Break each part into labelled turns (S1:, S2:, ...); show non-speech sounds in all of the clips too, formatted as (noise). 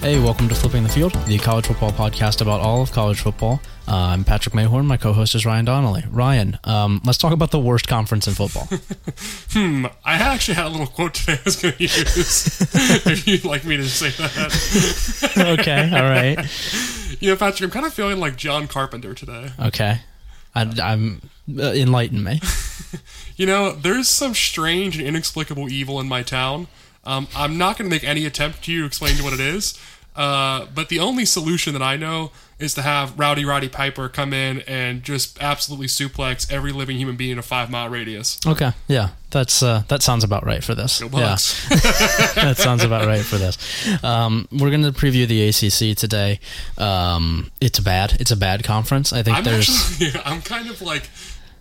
S1: Hey, welcome to Flipping the Field, the college football podcast about all of college football. Uh, I'm Patrick Mayhorn. My co-host is Ryan Donnelly. Ryan, um, let's talk about the worst conference in
S2: (laughs)
S1: football.
S2: Hmm, I actually had a little quote today I was going to use. (laughs) if you'd like me to say that.
S1: okay, all right,
S2: You know, Patrick, I'm kind of feeling like John Carpenter today.
S1: okay. I, I'm uh, enlighten me.
S2: You know, there's some strange and inexplicable evil in my town. Um, I'm not going to make any attempt to explain what it is, uh, but the only solution that I know is to have Rowdy Roddy Piper come in and just absolutely suplex every living human being in a five mile radius.
S1: Okay, yeah, that's uh, that sounds about right for this. yeah,
S2: Bucks.
S1: (laughs) that sounds about right for this. Um, we're going to preview the ACC today. Um, it's bad. It's a bad conference. I think (laughs)
S2: I'm
S1: there's.
S2: actually, (laughs) I'm kind of like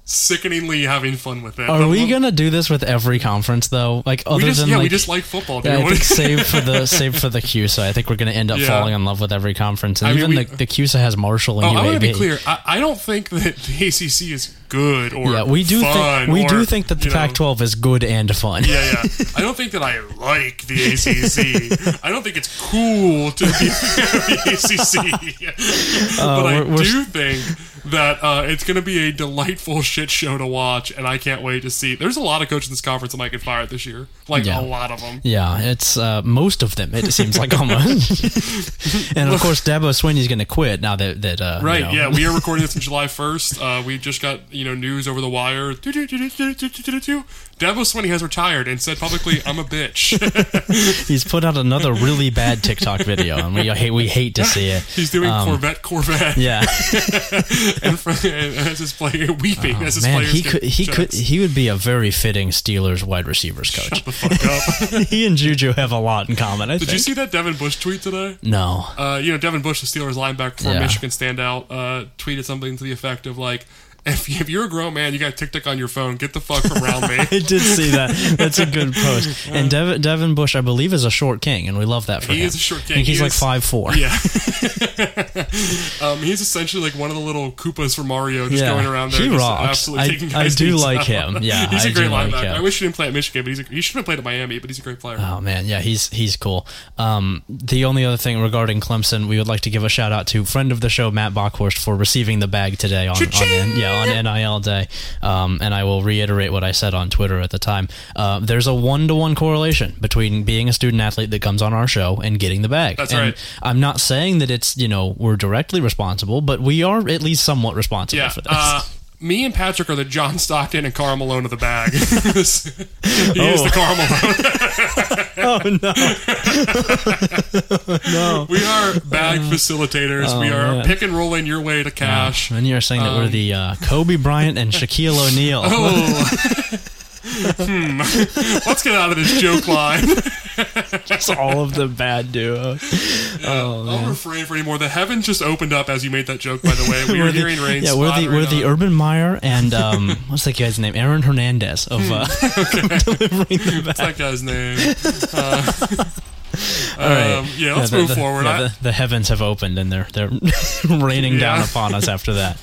S2: sickeningly having fun with it.
S1: Are
S2: The
S1: we
S2: one-
S1: gonna do this with every conference though? Like other
S2: We just,
S1: than
S2: yeah,
S1: like,
S2: we just like football, dude.
S1: Yeah, I
S2: What-
S1: think
S2: (laughs)
S1: save for the save for the CUSA. I think we're going to end up
S2: Yeah.
S1: falling in love with every conference, and
S2: I mean,
S1: even
S2: we-
S1: the, the CUSA has Marshall and
S2: Oh,
S1: UAB.
S2: I want to be clear. I, I don't think that (laughs) the ACC is good or
S1: Yeah, we do
S2: fun
S1: think we
S2: or,
S1: do think that the
S2: you know,
S1: Pac-12 is good and fun.
S2: Yeah, yeah. I don't think that I like the
S1: (laughs)
S2: ACC. I don't think it's cool to be a fan of the ACC. (laughs) but I
S1: Uh, we're- we're-
S2: do think that uh, it's going to be a delightful shit show to watch, and I can't wait to see. There's a lot of coaches in this conference that might get fired this year. Like
S1: Yeah.
S2: a lot of them.
S1: (laughs) Yeah, it's uh, most of them. It seems like
S2: (laughs)
S1: almost. and of course, Dabo Swinney's going to quit now that that uh, you
S2: Right,
S1: know-
S2: yeah, we are recording this on July 1st. Uh, we just got, you know, news over the wire. Dabo Swinney has retired and said publicly, I'm a bitch.
S1: (laughs) (laughs)
S2: (laughs)
S1: he's put out another really bad TikTok video, and we hate we hate to see it.
S2: He's doing Corvette, Corvette,
S1: Um,
S2: (laughs)
S1: Yeah,
S2: and, fr- and as his player weeping as his
S1: Oh, man,
S2: players
S1: he
S2: get
S1: could he
S2: checked.
S1: could he would be a very fitting Steelers wide receivers coach.
S2: (laughs) the
S1: (laughs)
S2: fuck up.
S1: he and Juju have a lot in common. I
S2: Did you
S1: think.
S2: see that Devin Bush tweet today?
S1: No.
S2: Uh, you know, Devin Bush, the Steelers linebacker for
S1: Yeah.
S2: Michigan standout, uh, tweeted something to the effect of like, if, if you're a grown man, you got TikTok on your phone. Get the fuck from
S1: (laughs)
S2: around
S1: I
S2: me.
S1: did see that. That's a good post. And Devin, Devin Bush, I believe, is a short king, and we love that for
S2: He
S1: him.
S2: is a short
S1: I
S2: king.
S1: think he's
S2: He
S1: like
S2: is-
S1: five four.
S2: Yeah. um, he's essentially like one of the little Koopas from Mario just
S1: Yeah.
S2: going around there.
S1: He
S2: just
S1: rocks.
S2: Absolutely
S1: I-
S2: taking
S1: I
S2: guys'
S1: do
S2: knees
S1: like
S2: out.
S1: him.
S2: (laughs)
S1: Yeah,
S2: He's a
S1: I
S2: great
S1: do like
S2: linebacker.
S1: him.
S2: I wish he didn't play at Michigan, but he's a, he should have played at Miami, but he's a great player.
S1: Oh man, yeah, he's he's cool. Um, the only other thing regarding Clemson, we would like to give a shout out to friend of the show Matt Bockhorst for receiving the bag today on, on N- yeah on NIL day. Um, and I will reiterate what I said on Twitter at the time. Uh, there's a one to one correlation between being a student athlete that comes on our show and getting the bag.
S2: That's
S1: And
S2: right.
S1: I'm not saying that it's you know we're directly responsible, but we are at least somewhat responsible
S2: yeah.
S1: for this.
S2: Uh, me and Patrick are the John Stockton and Carl Malone of
S1: (laughs)
S2: the bag. (laughs) he is the Carl Malone.
S1: (laughs) oh no,
S2: (laughs)
S1: (laughs)
S2: We are bag facilitators. we are
S1: Uh, oh, man.
S2: pick and rolling your way to cash.
S1: and you're saying that we're the uh, Kobe Bryant and Shaquille O'Neal.
S2: um, (laughs) Oh. hmm. (laughs) Let's get out of this joke line.
S1: It's all of the bad duo.
S2: I'll refrain for any more. The heavens just opened up as you made that joke. By the
S1: (laughs)
S2: way, we were,
S1: the-
S2: hearing rain.
S1: yeah, we're the
S2: splattering
S1: we're the
S2: on-
S1: Urban Meyer
S2: (laughs)
S1: and um, what's that guy's name? Aaron Hernandez
S2: Hmm.
S1: of uh, delivering the
S2: (laughs) What's that guy's name?
S1: (laughs)
S2: Uh, um, yeah, let's
S1: the-
S2: move
S1: the-
S2: forward.
S1: yeah,
S2: I-
S1: the, the heavens have opened and they're (laughs) they're raining down
S2: Yeah.
S1: upon us after
S2: (laughs)
S1: that.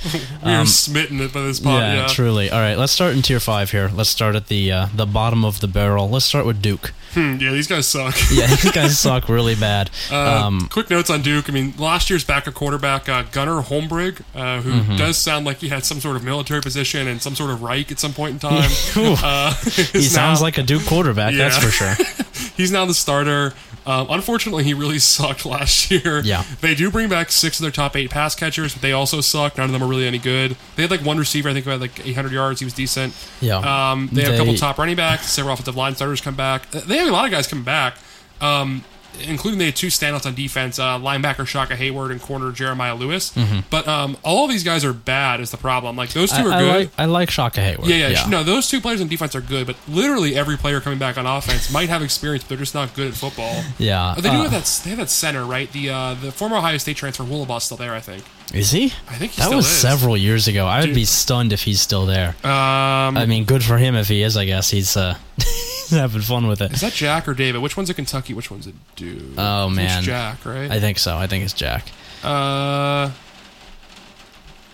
S2: we are smitten by this pod.
S1: um, yeah,
S2: Yeah,
S1: truly. All right, let's start in tier five here. Let's start at the uh, the bottom of the barrel. Let's start with Duke.
S2: Hmm, yeah these guys suck.
S1: Yeah, (laughs) these guys suck really bad.
S2: Uh, (laughs)
S1: um,
S2: quick notes on Duke. I mean, last year's backup quarterback, uh, Gunnar Holmberg, uh, who
S1: Mm-hmm.
S2: does sound like he had some sort of military position and some sort of Reich at some point in time.
S1: (laughs) Ooh,
S2: uh, (laughs)
S1: he sounds like a Duke quarterback. That's
S2: Yeah.
S1: for
S2: (laughs)
S1: sure.
S2: He's now the starter. Um, unfortunately, he really (laughs) sucked last year.
S1: Yeah.
S2: They do bring back six of their top eight pass catchers, but they also suck. None of them are really any good. They had like one receiver, I think, who had like 800 yards. He was decent.
S1: Yeah.
S2: Um, they have a couple
S1: They-
S2: top running backs. Several offensive line starters come back. Uh, They have a lot of guys come back, um, including they had two standouts on defense uh, linebacker Shaka Hayward and corner Jeremiah Lewis. But um, all of these guys are bad, is the problem. Like, those two
S1: Mm-hmm. I, I
S2: are good.
S1: like I like Shaka Hayward.
S2: Yeah, yeah, No, those two players on defense are good, but literally every player coming back on offense might have experience, but they're just not good at football.
S1: Yeah,
S2: But they do
S1: uh,
S2: have that. They have that center, right? The uh, the former Ohio State transfer Willibaught's still there, I think.
S1: Is he?
S2: I think he
S1: that
S2: still
S1: was
S2: is.
S1: several years ago. I would be stunned if he's still there.
S2: Um,
S1: I mean, good for him if he is. I guess he's uh, (laughs) he's having fun with it.
S2: is that Jack or David? Which one's a Kentucky? Which one's a Duke?
S1: Oh,
S2: I think it's
S1: man.
S2: Jack, right?
S1: I think so. I think it's Jack.
S2: uh,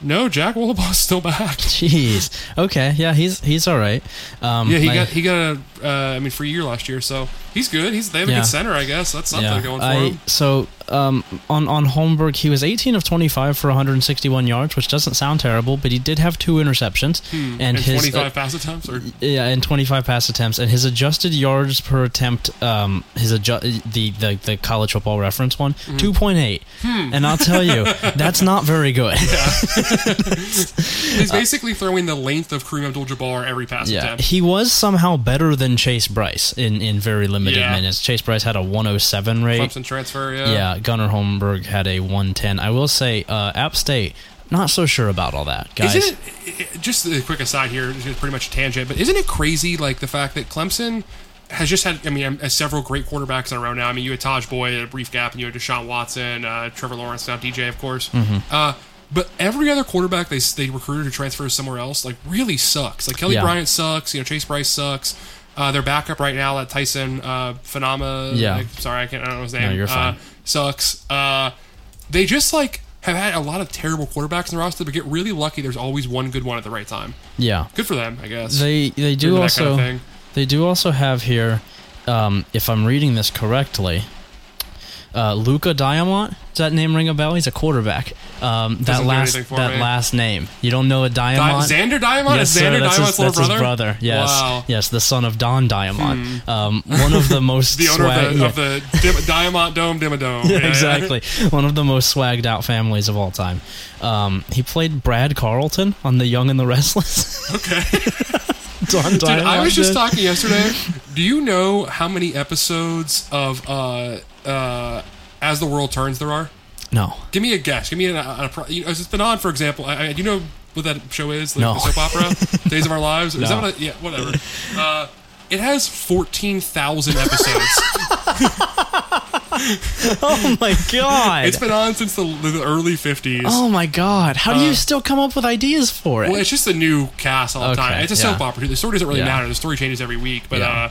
S2: no, Jack Willibaught's (laughs) still back.
S1: Jeez. Okay. Yeah, he's he's all right. Um,
S2: Yeah, he
S1: I-
S2: got he got a. Uh, I mean, free year last year, so He's good. He's they have a
S1: Yeah.
S2: good center, I guess. That's something
S1: Yeah,
S2: going for
S1: I,
S2: him.
S1: so um, on on Holmberg, he was 18 of 25 for 161 yards, which doesn't sound terrible, but he did have two interceptions and,
S2: Hmm. And
S1: his uh,
S2: twenty-five pass attempts, or
S1: yeah, and 25 pass attempts, and his adjusted yards per attempt, um, his adju- the, the the college football reference one,
S2: Mm-hmm.
S1: 2.8,
S2: Hmm.
S1: and I'll tell
S2: (laughs)
S1: you, that's not very good.
S2: he's basically throwing the length of Kareem Abdul-Jabbar every pass
S1: Uh, Yeah,
S2: attempt.
S1: he was somehow better than Chase Bryce in, in very limited
S2: Yeah.
S1: minutes. Chase Bryce had a 107 rate.
S2: Clemson transfer, yeah.
S1: Yeah, Gunnar Holmberg had a 110. I will say, uh, App State, not so sure about all that, guys.
S2: Isn't it i- i- just a quick aside here? It's pretty much a tangent, but isn't it crazy like the fact that Clemson has just had? I mean, um, uh, several great quarterbacks in a row now. I mean, you had Taj Boyd at a brief gap, and you had Deshaun Watson, uh, Trevor Lawrence, now DJ, of course.
S1: Mm-hmm.
S2: Uh, but every other quarterback they s- they recruited to transfer somewhere else like really sucks. Like Kelly
S1: Yeah.
S2: Bryant sucks. You know, Chase Bryce sucks. Uh, their backup right now, that Tyson uh, Phenomena.
S1: Yeah.
S2: like, sorry, I can't. I don't know his name.
S1: No, you're
S2: uh,
S1: fine.
S2: Sucks. Uh, they just like have had a lot of terrible quarterbacks in the roster, but get really lucky. There's always one good one at the right time.
S1: yeah.
S2: Good for them, I guess.
S1: They they do
S2: Doing that
S1: also
S2: kind of thing.
S1: they do also have here, um, if I'm reading this correctly, uh, Luca Diamant. Does that name ring a bell? He's a quarterback. Um, that
S2: Doesn't do
S1: last
S2: anything for
S1: that
S2: me.
S1: last name. You don't know a
S2: Di-
S1: Diamant?
S2: Xander Diamond
S1: Yes,
S2: is Xander
S1: sir. That's,
S2: Diamond's
S1: his,
S2: little
S1: that's his
S2: brother.
S1: brother. Yes,
S2: Wow. Hmm.
S1: yes, the son of Don Diamond. Um, one of
S2: (laughs)
S1: the most
S2: The owner
S1: swag-
S2: of the,
S1: yeah.
S2: of the Dim- Diamond Dome Dimmadome.
S1: (laughs)
S2: Yeah, yeah.
S1: exactly. One of the most swagged out families of all time. Um, he played Brad Carlton on The Young and the Restless.
S2: Okay.
S1: (laughs) Don
S2: Dude, I
S1: Diamond
S2: was just
S1: did.
S2: talking yesterday. Do you know how many episodes of uh, uh, As the World Turns there are?
S1: No.
S2: (laughs) Give me a guess. Give me an, a, a pro- you know, it's been on, for example. I, I, you know what that show is? The,
S1: No.
S2: the
S1: (laughs)
S2: soap opera, Days of Our Lives. Is
S1: No.
S2: that what I, yeah, whatever. Uh, it has fourteen
S1: (laughs)
S2: thousand episodes.
S1: Oh my god.
S2: it's been on since the, the early fifties.
S1: oh my god. How do
S2: Uh,
S1: you still come up with ideas for it?
S2: Well, it's just a new cast all the
S1: Okay,
S2: time. It's a
S1: yeah.
S2: soap opera. too. The story doesn't really
S1: Yeah.
S2: matter. The story changes every week. But
S1: Yeah.
S2: uh,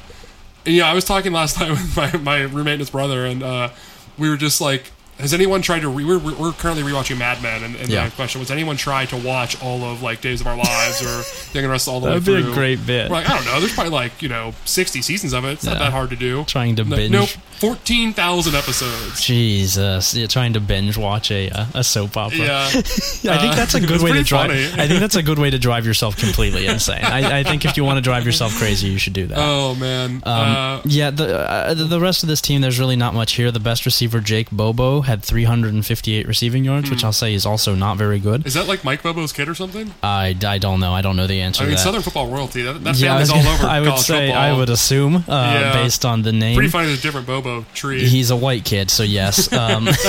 S2: yeah, I was talking last (laughs) night with my, my roommate and his brother, and uh, we were just like, "Has anyone tried to?" Re- we're, we're we're currently rewatching Mad Men, and, and
S1: Yeah.
S2: the question was, "Anyone tried to watch all of like Days of Our
S1: (laughs)
S2: Lives or Young and Restless all the
S1: That'd
S2: way
S1: be a
S2: through?"
S1: great bit.
S2: We're like, I don't know. There's probably like you know 60 seasons of it. It's not
S1: Yeah.
S2: that hard to do.
S1: Trying to
S2: No-
S1: binge.
S2: No, 14,000
S1: (laughs)
S2: episodes.
S1: Jesus, you're trying to binge watch a uh, a soap opera.
S2: Yeah,
S1: I think
S2: Uh,
S1: that's a good
S2: (laughs) it's
S1: way to
S2: pretty
S1: drive.
S2: funny.
S1: I think that's a good way to drive yourself completely insane. I, I think if you want to drive yourself crazy, you should do that.
S2: Oh man.
S1: Um,
S2: uh,
S1: yeah, the uh, the- the rest of this team, there's really not much here. The best receiver, Jake Bobo, had 358 receiving yards,
S2: Hmm.
S1: which I'll say is also not very good.
S2: is that like Mike Bobo's kid or something?
S1: I, I don't know. I don't know the answer.
S2: I mean,
S1: to that.
S2: Southern football royalty. That, that
S1: yeah, I, was
S2: family's all
S1: gonna- (laughs)
S2: over
S1: I would
S2: college
S1: say
S2: football.
S1: I would assume uh,
S2: Yeah.
S1: based on the name.
S2: Pretty funny. There's a different Bobo tree.
S1: He's a white kid, so
S2: (laughs)
S1: yes, um, (laughs)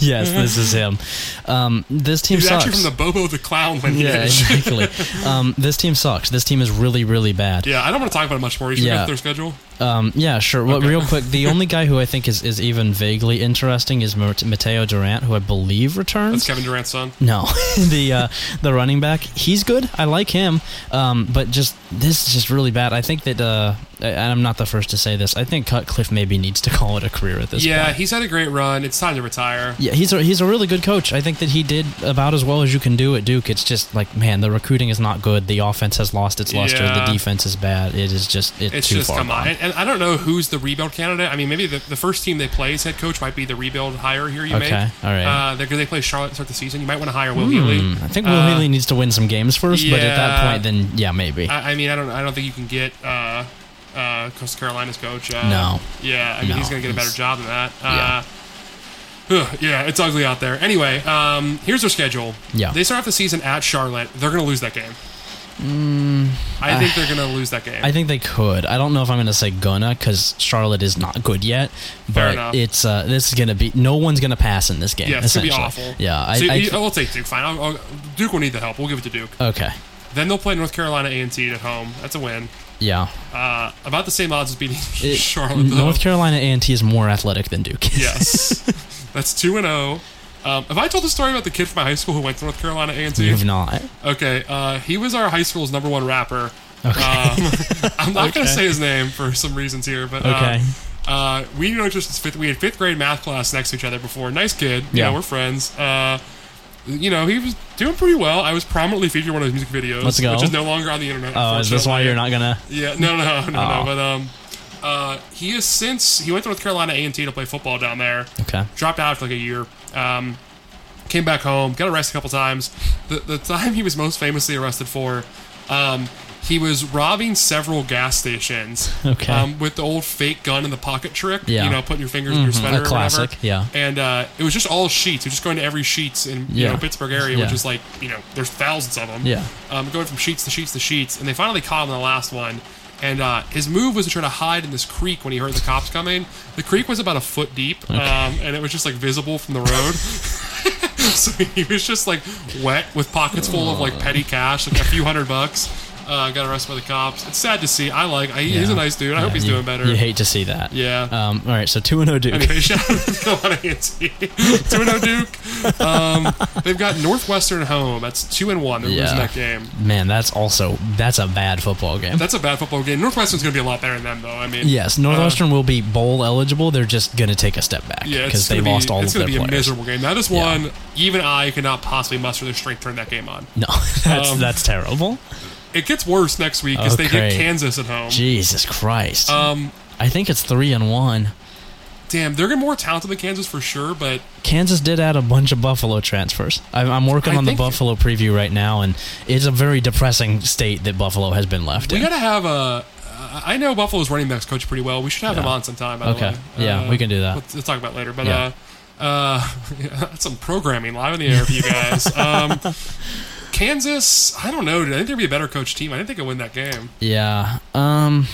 S1: yes, this is him. Um, this team
S2: He's
S1: sucks.
S2: actually from the Bobo the
S1: (laughs)
S2: Clown
S1: yeah,
S2: lineage. (laughs) Yeah,
S1: exactly. um, this team sucks. This team is really, really bad.
S2: I don't want to talk about it much more. You should
S1: Yeah.
S2: go through their schedule.
S1: Um, yeah, sure. Well, real quick, the only guy who I think is, is even vaguely interesting is Mate- Mateo Durant, who I believe
S2: That's
S1: returns.
S2: Kevin Durant's son.
S1: No, (laughs) the uh, the running back, he's good. I like him, um, but just this is just really bad. I think that, uh, and I'm not the first to say this. I think Cutcliffe maybe needs to (laughs) call it a career at this
S2: Yeah,
S1: point.
S2: he's had a great run. It's time to retire.
S1: Yeah, he's a he's a really good coach. I think that he did about as well as you can do at Duke. It's just like man, the recruiting is not good. The offense has lost its luster.
S2: Yeah.
S1: The defense is bad. It is just it's,
S2: It's
S1: too
S2: just
S1: far.
S2: come on.
S1: gone.
S2: And, and I don't know who's the rebuild candidate. I mean, maybe the, the first team they play as head coach might be the rebuild hire here you
S1: Okay,
S2: make.
S1: all right.
S2: Uh, because they play Charlotte to start the season. You might want to hire Will Healy.
S1: Hmm. I think Will
S2: Uh,
S1: Healy needs to win some games first, but at that
S2: yeah. Uh,
S1: point, then yeah, maybe.
S2: I, I mean, I don't. I don't think you can get uh, uh, Coastal Carolina's coach. Uh,
S1: No.
S2: Yeah, I mean,
S1: No,
S2: he's going to get a better
S1: he's-
S2: job than that. Uh, ugh, yeah, it's ugly out there. Anyway, um, here's their schedule.
S1: Yeah.
S2: They start off the season at Charlotte. They're going to lose that game. I think they're going to lose that game.
S1: Mm, I think they could. I don't know if I'm going to say gonna because Charlotte is not good yet, but
S2: enough.
S1: it's uh, this is going to be no one's going to pass in this game.
S2: yeah, it's going to be
S1: essentially.
S2: awful.
S1: Yeah, I,
S2: so
S1: I- Uh,
S2: you- oh, we'll take Duke. Fine. I'll, I'll, Duke will need the help. We'll give it to Duke.
S1: okay,
S2: Then they'll play North Carolina A&T at home. That's a win.
S1: yeah.
S2: Uh, about the same odds as beating
S1: (laughs) It-
S2: Charlotte. though.
S1: North Carolina A&T is more athletic than Duke. is. (laughs)
S2: Yes, that's two and zero. Um, have I told the story about the kid from my high school who went to North Carolina A and T?
S1: You've not.
S2: Okay, uh, he was our high school's number one rapper. Um, (laughs) I'm not gonna
S1: Okay.
S2: say his name for some reasons here, but
S1: Okay.
S2: uh, uh, we knew each other's fifth. We had fifth grade math class next to each other before. Nice kid. Yeah,
S1: Yeah.
S2: we're friends. Uh, you know, he was doing pretty well. I was prominently featured in one of his music videos,
S1: Let's go.
S2: which is no longer on the internet.
S1: Oh, is this why
S2: unfortunately.
S1: you're not gonna?
S2: Yeah, no, no, no, no.
S1: Oh.
S2: But um, Uh, he has since he went to North Carolina A and T to play football down there.
S1: Okay.
S2: Dropped out after like a year. Um, came back home, got arrested a couple times. The the time he was most famously arrested for, um, he was robbing several gas stations.
S1: Okay.
S2: Um, with the old fake gun in the pocket trick.
S1: Yeah. Mm-hmm.
S2: You know, putting your fingers in your sweater. or
S1: classic,
S2: Whatever.
S1: yeah.
S2: And uh, it was just all sheets. He was just going to every sheets in you
S1: Yeah.
S2: know Pittsburgh area, which
S1: Yeah.
S2: is like you know there's thousands of them.
S1: Yeah.
S2: Um, going from sheets to sheets to sheets, and they finally caught him in the last one. And uh, his move was to try to hide in this creek when he heard the cops coming. The creek was about a foot deep, um, and it was just like visible from the road. (laughs) so he was just like wet with pockets full of like petty cash, like a few hundred bucks. Uh, got arrested by the cops. It's sad to see. I like. I, He's a
S1: Yeah.
S2: nice dude. I
S1: Yeah,
S2: hope he's
S1: you-
S2: doing better.
S1: You hate to see that.
S2: Yeah.
S1: Um, all right, so 2 and 0 Duke.
S2: Anyway, (laughs) shout out to the one ANT. Two and oh Duke. Um, they've got Northwestern at home. That's two and one. They're losing
S1: Yeah.
S2: that game.
S1: Man, that's also that's a bad football game.
S2: That's a bad football game. Northwestern's going to be a lot better than them, though. I mean, uh,
S1: yes, Northwestern will be bowl eligible. They're just going to take a step back
S2: Yeah,
S1: because
S2: it's
S1: they
S2: gonna
S1: lost
S2: be,
S1: all of
S2: It's
S1: their
S2: going to be a
S1: players.
S2: miserable game. That is one even I cannot possibly muster the strength to turn that game on.
S1: (laughs) No, that's
S2: Um,
S1: that's terrible.
S2: It gets worse next week as they get
S1: Okay.
S2: Kansas at home.
S1: Jesus Christ.
S2: Um,
S1: I think it's 3 and 1.
S2: damn, they're more talented than Kansas for sure, but
S1: Kansas did add a bunch of Buffalo transfers. I'm, I'm working
S2: I
S1: on the
S2: think-
S1: Buffalo preview right now, and it's a very depressing state that Buffalo has been left
S2: we
S1: in.
S2: got to have a. I know Buffalo's running backs coach pretty well. We should have him on sometime. By
S1: Okay.
S2: The way.
S1: Yeah, we can do that.
S2: Let's, let's talk about it later. But
S1: Yeah.
S2: uh, uh, (laughs) yeah, that's some programming live in the air for
S1: (laughs)
S2: you guys. um, Kansas, I don't know. dude. I think they'd be a better coach team. I didn't think I'd win that game. (laughs)
S1: yeah. Um.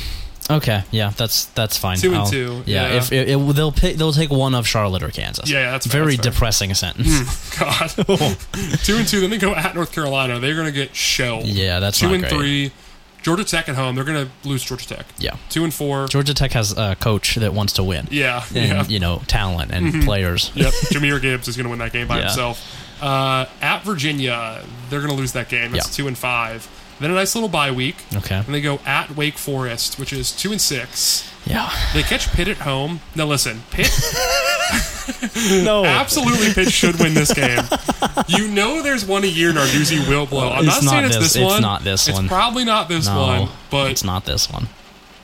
S1: Okay. Yeah. That's that's fine.
S2: Two and two,
S1: Yeah.
S2: yeah.
S1: If it, it- they'll pick, they'll take one of Charlotte or Kansas.
S2: Yeah, yeah, that's fair,
S1: very
S2: that's fair. Hmm.
S1: depressing sentence. (laughs)
S2: God,
S1: Oh.
S2: two and two. Then they go at North Carolina. They're going to get shelled.
S1: Yeah, that's
S2: two
S1: not
S2: and
S1: great.
S2: three. Georgia Tech at home. They're going to lose Georgia Tech.
S1: Yeah.
S2: Two and four.
S1: Georgia Tech has a coach that wants to win.
S2: yeah,
S1: And
S2: yeah. Mm-hmm.
S1: you know talent and players.
S2: yep, (laughs) Jameer Gibbs is going to win that game by
S1: Yeah.
S2: himself. Uh, at Virginia, they're going to lose that game. That's
S1: Yeah.
S2: two and five. Then a nice little bye week.
S1: Okay.
S2: And they go at Wake Forest, which is two and six. (laughs)
S1: Yeah.
S2: They catch Pitt at home. Now listen,
S1: (laughs)
S2: Pitt
S1: No.
S2: absolutely Pitt should win this game. You know, there's one a year Narduzzi will blow. I'm
S1: It's
S2: not saying
S1: not
S2: it's
S1: this-
S2: this,
S1: it's
S2: one.
S1: not this
S2: It's
S1: one.
S2: probably not this
S1: no.
S2: one. But
S1: it's
S2: it's,
S1: not this one.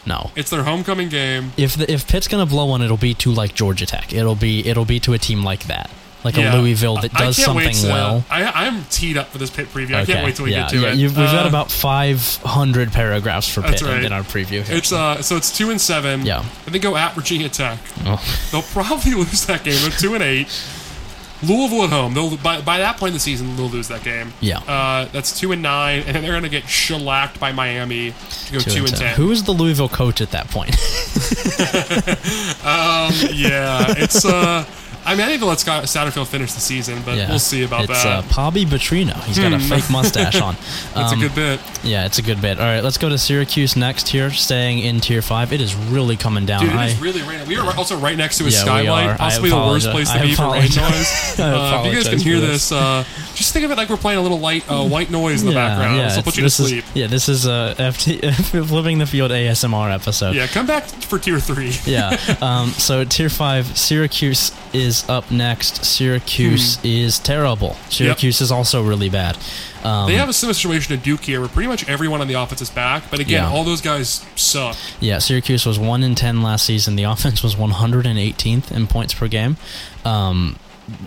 S1: No.
S2: their homecoming game.
S1: if the, if Pitt's gonna blow one, it'll be to like Georgia Tech. It'll be it'll be to a team like that, like a
S2: Yeah.
S1: Louisville that
S2: I- I
S1: does
S2: can't wait
S1: something
S2: to-
S1: well.
S2: I, I'm teed up for this Pitt preview. I
S1: okay.
S2: can't wait till we
S1: yeah,
S2: get to
S1: yeah.
S2: it.
S1: You've, we've got
S2: Uh,
S1: about five hundred paragraphs for
S2: That's
S1: Pitt
S2: right.
S1: in our preview. Here.
S2: It's uh, so it's two and seven.
S1: Yeah.
S2: and they go at Virginia Tech.
S1: Oh.
S2: They'll probably (laughs) lose that game. They're two and eight. Louisville at home. They'll by, by that point in the season they'll lose that game.
S1: Yeah.
S2: uh, that's two and nine, and then they're gonna get shellacked by Miami to go two, and ten.
S1: Who is the Louisville coach at that point?
S2: Um,
S1: (laughs)
S2: Yeah, it's uh, I mean I think they'll let Scott Satterfield finish the season, but
S1: yeah.
S2: (laughs) we'll see about
S1: it's,
S2: that. Hmm.
S1: It's uh, Pobby Petrino. He's got a fake mustache on.
S2: (laughs) that's
S1: Um,
S2: a good bit.
S1: Yeah, it's a good bit. All right, let's go to Syracuse next here, staying in tier five. It is really coming down.
S2: Dude,
S1: I,
S2: it is really raining. We are also right next to a
S1: Yeah, we are.
S2: skylight,
S1: I
S2: possibly the worst
S1: apologize.
S2: place to
S1: I
S2: be for rain
S1: (laughs)
S2: noise.
S1: apologize. I
S2: Uh, if you guys
S1: apologize
S2: can hear
S1: for
S2: this,
S1: this.
S2: uh, just think of it like we're playing a little light uh, white noise in the background. this will
S1: it's-
S2: put you to
S1: this
S2: sleep.
S1: Is, yeah, this is uh, (laughs) a FT, Living the Field ASMR episode.
S2: Yeah, come back for tier three.
S1: Yeah. um, so tier five, Syracuse is up next. Syracuse is terrible. Syracuse is also really bad. Um,
S2: They have a similar situation to Duke here, where pretty much everyone on the offense is back. But again,
S1: Yeah.
S2: all those guys suck.
S1: yeah, Syracuse was one in ten last season. The offense was 118th in points per game. Um,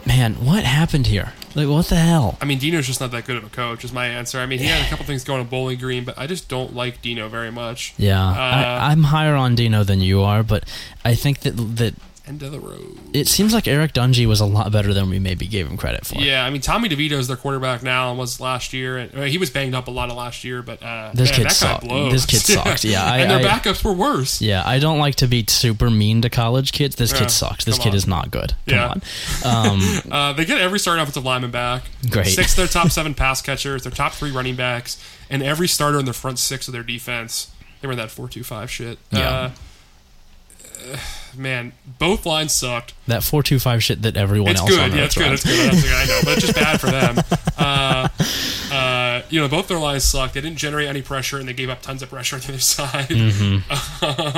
S1: man, what happened here? Like, what the hell?
S2: I mean, Dino's just not that good of a coach, is my answer. I mean, he had a couple things going on Bowling Green, but I just don't like Dino very much.
S1: Yeah,
S2: Uh,
S1: I, I'm higher on Dino than you are, but I think that that
S2: End of the road.
S1: it seems like Eric Dungy was a lot better than we maybe gave him credit for.
S2: Yeah, I mean, Tommy DeVito's their quarterback now and was last year. And, I mean, he was banged up a lot of last year, but uh,
S1: This
S2: man,
S1: kid
S2: that
S1: sucked.
S2: guy blows.
S1: This
S2: (laughs)
S1: kid sucks. Yeah, I-
S2: and their
S1: I-
S2: backups were worse.
S1: Yeah, I don't like to be super mean to college kids. This
S2: Yeah,
S1: kid sucks. This
S2: come
S1: kid
S2: on.
S1: is not good.
S2: Yeah.
S1: Come on.
S2: (laughs)
S1: Um,
S2: Uh, they get every starting offensive lineman back.
S1: Great.
S2: Six of their top seven pass catchers, their top three running backs, and every starter in the front six of their defense. They were in that four-two-five shit. Uh,
S1: Yeah.
S2: uh, (sighs) man, both lines sucked.
S1: that four two five shit that everyone
S2: It's
S1: else on
S2: good.
S1: Earth
S2: Yeah, it's good.
S1: runs.
S2: It's good. That's good. I know, but it's just bad for them. Uh, uh, that you know both their lines suck. They didn't generate any pressure, and they gave up tons of pressure on the other (laughs) side.
S1: Mm-hmm.
S2: (laughs)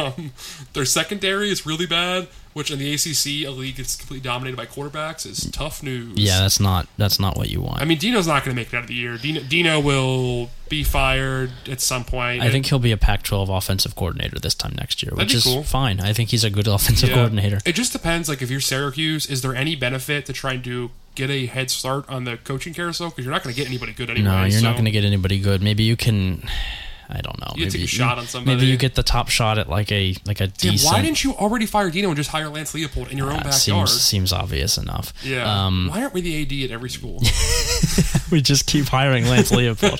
S2: Um, their secondary is really bad, which in the ACC, a league that's completely dominated by quarterbacks, is tough news.
S1: Yeah, that's not that's not what you want.
S2: I mean Dino's not going to make it out of the year. Dino, Dino will be fired at some point.
S1: I think he'll be a Pac-12 offensive coordinator this time next year, which
S2: be
S1: is
S2: cool.
S1: fine. I think he's a good offensive
S2: Yeah.
S1: coordinator.
S2: It just depends. Like, if you're Syracuse, is there any benefit to trying to get a head start on the coaching carousel? Because you're not going to get anybody good anyway.
S1: No, you're
S2: so-
S1: not going to get anybody good. Maybe you can. I don't know.
S2: You
S1: maybe
S2: take a shot on somebody.
S1: Maybe you get the top shot at like a like a
S2: Dude,
S1: decent.
S2: why didn't you already fire Dino and just hire Lance Leopold in your own
S1: that
S2: backyard?
S1: seems seems obvious enough.
S2: yeah.
S1: Um,
S2: why aren't we the AD at every school?
S1: (laughs) we just keep hiring Lance Leopold. (laughs)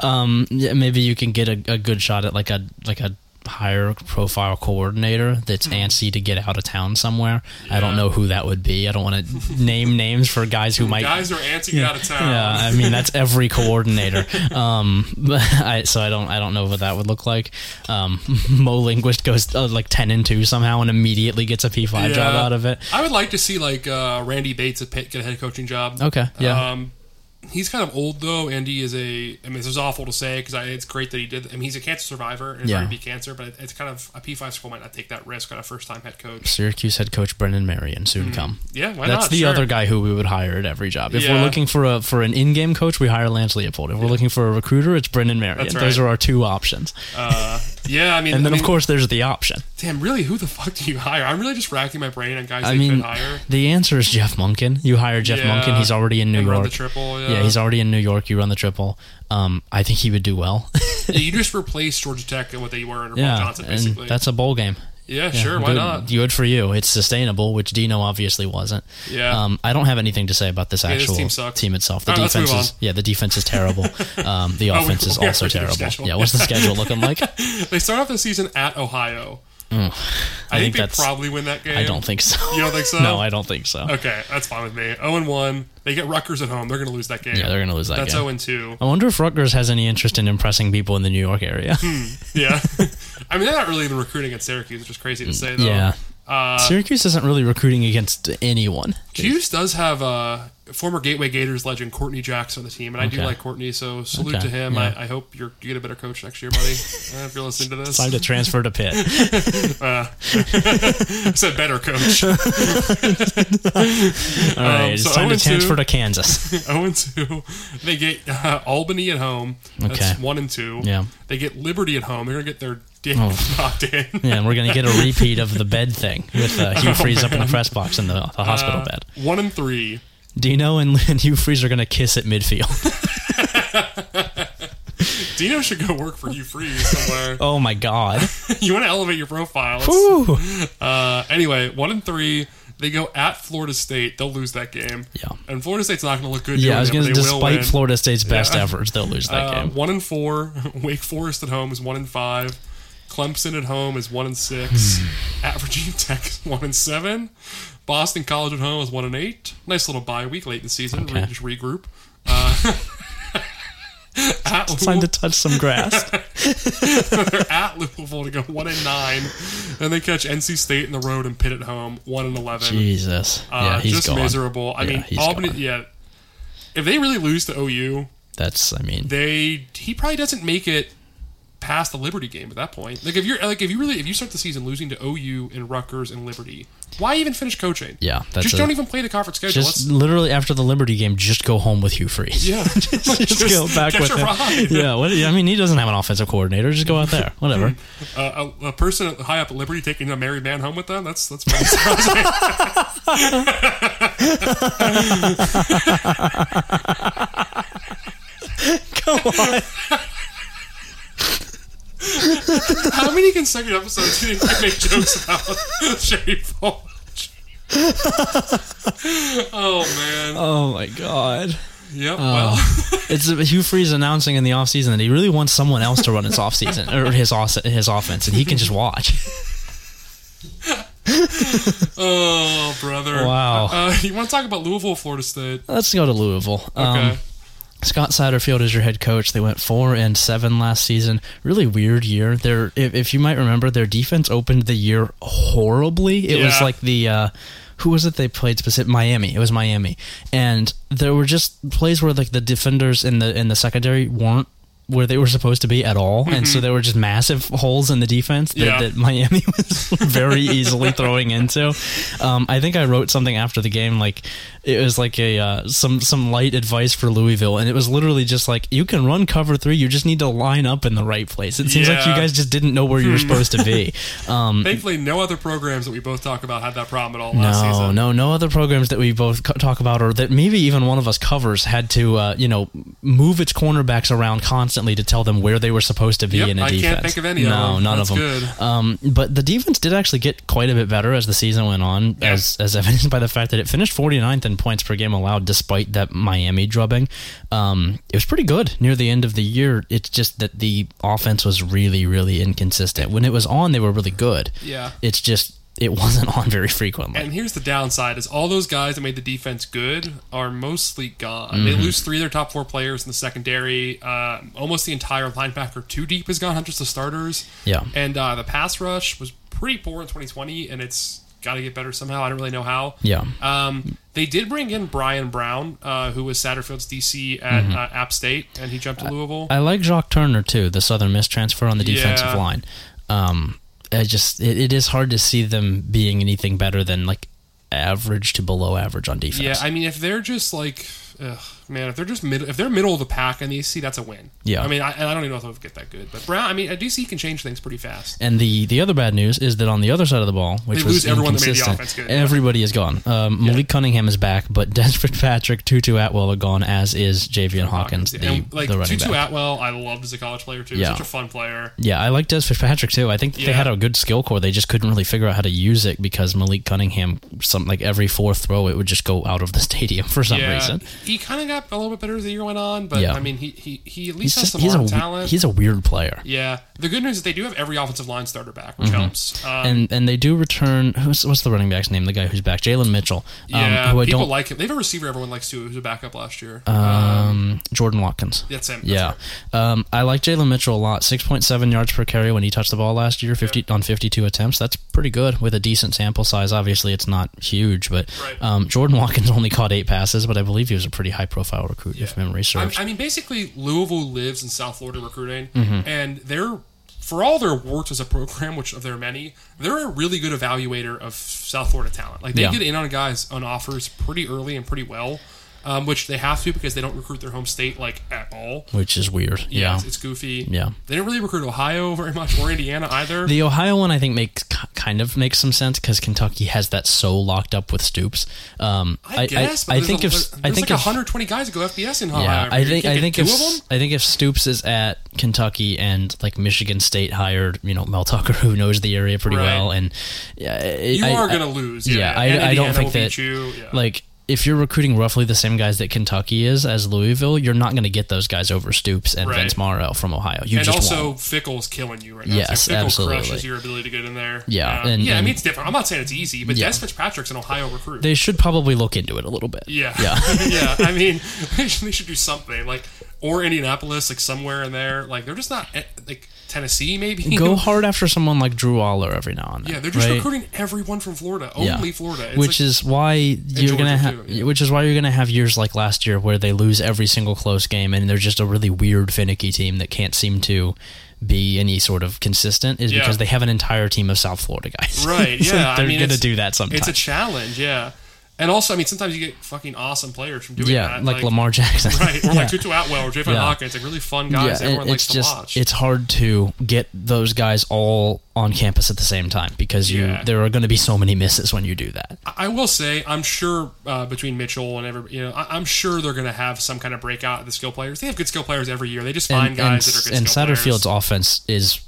S1: um, yeah, maybe you can get a, a good shot at like a like a higher profile coordinator that's antsy to get out of town somewhere. I don't
S2: Mm-hmm. Yeah.
S1: know who that would be. I don't
S2: (laughs)
S1: want to name names for guys who might
S2: Guys are antsy out of
S1: (laughs)
S2: town.
S1: Yeah, I mean that's
S2: (laughs)
S1: every coordinator. Um, but (laughs) I, so I don't I don't know what that would look like. Um, (laughs) Mo Linguist goes uh, like ten and two somehow and immediately gets a P five job
S2: Yeah.
S1: out of it.
S2: I would like to see like uh, Randy Bates at Pitt get a head coaching job.
S1: Okay, yeah.
S2: Um, he's kind of old though, and he is a. I mean, this is awful to say because it's great that he did. I mean, he's a cancer survivor and
S1: Yeah.
S2: yeah. beat cancer, but it, it's kind of a P five school might not take that risk on a first time head coach.
S1: Syracuse head coach Brendan Marion soon
S2: Mm-hmm.
S1: come.
S2: Yeah, why
S1: That's
S2: not?
S1: the
S2: Sure.
S1: other guy who we would hire at every job. If
S2: Yeah.
S1: we're looking for a for an in game coach, we hire Lance Leopold. If we're looking for a recruiter, it's Brendan Marion.
S2: That's
S1: Those
S2: right.
S1: are our two options.
S2: Uh, yeah, I
S1: (laughs)
S2: mean,
S1: And then
S2: I
S1: of
S2: mean,
S1: course there's the option.
S2: damn, really, who the fuck do you hire? I'm really just racking my brain on guys
S1: I
S2: they
S1: mean,
S2: could hire.
S1: the answer is Jeff Munkin. You hire Jeff
S2: Yeah.
S1: Munkin. He's already in New
S2: And
S1: York.
S2: run the triple. Yeah,
S1: Yeah, he's already in New York. You run the triple. Um, I think he would do well.
S2: (laughs) you just replace Georgia Tech and what they were under Paul
S1: yeah,
S2: Johnson,
S1: and
S2: basically.
S1: that's a bowl game.
S2: yeah,
S1: Yeah,
S2: sure, why
S1: good,
S2: not?
S1: Good for you. It's sustainable, which Dino obviously wasn't.
S2: Yeah.
S1: Um, I don't have anything to say about this
S2: this
S1: actual
S2: team sucks.
S1: team itself. The
S2: All right, let's
S1: defense
S2: move Oh,
S1: is yeah, the defense is
S2: (laughs)
S1: terrible. um, the
S2: we-
S1: offense is
S2: (laughs) we
S1: also
S2: already did our
S1: terrible.
S2: schedule.
S1: Yeah, what's the schedule looking
S2: (laughs)
S1: like? I,
S2: They start off the season at Ohio. I,
S1: think
S2: think,
S1: that's.
S2: they probably win that game.
S1: I don't think so.
S2: You don't think so?
S1: (laughs) no, I don't think so.
S2: Okay, that's fine with me. 0 and 1. They get Rutgers at home. They're going to lose that game.
S1: Yeah, they're gonna lose that
S2: That's
S1: game. Oh.
S2: 0 and 2.
S1: I wonder if Rutgers has any interest in impressing people in the New York area.
S2: (laughs) Hmm, Yeah. I mean, they're not really even recruiting at Syracuse, which is crazy to say, though.
S1: Mm, yeah.
S2: Uh,
S1: Syracuse isn't really recruiting against anyone.
S2: Hughes does have uh, former Gateway Gators legend Courtney Jackson on the team, and I do
S1: Okay.
S2: like Courtney, so salute
S1: Okay,
S2: to him.
S1: yeah.
S2: I, I hope you're, you get a better coach next year, buddy,
S1: (laughs)
S2: uh, if you're listening to this.
S1: Time to transfer to
S2: (laughs)
S1: Pitt.
S2: I said
S1: (laughs)
S2: better coach. 0
S1: All right, it's
S2: Um, so
S1: time to
S2: 0-2.
S1: transfer to
S2: (laughs)
S1: Kansas.
S2: and 2. They get uh, Albany at home. That's
S1: Okay.
S2: 1 and 2.
S1: Yeah. Oh.
S2: They get Liberty at home. They're going to get their dick (laughs) knocked in.
S1: (laughs) Yeah, and we're gonna get a repeat of the bed thing with uh,
S2: Oh,
S1: Hugh Freeze up in the press box in the, the
S2: Uh,
S1: hospital bed.
S2: One and three.
S1: Dino (laughs) and, and Hugh Freeze are gonna kiss at midfield. (laughs)
S2: Dino should go work for you freeze somewhere.
S1: (laughs) Oh my god!
S2: you want to elevate your profile. It's-
S1: Woo!
S2: Uh, anyway, one and three. They go at Florida State. They'll lose that game.
S1: Yeah.
S2: And Florida State's not going to look good.
S1: Yeah, I
S2: doing
S1: was
S2: it, but
S1: gonna.
S2: they will win.
S1: Despite Florida State's best
S2: Yeah.
S1: efforts, they'll lose that
S2: Uh,
S1: game.
S2: one and four. (laughs) Wake Forest at home is one and five. Clemson at home is one
S1: (sighs)
S2: and six. at Virginia Tech is one and seven. Boston College at home is one and eight. Nice little bye week late in the season.
S1: Okay.
S2: Re- just regroup. Uh, (laughs) at
S1: Time to touch some
S2: (laughs)
S1: grass.
S2: They're at Louisville to go one and nine, and they catch NC State in the road and Pitt at home one and eleven.
S1: Jesus.
S2: Uh,
S1: yeah, he's
S2: just
S1: gone.
S2: miserable. I
S1: Yeah,
S2: mean,
S1: he's
S2: Albany.
S1: gone.
S2: Yeah, if they really lose to OU,
S1: That's. I mean.
S2: they he probably doesn't make it past the Liberty game at that point. Like if you're like if you really if you start the season losing to OU and Rutgers and Liberty, why even finish coaching?
S1: Yeah, that's
S2: just
S1: a-
S2: don't even play the conference schedule.
S1: Just literally after the Liberty game, just go home with Hugh Freeze.
S2: Let's- yeah,
S1: (laughs)
S2: (laughs)
S1: just, go back
S2: catch
S1: with
S2: a
S1: him.
S2: ride.
S1: Yeah, what, I mean, he doesn't have an offensive coordinator. Just go out
S2: (laughs)
S1: there, whatever.
S2: Uh, a, a person high up at Liberty taking a married man home with them. That's that's pretty
S1: (laughs)
S2: surprising.
S1: Come on.
S2: How many consecutive episodes do you think I make jokes about (laughs) Jerry Falch? oh man.
S1: Oh my
S2: (laughs)
S1: god.
S2: Yep.
S1: Oh.
S2: well,
S1: It's uh, Hugh Freeze announcing in the offseason that he really wants someone else to run his offseason or his off- his offense, and he can just watch.
S2: oh brother.
S1: Wow.
S2: Uh, you want to talk about Louisville, Florida State?
S1: Let's go to Louisville. Um,
S2: Okay.
S1: Scott Satterfield is your head coach. They went four and seven last season. Really weird year. Their if, if you might remember, their defense opened the year horribly. It was
S2: Yeah.
S1: like the uh, who was it they played specific Miami. It was Miami, and there were just plays where like the defenders in the in the secondary weren't where they were supposed to be at all, and so there were just massive holes in the defense that,
S2: Mm-hmm. Yeah.
S1: that Miami (laughs) was very easily throwing into. Um, I think I wrote something after the game, like it was like a uh, some some light advice for Louisville, and it was literally just like you can run cover three, you just need to line up in the right place. It seems like you
S2: Yeah. Hmm.
S1: guys just didn't know where you were supposed to
S2: (laughs)
S1: be. Um,
S2: Thankfully, no other programs that we both talk about had that problem at all
S1: no,
S2: last season.
S1: no, no other programs that we both co- talk about, or that maybe even one of us covers, had to uh, you know move its cornerbacks around constantly to tell them where they were supposed to be
S2: Yep,
S1: in a
S2: I can't
S1: defense.
S2: think of any of
S1: no,
S2: them.
S1: none
S2: That's
S1: of them.
S2: good.
S1: Um, but the defense did actually get quite a bit better as the season went on,
S2: Yeah.
S1: as as (laughs) evidenced by the fact that it finished 49th in points per game allowed, despite that Miami drubbing. Um, it was pretty good near the end of the year. It's just that the offense was really, really inconsistent. When it was on, they were really good.
S2: Yeah.
S1: it's just. It wasn't (laughs) on very frequently.
S2: And here's the downside: is all those guys that made the defense good are mostly gone. They
S1: Mm-hmm.
S2: lose three of their top four players in the secondary. Uh, almost the entire linebacker two deep is gone. Not just the starters.
S1: Yeah.
S2: And uh, the pass rush was pretty poor in 2020, and it's got to get better somehow. I don't really know how.
S1: Yeah.
S2: Um, they did bring in Brian Brown, uh, who was Satterfield's DC at
S1: Mm-hmm.
S2: uh, App State, and he jumped
S1: Uh,
S2: to Louisville.
S1: I like Jacques Turner too, the Southern Miss transfer on the defensive
S2: Yeah.
S1: line. Um, I just it, it is hard to see them being anything better than like average to below average on defense.
S2: Yeah, I mean, if they're just like, ugh, man, if they're just middle, if they're middle of the pack in the AC, that's a win.
S1: Yeah.
S2: I mean, I, and I don't even know if they'll get that good, but Brown, I mean, a DC can change things pretty fast.
S1: and the, the other bad news is that on the other side of the ball, which
S2: They
S1: was
S2: lose everyone that made the
S1: inconsistent,
S2: offense good.
S1: everybody is gone. Um, Malik Cunningham is back, but (laughs) Desmond Patrick, Tutu Atwell are gone, as is Javian Hawkins, the,
S2: and like
S1: the running
S2: Tutu
S1: back.
S2: Atwell, I loved as a college player too.
S1: Yeah.
S2: Such a fun player.
S1: Yeah, I like Des Fitzpatrick too. I think that they
S2: Yeah.
S1: had a good skill core. They just couldn't really figure out how to use it because Malik Cunningham, some like every fourth throw, it would just go out of the (laughs) stadium for some
S2: Yeah,
S1: reason.
S2: he kind of got a little bit better as the year went on, but
S1: Yeah.
S2: I mean, he he, he at
S1: He's
S2: least has
S1: just
S2: some
S1: he's a
S2: arm
S1: we-
S2: talent.
S1: he's a weird player.
S2: yeah, the good news is they do have every offensive line starter back, which helps. Um,
S1: Mm-hmm. And and they do return. Who's, what's the running back's name? The guy who's back, Jalen Mitchell. Um,
S2: yeah,
S1: who I
S2: people
S1: don't.
S2: like him. They have a receiver everyone likes too, who's a backup last year. Uh,
S1: um, Jordan Watkins.
S2: that's him. That's
S1: Yeah, um, I like Jalen Mitchell a lot. Six point seven yards per carry when he touched the ball last year, fifty on fifty two attempts. That's pretty good with a decent sample size. Obviously, it's not huge, but
S2: Right.
S1: um, Jordan Watkins (laughs) only caught eight passes, but I believe he was a pretty high profile recruit if memory
S2: I,
S1: serves.
S2: I mean, basically, Louisville lives in South Florida recruiting,
S1: Mm-hmm.
S2: and they're for all their warts as a program, which of their many, they're a really good evaluator of South Florida talent. Like they
S1: Yeah.
S2: get in on guys on offers pretty early and pretty well, um, which they have to because they don't recruit their home state like at all.
S1: which is weird.
S2: Yeah,
S1: Yeah.
S2: it's, it's goofy.
S1: Yeah.
S2: they didn't really recruit Ohio very much or Indiana either.
S1: The Ohio one, I think, makes ki- kind of makes some sense because Kentucky has that so locked up with Stoops. Um,
S2: I, guess. but
S1: I,
S2: there's
S1: think
S2: a,
S1: if
S2: there's
S1: I think
S2: like
S1: if
S2: 120 guys that go FBS in Ohio.
S1: Yeah, Uh, I
S2: You
S1: think
S2: can't
S1: I
S2: get
S1: think
S2: two
S1: if
S2: of them.
S1: I think if Stoops is at Kentucky and like Michigan State hired you know Mel Tucker (laughs) who knows the area pretty
S2: Right.
S1: well and yeah,
S2: You
S1: I,
S2: are
S1: I-
S2: gonna lose.
S1: yeah, I,
S2: and
S1: I don't
S2: Indiana
S1: think
S2: will beat
S1: that
S2: you. Yeah.
S1: like if you're recruiting roughly the same guys that Kentucky is as Louisville, you're not going to get those guys over Stoops and
S2: Right.
S1: Vince Morrow from Ohio. You
S2: and
S1: just
S2: also
S1: won't.
S2: Fickle's killing you right now.
S1: Yes,
S2: Fickle
S1: absolutely.
S2: crushes your ability to get in there.
S1: Yeah,
S2: Um,
S1: and-
S2: yeah. I
S1: and-
S2: mean, it's different. I'm not saying it's easy, but
S1: Yeah.
S2: Des Fitzpatrick's an Ohio recruit.
S1: they should probably look into it a little bit.
S2: yeah,
S1: yeah.
S2: (laughs) yeah. I mean, (laughs) they should, they should do something like or Indianapolis, like somewhere in there. Like they're just not eh, like Tennessee, maybe. (laughs)
S1: Go hard after someone like Drew Aller every now and then.
S2: yeah, they're just
S1: right?
S2: recruiting everyone from Florida,
S1: Yeah.
S2: only Florida. It's
S1: which
S2: like-
S1: is why you're gonna
S2: Georgia,
S1: have,
S2: too, yeah.
S1: which is why you're gonna have years like last year where they lose every single close game and they're just a really weird, finicky team that can't seem to be any sort of consistent. Is
S2: Yeah.
S1: because they have an entire team of South Florida guys. (laughs)
S2: (laughs) Right,
S1: So
S2: yeah, I
S1: they're
S2: mean,
S1: gonna
S2: it's-
S1: do that sometimes.
S2: it's a challenge. Yeah, and also, I mean, sometimes you get fucking awesome players from doing
S1: yeah,
S2: that.
S1: like, Lamar Jackson.
S2: (laughs) Right, or
S1: yeah.
S2: like Tutu Atwell or Javon
S1: Yeah.
S2: Hawkins, like really fun
S1: Yeah,
S2: guys.
S1: it-
S2: everyone likes
S1: it's
S2: to
S1: just
S2: watch.
S1: it's hard to get those guys all on campus at the same time because you
S2: Yeah.
S1: there are going to be so many misses when you do that.
S2: I will say, I'm sure uh, between Mitchell and every, you know, I, I'm sure they're going to have some kind of breakout of the skill players. They have good skill players every year. They just find guys that are good
S1: and
S2: skill
S1: Satterfield's
S2: players.
S1: offense is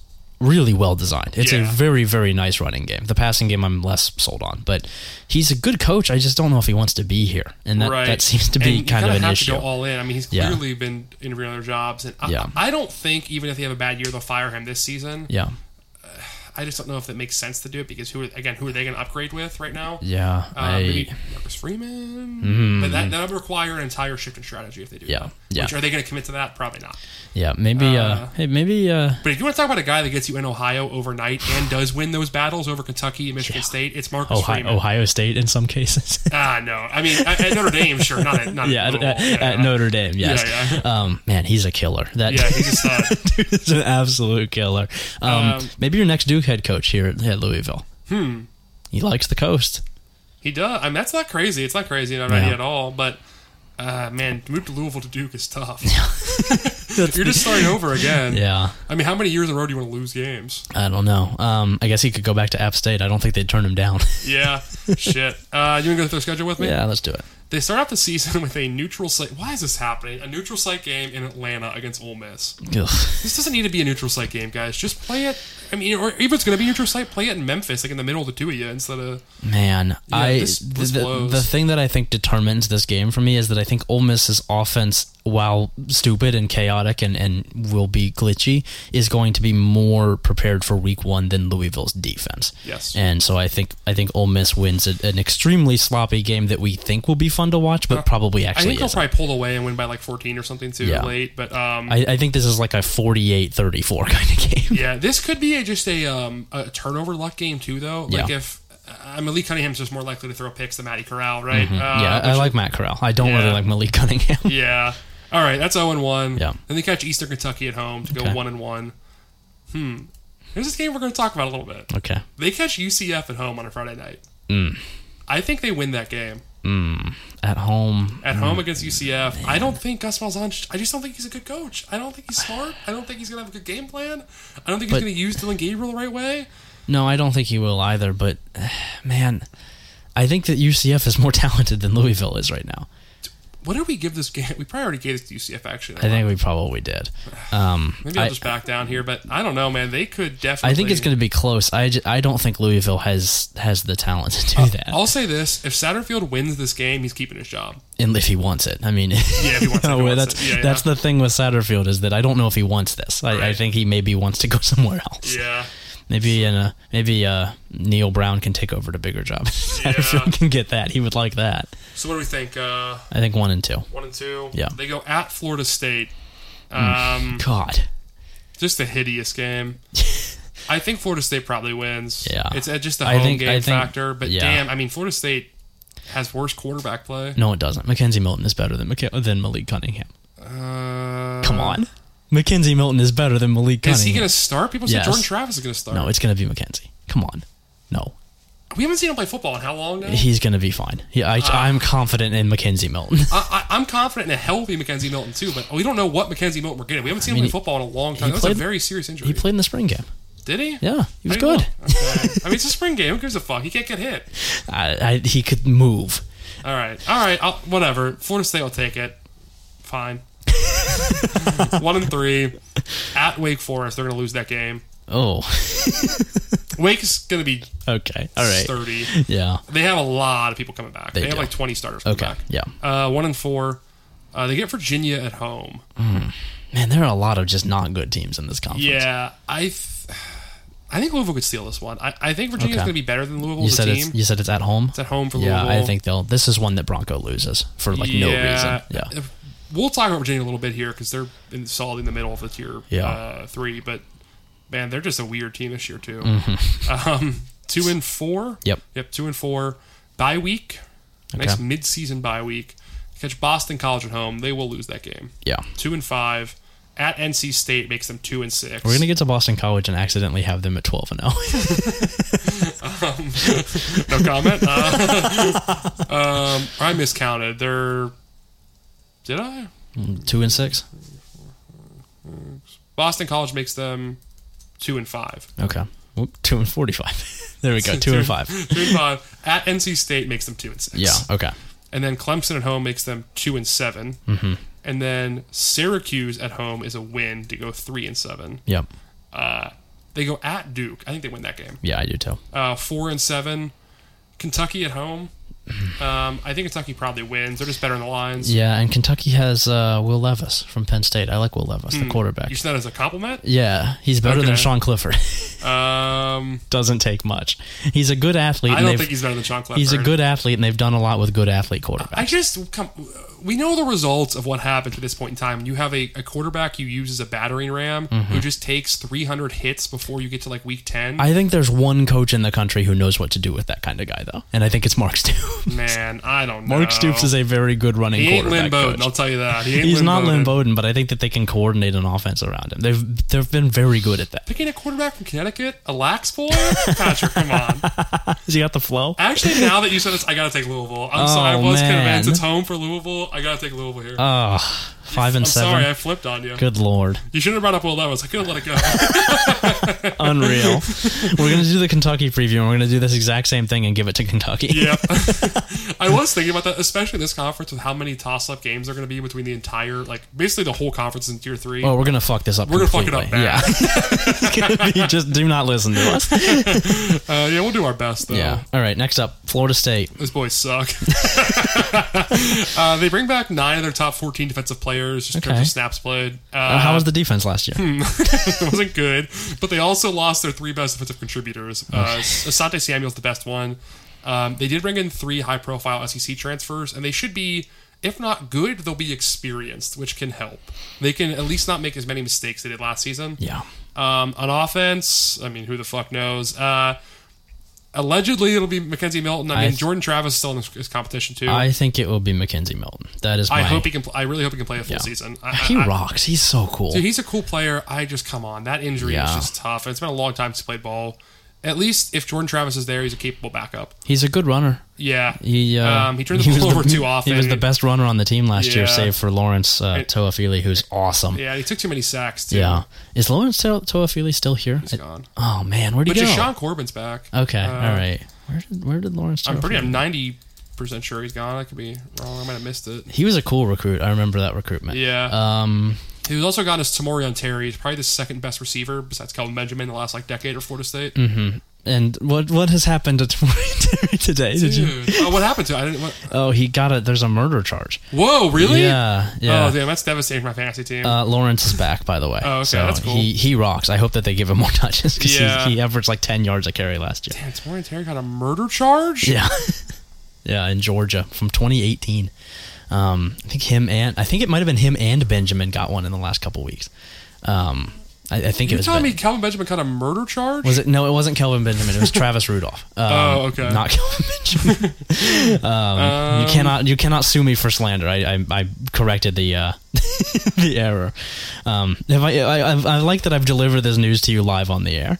S1: really well designed. It's a
S2: Yeah.
S1: very very nice running game. The passing game I'm less sold on, but he's a good coach. I just don't know if he wants to be here, and that,
S2: right?
S1: that seems to
S2: And
S1: be
S2: you
S1: kind of
S2: kinda
S1: an
S2: have
S1: issue.
S2: To go all in. I mean, he's
S1: Yeah.
S2: clearly been interviewing other jobs, and I,
S1: Yeah.
S2: I don't think even if they have a bad year, they'll fire him this season.
S1: yeah,
S2: I just don't know if it makes sense to do it because who, are- again, who are they going to upgrade with right now?
S1: yeah.
S2: Uh,
S1: I Mm-hmm.
S2: maybe Marcus Freeman. But that, that would require an entire shift in strategy if they do
S1: Yeah,
S2: that.
S1: yeah.
S2: Which are they going to commit to that? Probably not.
S1: Yeah, maybe. Uh, hey, maybe. Uh,
S2: But if you want to talk about a guy that gets you in Ohio overnight and does win those battles over Kentucky and Michigan State, it's Marcus
S1: Ohio,
S2: Freeman.
S1: Ohio State in some cases. (laughs)
S2: Ah, no. I mean, at, at Notre Dame, sure. Not at, not
S1: yeah,
S2: at,
S1: at,
S2: Louisville.
S1: at- at
S2: yeah.
S1: Notre Dame. Yes.
S2: Yeah,
S1: Um, man, he's a killer. That
S2: Yeah,
S1: (laughs)
S2: uh, he's a stud.
S1: dude is an absolute killer. Um,
S2: Um,
S1: maybe your next Duke head coach here at, at Louisville. Hmm. He likes the coast.
S2: He does. I mean, that's not crazy. It's not crazy in an
S1: Yeah.
S2: idea at all. But uh, man, to move to Louisville to Duke is
S1: (laughs)
S2: tough. (laughs) You're just starting over again.
S1: Yeah.
S2: I mean, how many years in a row do you want to lose games?
S1: I don't know. Um, I guess he could go back to App State. I don't think they'd turn him down. (laughs)
S2: Yeah. Shit. Uh, you want to go through their schedule with me?
S1: yeah, let's do it.
S2: They start off the season (laughs) with a neutral site. Why is this happening? A neutral site game in Atlanta against Ole Miss.
S1: Ugh.
S2: This doesn't need to be a neutral site game, guys. Just play it. I mean, or even if it's going to be neutral site, play it in Memphis, like in the middle of the two of you, instead of
S1: Man, I
S2: this- this
S1: the, the,
S2: blows.
S1: the thing that I think determines this game for me is that I think Ole Miss's offense, while stupid and chaotic and, and will be glitchy, is going to be more prepared for Week One than Louisville's defense.
S2: Yes.
S1: and so I think I think Ole Miss wins a, an extremely sloppy game that we think will be fun to watch, but probably
S2: Uh, I
S1: actually
S2: think they'll
S1: isn't.
S2: probably pull away and win by like 14 or something too
S1: Yeah.
S2: late. But um,
S1: I, I think this is like a 48-34 (laughs) kind of game.
S2: Yeah, this could be a, just a um, a turnover luck game too, though. Like
S1: Yeah.
S2: if uh, Malik Cunningham's just more likely to throw picks than Matty Corral, right? Uh,
S1: Mm-hmm. Yeah, I like Matt Corral. I don't really
S2: Yeah.
S1: like Malik Cunningham.
S2: (laughs) yeah. All right, that's zero and one.
S1: Yeah.
S2: Then they catch Eastern Kentucky at home to go
S1: Okay.
S2: one and one. Hmm. Here's this game we're going to talk about a little bit.
S1: Okay,
S2: They catch UCF at home on a Friday night.
S1: Hmm.
S2: I think they win that game
S1: at home.
S2: at home against UCF. I don't think Gus Malzahn. I just don't think he's a good coach. I don't think he's smart. I don't think he's gonna have a good game plan. I don't think he's gonna use Dylan Gabriel the right way.
S1: No, I don't think he will either. But (sighs) man, I think that UCF is more (laughs) talented than Louisville is right now.
S2: What did we give this game? We probably already gave this to UCF actually.
S1: I think we probably did. Um,
S2: Maybe I'll
S1: I,
S2: just back down here, but I don't know, man. They could definitely.
S1: I think it's going to be close. I, ju- I don't think Louisville has has the talent to
S2: Oh,
S1: do that,
S2: I'll say this: if Satterfield wins this game, he's keeping his job.
S1: and if he wants it. I mean, (laughs)
S2: Yeah, if he wants. to,
S1: no,
S2: if he wants
S1: that's
S2: it. Yeah, yeah.
S1: that's the thing with Satterfield is that I don't know if he wants this. I, I
S2: Right.
S1: think he maybe wants to go (laughs) somewhere else.
S2: yeah.
S1: Maybe in a, maybe uh, Neil Brown can take over to bigger job. (laughs) Satterfield can get that. He would like that.
S2: So what do we think? Uh,
S1: I think one and two.
S2: one and two.
S1: Yeah. Mm.
S2: They go at Florida State. Um,
S1: God,
S2: just a
S1: (laughs)
S2: hideous game. I think Florida State probably wins.
S1: Yeah.
S2: It's uh, just the
S1: I
S2: home
S1: think-
S2: game
S1: I think-
S2: factor, but
S1: yeah.
S2: damn, I mean, Florida State has worse quarterback play.
S1: No, it doesn't. Mackenzie Milton is better than Mc- than Malik Cunningham.
S2: Uh,
S1: Come on, Mackenzie Milton is better than Malik Cunningham.
S2: Is he going to start? People say
S1: Yes.
S2: Jordan Travis is going to start.
S1: no, it's going to be Mackenzie. Come on, no,
S2: We haven't seen him play football in how long now?
S1: he's going to be fine. He, I,
S2: Ah.
S1: I'm confident in Mackenzie Milton.
S2: (laughs) I, I, I'm confident in a healthy Mackenzie Milton too, but we don't know what Mackenzie Milton we're getting. We haven't seen him play football in a long time. That was a
S1: played-
S2: very serious injury.
S1: he played in the spring game.
S2: Did he?
S1: Yeah, he was
S2: I don't
S1: good.
S2: know. Okay. I mean, it's a spring game. Who gives a fuck? He can't get hit.
S1: (laughs) I, I, he could move.
S2: All right, all right. I'll, whatever. Florida State will take it.
S1: (laughs)
S2: Fine. One and three at Wake Forest. They're going to lose that game.
S1: Oh, (laughs)
S2: Wake's going to be
S1: okay, all right,
S2: thirty.
S1: yeah,
S2: They have a lot of people coming back. They, have
S1: do.
S2: like twenty starters coming
S1: okay,
S2: back.
S1: yeah.
S2: Uh, one and four. Uh, they get Virginia at home.
S1: Man, there are a lot of just not good teams in this conference.
S2: Yeah, I, th- I think Louisville could steal this one. I, I think Virginia's
S1: Okay.
S2: going to be better than Louisville
S1: you
S2: as a
S1: said
S2: team.
S1: it's you said it's at home.
S2: It's at home for
S1: yeah,
S2: Louisville.
S1: I think they'll. This is one that Bronco loses for like no reason. Yeah,
S2: If- Uh, we'll talk about Virginia a little bit here because they're in, solid in the middle of the tier
S1: Yeah.
S2: uh, three, but man, they're just a weird team this year too. (laughs) Um, two and four.
S1: Mm-hmm. Yep.
S2: Yep. Two and four. Bye week. Nice
S1: Okay.
S2: mid-season bye week. Catch Boston College at home. They will lose that game.
S1: yeah.
S2: Two and five. At NC State makes them two and six. (laughs)
S1: We're gonna get to Boston College and accidentally have them at twelve and oh. zero.
S2: No comment. Uh, (laughs) um, I miscounted. They're did I?
S1: (laughs) Two and six.
S2: Boston College makes them two and five.
S1: Okay. Whoop, two and forty-five. (laughs) there we go. Two and five.
S2: Two and five. At NC State makes them two and six.
S1: Yeah. Okay.
S2: And then Clemson at home makes them two and 7
S1: Mm-hmm.
S2: And then Syracuse at home is a win to go three and seven.
S1: Yep.
S2: They go at Duke. I think they win that game.
S1: Yeah, I do too.
S2: Uh, four and seven. Kentucky at home. Um, I think Kentucky probably wins. They're just better in the lines.
S1: Yeah, and Kentucky has uh, Will Levis from Penn State. I like Will Levis, the quarterback.
S2: Hmm. You said that as a compliment.
S1: Yeah, he's better than
S2: Okay.
S1: Sean Clifford. (laughs)
S2: Um,
S1: Doesn't take much. He's a good athlete.
S2: I
S1: and
S2: don't
S1: they've-
S2: think he's better than Sean Clifford.
S1: He's a good athlete, and they've done a lot with good athlete quarterbacks.
S2: I just come. We know the results of what happened to this point in time. You have a, a quarterback you use as a battering ram who just takes 300 hits before you get to like week 10.
S1: Mm-hmm. I think there's one coach in the country who knows what to do with that kind of guy, though, and I think it's Mark (laughs) Stoops.
S2: Man, I don't know.
S1: Mark Stoops is a very good running
S2: He ain't
S1: quarterback
S2: Lynn Bowden,
S1: coach.
S2: I'll tell you that. He ain't
S1: He's
S2: Lynn
S1: not
S2: Bowden.
S1: Lynn Bowden, but I think that they can coordinate an offense around him. They've they've been very good at that.
S2: Picking a quarterback from Connecticut, a lax boy? Patrick, come on.
S1: (laughs) Has he got the flow?
S2: Actually, now that you said this, I gotta take Louisville. I'm sorry, I
S1: Oh,
S2: was
S1: man.
S2: convinced it's home for Louisville. I gotta take Louisville here.
S1: Ah, five and
S2: I'm
S1: seven.
S2: sorry, I flipped on you.
S1: Good
S2: (laughs)
S1: lord,
S2: You should have brought up Will Levis. I could have let it go.
S1: unreal.
S2: (laughs)
S1: we're gonna do the Kentucky preview, and we're gonna do this exact same thing and give it to Kentucky. (laughs)
S2: Yeah. (laughs) I was thinking about that, especially in this conference with how many toss up games are going to be between the entire, like, basically the whole conference in tier three.
S1: Oh, we're gonna fuck this up.
S2: We're gonna fuck it up
S1: completely.
S2: bad.
S1: Yeah, (laughs)
S2: (laughs)
S1: It's gonna be- just do not listen to us.
S2: Uh, yeah, we'll do our best, though.
S1: Yeah. All right. Next up, Florida State.
S2: Those boys suck. (laughs) uh, they bring back nine of their top 14 defensive players just in terms
S1: Okay.
S2: of snaps played. Uh,
S1: Uh, how was the defense last year?
S2: Hmm. (laughs) it wasn't good, but they also lost their three best defensive contributors. Uh, Asante Samuel's the best one. Um, they did bring in three high-profile SEC transfers, and they should be, if not good, they'll be experienced, which can help. They can at least not make as many mistakes they did last season.
S1: Yeah.
S2: Um, on offense, I mean, who the fuck knows? Uh, allegedly, it'll be Mackenzie Milton. I mean,
S1: th-
S2: Jordan Travis is still in this- this competition too. I,
S1: I think it will be Mackenzie Milton. That is my.
S2: hope he can. Pl- I really hope he can play a full season. I,
S1: he
S2: I- I-
S1: rocks. He's so cool.
S2: Dude, he's a cool player. I just come on. That injury is
S1: Yeah.
S2: just tough. And it's been a long time since he played ball. At least if Jordan Travis is there, he's a capable backup.
S1: He's a good runner.
S2: Yeah.
S1: He uh,
S2: Um, he turned the ball
S1: was
S2: over too often.
S1: He was the best runner on the team last year,
S2: Yeah.
S1: save for Lawrence uh, Toafili, who's awesome. Yeah.
S2: yeah, he took too many sacks too.
S1: Is Lawrence to- Toafili still here?
S2: He's gone.
S1: oh man, where'd he
S2: But
S1: go?
S2: Deshaun Corbin's back.
S1: okay.
S2: Uh,
S1: all right. Where did Where did Lawrence?
S2: I'm pretty
S1: Toafili-
S2: I'm ninety percent sure he's gone. I could be wrong. I might have missed it.
S1: he was a cool recruit. I remember that recruitment.
S2: Yeah.
S1: Um.
S2: he was also gone as Tamori on Terry. He's probably the second best receiver besides Kelvin Benjamin in the last like decade or Florida State.
S1: Mm-hmm. And what what has happened to (laughs) Tamari Terry today? Did you?
S2: Dude. Oh, what happened to him? I didn't what,
S1: Oh, he got it. There's a murder charge.
S2: Whoa, really?
S1: Yeah. Yeah.
S2: Oh damn, that's devastating for my fantasy team.
S1: Uh, Lawrence is back, by the way.
S2: Oh, okay, that's cool.
S1: He, he rocks. I hope that they give him more (laughs) touches because
S2: Yeah.
S1: he, averaged like 10 yards a carry last year.
S2: Damn, Tamori and Terry got a murder charge?
S1: Yeah. (laughs) yeah, in Georgia from 2018. Um, I think him and I think it might have been him and Benjamin got one in the last couple weeks. Um, I, I think it
S2: You
S1: was.
S2: telling
S1: Ben-
S2: me Calvin Benjamin got a murder charge?
S1: was it? No, it wasn't Kelvin Benjamin. It was Travis Rudolph. Um,
S2: (laughs) Oh, okay.
S1: Not Kelvin Benjamin.
S2: (laughs)
S1: um, you cannot you cannot sue me for slander. I I, I corrected the uh, (laughs) the error. Um, have I, I I I like that I've delivered this news to you live on the air.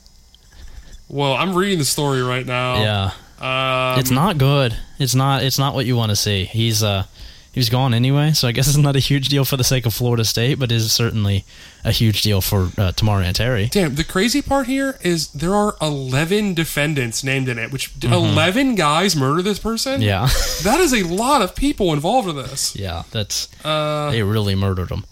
S2: well, I'm reading the story right now.
S1: Yeah,
S2: Oh, Um,
S1: it's not good. It's not it's not what you want to see. He's uh he was gone anyway, so I guess it's not a huge deal for the sake of Florida State, but is certainly a huge deal for uh, Tamara and Terry.
S2: damn, the crazy part here is there are 11 defendants named in it, which 11 guys murder this person?
S1: Mm-hmm. Yeah, (laughs)
S2: That is a lot of people involved in this.
S1: yeah, that's they really murdered him.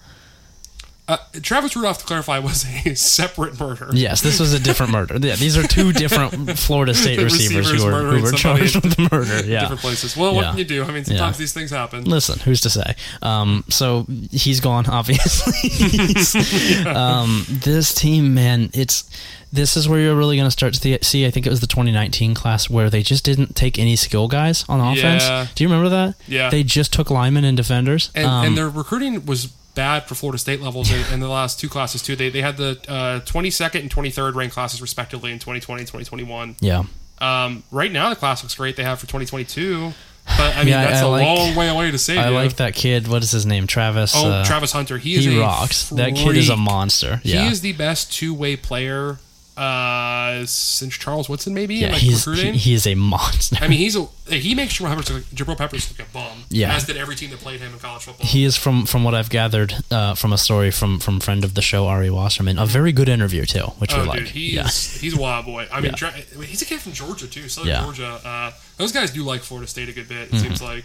S2: Uh, Travis Rudolph, to clarify, was a (laughs) separate murder.
S1: Yes, this was a different murder. Yeah, these are two
S2: (laughs)
S1: different Florida State receivers,
S2: Receivers
S1: who were,
S2: murdering
S1: who were
S2: somebody
S1: charged with the murder. Yeah.
S2: Different places. Well, what
S1: Yeah.
S2: can you do? I mean, sometimes
S1: Yeah.
S2: these things happen.
S1: Listen, who's to say? Um, so he's gone, (laughs)
S2: (laughs)
S1: obviously. um, this team, man, it's this is where you're really going to start to thi- see. I think it was the 2019 class where they just didn't take any skill guys on offense.
S2: Yeah.
S1: Do you remember that?
S2: Yeah.
S1: they just took linemen and defenders.
S2: And,
S1: Um,
S2: and their recruiting was bad for Florida State levels in, in the last two classes, too. They, they had the uh, 22nd and 23rd ranked classes, respectively, in 2020 and 2021.
S1: yeah,
S2: Um, right now, the class looks great. They have for 2022, but I mean
S1: Yeah, I-
S2: that's a
S1: I like-
S2: long way away to save
S1: I
S2: you.
S1: like that kid. What is his name? Travis.
S2: oh,
S1: uh,
S2: Travis Hunter. He is
S1: He
S2: a
S1: rocks. That kid is a
S2: freak.
S1: monster.
S2: He
S1: Yeah.
S2: is the best two way player uh, since Charles Woodson, maybe. in,
S1: yeah,
S2: like,
S1: he's he,
S2: recruiting.
S1: he is a monster.
S2: I mean, he's a he makes Jabril Peppers look, Jabril Peppers look a bum.
S1: Yeah.
S2: as did every team that played him in college
S1: (laughs)
S2: football.
S1: he is from from what I've gathered uh, from a story from from friend of the show Ari Wasserman, a very good interview too, which
S2: Oh,
S1: we like.
S2: dude, he's
S1: yeah,
S2: he's a wild boy. I mean, Dra- he's a kid from Georgia too, Southern
S1: Yeah. Mm-hmm.
S2: Georgia. Uh, those guys do like Florida State a good bit. It seems like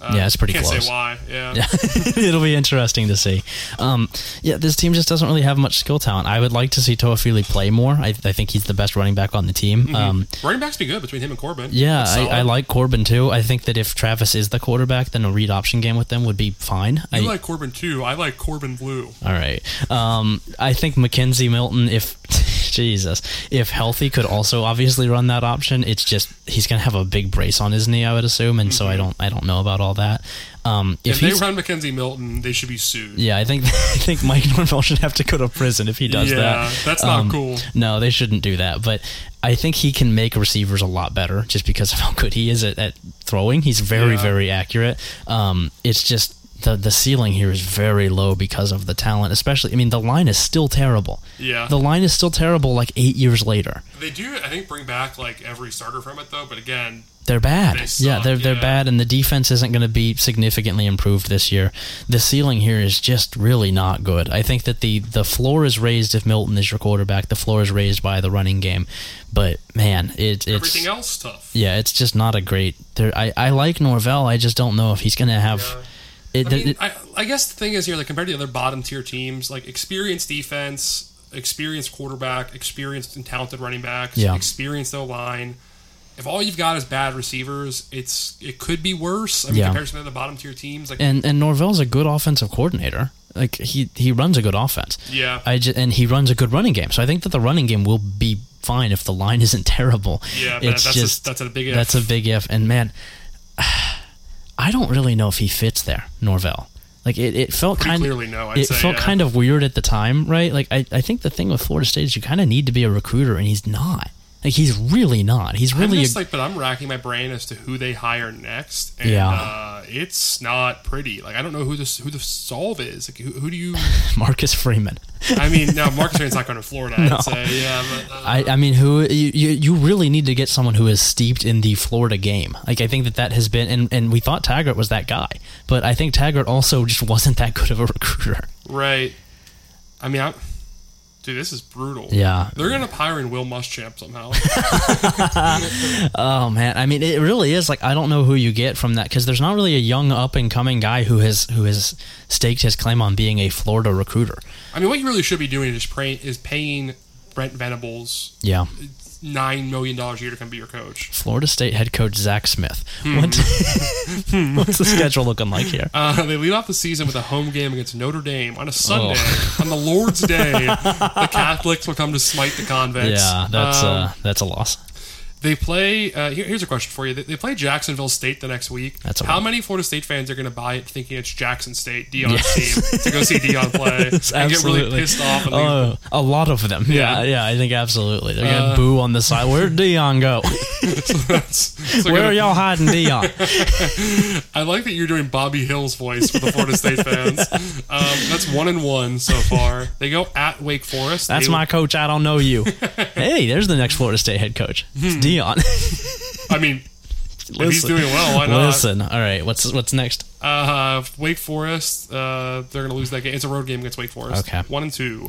S2: Uh,
S1: Yeah, it's pretty
S2: can't
S1: close.
S2: say why. Yeah.
S1: (laughs) It'll be interesting to see. Um, yeah, this team just doesn't really have much skill talent. I would like to see Toa Philly play more. I, I think he's the best running back on the team. Um,
S2: Running backs be good between him and Corbin.
S1: yeah,
S2: Mm-hmm. That's
S1: I,
S2: solid.
S1: I like Corbin too. I think that if Travis is the quarterback, then a read option game with them would be fine. I,
S2: You like Corbin too. I like Corbin Blue.
S1: all right. Um, I think Mackenzie Milton, if (laughs) Jesus, if healthy, could also obviously run that option. It's just he's gonna have a big brace on his knee, I would assume, and so I don't, I don't know about all that. Um, if
S2: If they
S1: he's
S2: run Mackenzie Milton, they should be sued.
S1: Yeah, I think (laughs) I think Mike Norvell should have to go to prison if he does
S2: Yeah,
S1: that. Um,
S2: that's not cool.
S1: No, they shouldn't do that. But I think he can make receivers a lot better just because of how good he is at, at throwing. He's very
S2: Yeah.
S1: very accurate. Um, it's just. The, the ceiling here is very low because of the talent, especially. I mean, the line is still terrible.
S2: Yeah.
S1: The line is still terrible like eight years later.
S2: They do, I think, bring back like every starter from it though. But again,
S1: They're bad.
S2: They suck,
S1: yeah, they're they're
S2: yeah.
S1: bad, and the defense isn't going to be significantly improved this year. The ceiling here is just really not good. I think that the the floor is raised if Milton is your quarterback. The floor is raised by the running game, but man, it, it's
S2: everything else tough.
S1: yeah, it's just not a great. There, I I like Norvell. I just don't know if he's going to have. It,
S2: I
S1: th-
S2: mean, I, I guess the thing is here, like compared to the other bottom tier teams, like experienced defense, experienced quarterback, experienced and talented running backs,
S1: Yeah.
S2: experienced O line. If all you've got is bad receivers, it's it could be worse. I mean,
S1: Yeah.
S2: compared to the other bottom tier teams, like
S1: and and Norvell's a good offensive coordinator. Like he he runs a good offense.
S2: Yeah.
S1: I ju- and he runs a good running game. So I think that the running game will be fine if the line (laughs) isn't terrible.
S2: Yeah, but
S1: it's
S2: that's a-
S1: just
S2: that's a big if.
S1: That's a big if. And man, (sighs) I don't really know if he fits there, Norvell. Like it, it felt
S2: Pretty
S1: kind
S2: clearly no, I'd
S1: it
S2: say,
S1: felt
S2: yeah.
S1: kind of weird at the time, right? Like I, I think the thing with Florida State is you kind of need to be a recruiter, and he's not. Like he's really not. He's
S2: I'm
S1: really a
S2: just like, but I'm racking my brain as to who they hire next, and
S1: Yeah.
S2: uh, it's not pretty. Like I don't know who this who the solve is. Like who, who do you?
S1: (laughs) Marcus Freeman.
S2: I mean, now Marcus Rain's not going to Florida.
S1: (laughs)
S2: I'd say, yeah, but uh,
S1: I, I mean, who you, you you really need to get someone who is steeped in the Florida game. Like I think that that has been, and, and we thought Taggart was that guy, but I think Taggart also just (laughs) wasn't that good of a recruiter.
S2: right. I mean, I'm, dude, this is brutal.
S1: Yeah.
S2: they're going to hire in Will Muschamp somehow. (laughs)
S1: Oh man, I mean, it really is like I don't know who you get from that because there's not really a young up and coming guy who has who has staked his claim on being a Florida recruiter.
S2: I mean, what you really should be doing is praying is paying Brent Venables
S1: Yeah,
S2: nine million dollars a year to come be your coach.
S1: Florida State head coach Zach Smith.
S2: Hmm. (laughs)
S1: What, (laughs) what's the schedule looking like here?
S2: Uh, they lead off the season with a home game against Notre Dame on a Sunday,
S1: Oh.
S2: on the Lord's Day. the Catholics will come to smite the convicts.
S1: Yeah, that's
S2: Um,
S1: uh, that's a loss.
S2: they play. Uh, here, here's a question for you. They, they play Jacksonville State the next week.
S1: That's a
S2: How
S1: win.
S2: many Florida State fans are going to buy it, thinking it's Jackson State Dion's team to go see
S1: (laughs)
S2: Dion play and get really
S1: absolutely.
S2: pissed off? And leave?
S1: Oh, a lot of them. Yeah,
S2: Yeah. Uh,
S1: yeah. I think absolutely. They're gonna boo on the side. Where'd Dion
S2: (laughs)
S1: go?
S2: So
S1: Where
S2: gonna-
S1: are y'all hiding
S2: (laughs)
S1: Dion?
S2: I like that you're doing Bobby Hill's voice for the Florida State
S1: (laughs)
S2: fans. Um, that's one and one so far. They go at Wake Forest.
S1: That's
S2: They-
S1: my coach. I don't know
S2: (laughs)
S1: you. Hey, there's the next Florida State head coach. It's Dion. (laughs)
S2: I mean,
S1: listen,
S2: if Hmm. he's doing well, why not?
S1: Listen. All right. What's what's next?
S2: Uh, Wake Forest, uh, they're going to lose that game. It's a road game against Wake Forest.
S1: Okay.
S2: One and two.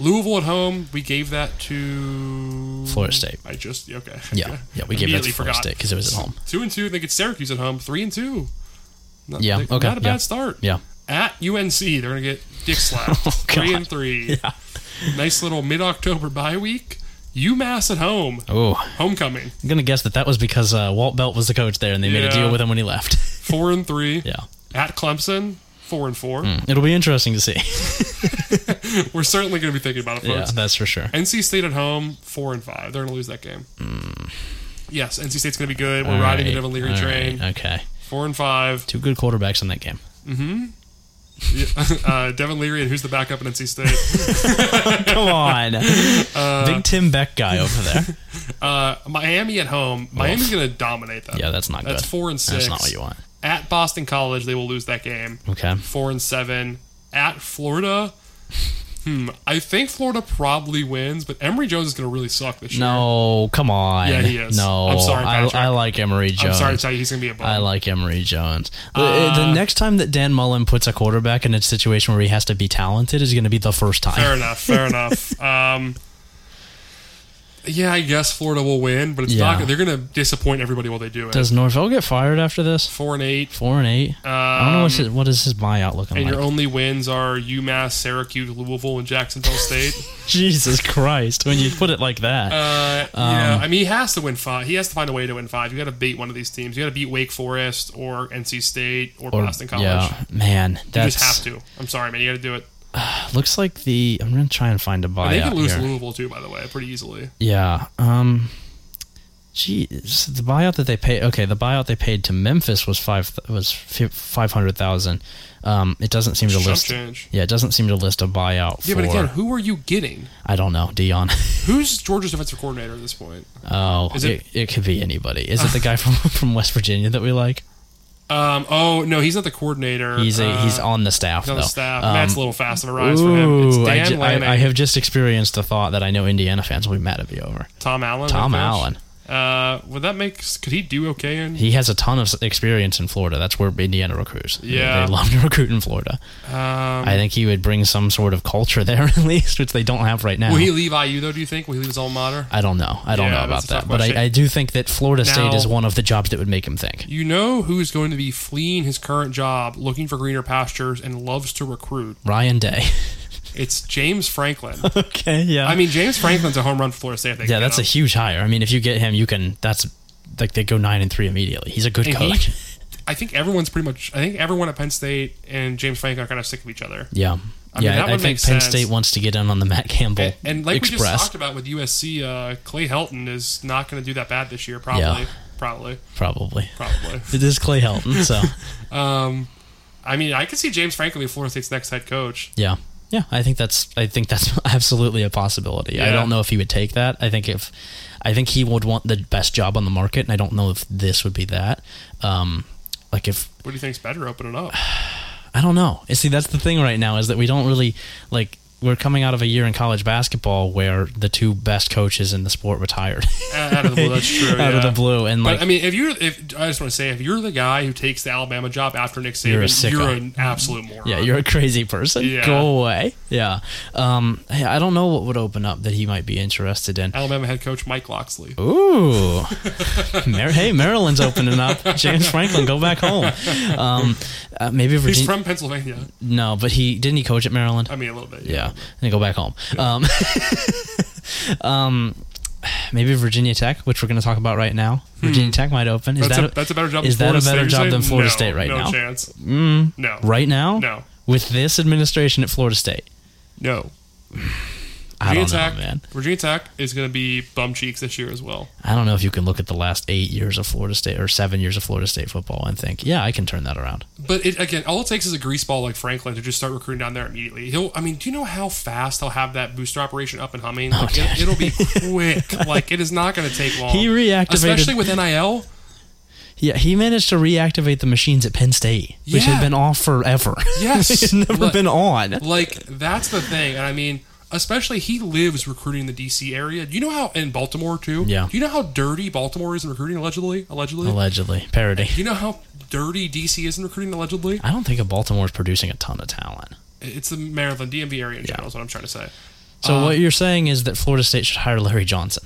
S2: Louisville at home, we gave that to
S1: Florida State.
S2: I just yeah, okay.
S1: Yeah, yeah. We gave that
S2: Immediately
S1: to Florida
S2: forgot.
S1: State because it was at home.
S2: Two and two, they get Syracuse at home. Three and two. Not,
S1: Yeah,
S2: they-
S1: okay,
S2: Not a
S1: yeah.
S2: bad start.
S1: Yeah.
S2: At UNC, they're going to get
S1: (laughs)
S2: dick slapped.
S1: Oh,
S2: three
S1: God. (laughs)
S2: and three. Nice little mid-October bye week. UMass at home.
S1: Oh,
S2: Homecoming.
S1: I'm gonna guess that that was because uh, Walt Belt was the coach there, and they made a
S2: Yeah.
S1: deal with him when he left. (laughs)
S2: Four and three.
S1: yeah. Hmm.
S2: At Clemson. Four and four.
S1: It'll be interesting to
S2: (laughs)
S1: see.
S2: We're certainly going to be thinking about it, folks.
S1: yeah, that's for sure.
S2: NC State at home, four and five. They're going to lose that game. Yes, NC State's going to be good. We're
S1: Hmm. All
S2: riding
S1: right,
S2: the Devin Leary
S1: all
S2: train.
S1: right, okay.
S2: Four and five. (laughs)
S1: Two good quarterbacks in that game.
S2: Yeah, uh, Devin Leary and who's the backup in NC
S1: (laughs)
S2: State?
S1: Come (laughs) on. Big Tim Beck guy over there.
S2: Uh, Miami at home. Miami's going to dominate them.
S1: Yeah, that's not
S2: That's
S1: good.
S2: four and
S1: That's
S2: six.
S1: not what you want.
S2: At Boston College, they will lose that game.
S1: Okay.
S2: Four and seven. At Florida. Hmm. I think Florida probably wins, but Emory Jones is going to really suck this year.
S1: No, come on.
S2: Yeah, he is.
S1: No.
S2: I'm sorry,
S1: I,
S2: Patrick.
S1: I like Emory
S2: I'm
S1: Jones.
S2: sorry to tell you, he's going to be a bum.
S1: I like Emory Jones. The-
S2: Uh,
S1: the next time that Dan Mullen puts a quarterback in a situation where he has (laughs) to be talented is going to be the first time.
S2: Fair enough. Fair enough. Um, yeah, I guess Florida will win, but it's
S1: Yeah.
S2: not. They're going to disappoint everybody while they do it.
S1: Does Norvell get fired after this?
S2: Four and eight,
S1: Four and eight. I don't know what's his, what is his buyout looking
S2: Um, and
S1: like.
S2: your only wins are UMass, Syracuse, Louisville, and
S1: (laughs)
S2: Jacksonville State.
S1: Jesus Christ! When you put it like that,
S2: Uh,
S1: Um,
S2: yeah, I mean, he has to win five. He has to find a way to win five. You got to beat one of these teams. You got to beat Wake Forest or NC State or,
S1: Or-
S2: Boston College.
S1: Yeah, man,
S2: You
S1: that's
S2: just have to. I'm sorry, man. You got to do it.
S1: looks like the. I'm gonna try and find a buyout
S2: They could lose
S1: here.
S2: to Louisville too, by the way, pretty easily.
S1: Yeah. Um. Geez, the buyout that they paid. Okay, the buyout they paid to Memphis was five was five hundred thousand. Um, it doesn't seem to
S2: Jump
S1: list.
S2: change.
S1: Yeah, it doesn't seem to list a buyout
S2: Yeah,
S1: for.
S2: but again, who are you getting?
S1: I don't know, Dion. (laughs)
S2: Who's Georgia's defensive coordinator at this point?
S1: Oh,
S2: Is
S1: it,
S2: it-
S1: it, could be anybody. Is it the guy from (laughs) from West Virginia that we like?
S2: Um, oh no, he's not the coordinator.
S1: He's a, he's
S2: Uh,
S1: on the staff
S2: he's on
S1: though.
S2: the staff.
S1: Um,
S2: That's a little fast of a rise for him. It's
S1: ooh, I,
S2: Dan
S1: ju-
S2: Lanning,
S1: I, I have just experienced the thought that I know Indiana fans will be mad at me over.
S2: Tom Allen.
S1: Tom
S2: I guess.
S1: Allen.
S2: Uh, would that make? Could he do okay in?
S1: He has a ton of s- experience in Florida. That's where Indiana recruits. They-
S2: Yeah.
S1: they love to recruit in Florida.
S2: Um,
S1: I think he would bring some sort of culture there (laughs) at least, which they don't have right now.
S2: will he leave IU though? Do you think? Will he leave his alma mater?
S1: I don't know. I don't
S2: Yeah,
S1: know about
S2: that's a tough
S1: that, but
S2: question.
S1: I, I do think that Florida State
S2: Now-
S1: is one of the jobs that would make him think.
S2: You know who is going to be fleeing his current job, looking for greener pastures, and loves to recruit?
S1: Ryan Day.
S2: It's James
S1: (laughs)
S2: Franklin.
S1: okay, yeah.
S2: I mean, James Franklin's a home run for Florida State. I think,
S1: yeah, that's a huge hire. I mean, if you get him, you can. That's like they go nine and three immediately. He's a good
S2: And he-
S1: coach.
S2: I think everyone's pretty much. I think everyone at Penn State and James Franklin are kind of sick of each other.
S1: yeah,
S2: I mean,
S1: yeah.
S2: that
S1: I, I
S2: would
S1: think
S2: make
S1: Penn
S2: sense.
S1: State wants to get in on the Matt Campbell
S2: And, and like we
S1: Express,
S2: just talked about with USC, uh, Clay Helton is not going to do that bad this year. Probably,
S1: Yeah.
S2: probably,
S1: probably.
S2: probably.
S1: It is Clay Helton,
S2: (laughs)
S1: so
S2: um, I mean, I could see James Franklin be Florida State's next head coach.
S1: yeah, yeah. I think that's I think that's (laughs) absolutely a possibility. I
S2: Yeah.
S1: don't know if he would take that. I think if I think he would want the best job on the market, and I don't know if this would be that. Um, like if
S2: What do you think's better? Open
S1: (laughs)
S2: it up.
S1: I don't know. You See, that's the thing right now is that we don't really like. We're coming out of a year in college basketball where the two best coaches in the sport retired (laughs)
S2: out of the blue, that's true.
S1: out of the
S2: yeah.
S1: blue, and like
S2: But I mean, if you're, if I just want to say, if you're the guy who takes the Alabama job after Nick Saban,
S1: You're
S2: you're,
S1: a sicko.
S2: an absolute moron.
S1: Yeah, you're a crazy person.
S2: Yeah.
S1: Go away. Yeah. Um, hey, I don't know what would open up that he might be interested in.
S2: Alabama head coach Mike Loxley. (laughs)
S1: Ooh. Mar- hey, Maryland's opening up. James Franklin, go back home. Um, uh, maybe
S2: He's
S1: Virginia.
S2: from Pennsylvania.
S1: no, but he didn't he coach at Maryland?
S2: I mean, a little bit.
S1: yeah. And then go back home. Um, (laughs) um, maybe Virginia Tech, which we're going to talk about right now. Virginia Tech might open. Is
S2: Hmm. That's,
S1: that
S2: a, that's a better job.
S1: is
S2: than
S1: that a
S2: Florida
S1: better
S2: State, you're
S1: job than
S2: saying?
S1: Florida
S2: No,
S1: State right
S2: no
S1: now? Mm.
S2: chance. No.
S1: right now?
S2: No.
S1: With this administration at Florida State?
S2: No.
S1: I
S2: Virginia
S1: don't know,
S2: Tech.
S1: man.
S2: Virginia Tech is going to be bum cheeks this year as well.
S1: I don't know if you can look at the last eight years of Florida State or seven years of Florida State football and think, yeah, I can turn that around.
S2: But it, again, all it takes is a grease ball like Franklin to just start recruiting down there immediately. He'll, I mean, do you know how fast he'll have that booster operation up and humming?
S1: Oh,
S2: Like, it,
S1: (laughs)
S2: it'll be quick. like it is not going to take long.
S1: He reactivated-
S2: especially with NIL.
S1: Yeah, he managed to reactivate the machines at Penn State, which
S2: Yeah.
S1: had been off forever. (laughs)
S2: Yes.
S1: it's never
S2: Look-
S1: been on.
S2: Like that's the thing, and I mean, especially he lives recruiting the D.C. area. Do you know how in Baltimore too?
S1: Yeah.
S2: Do you know how dirty Baltimore is in recruiting allegedly? Allegedly.
S1: Allegedly, parody.
S2: do you know how dirty D.C. is in recruiting allegedly?
S1: I don't think of Baltimore's producing a ton of talent.
S2: It's the Maryland DMV area in general. Is what I'm trying to say.
S1: So what you're saying is that Florida State should hire Larry Johnson.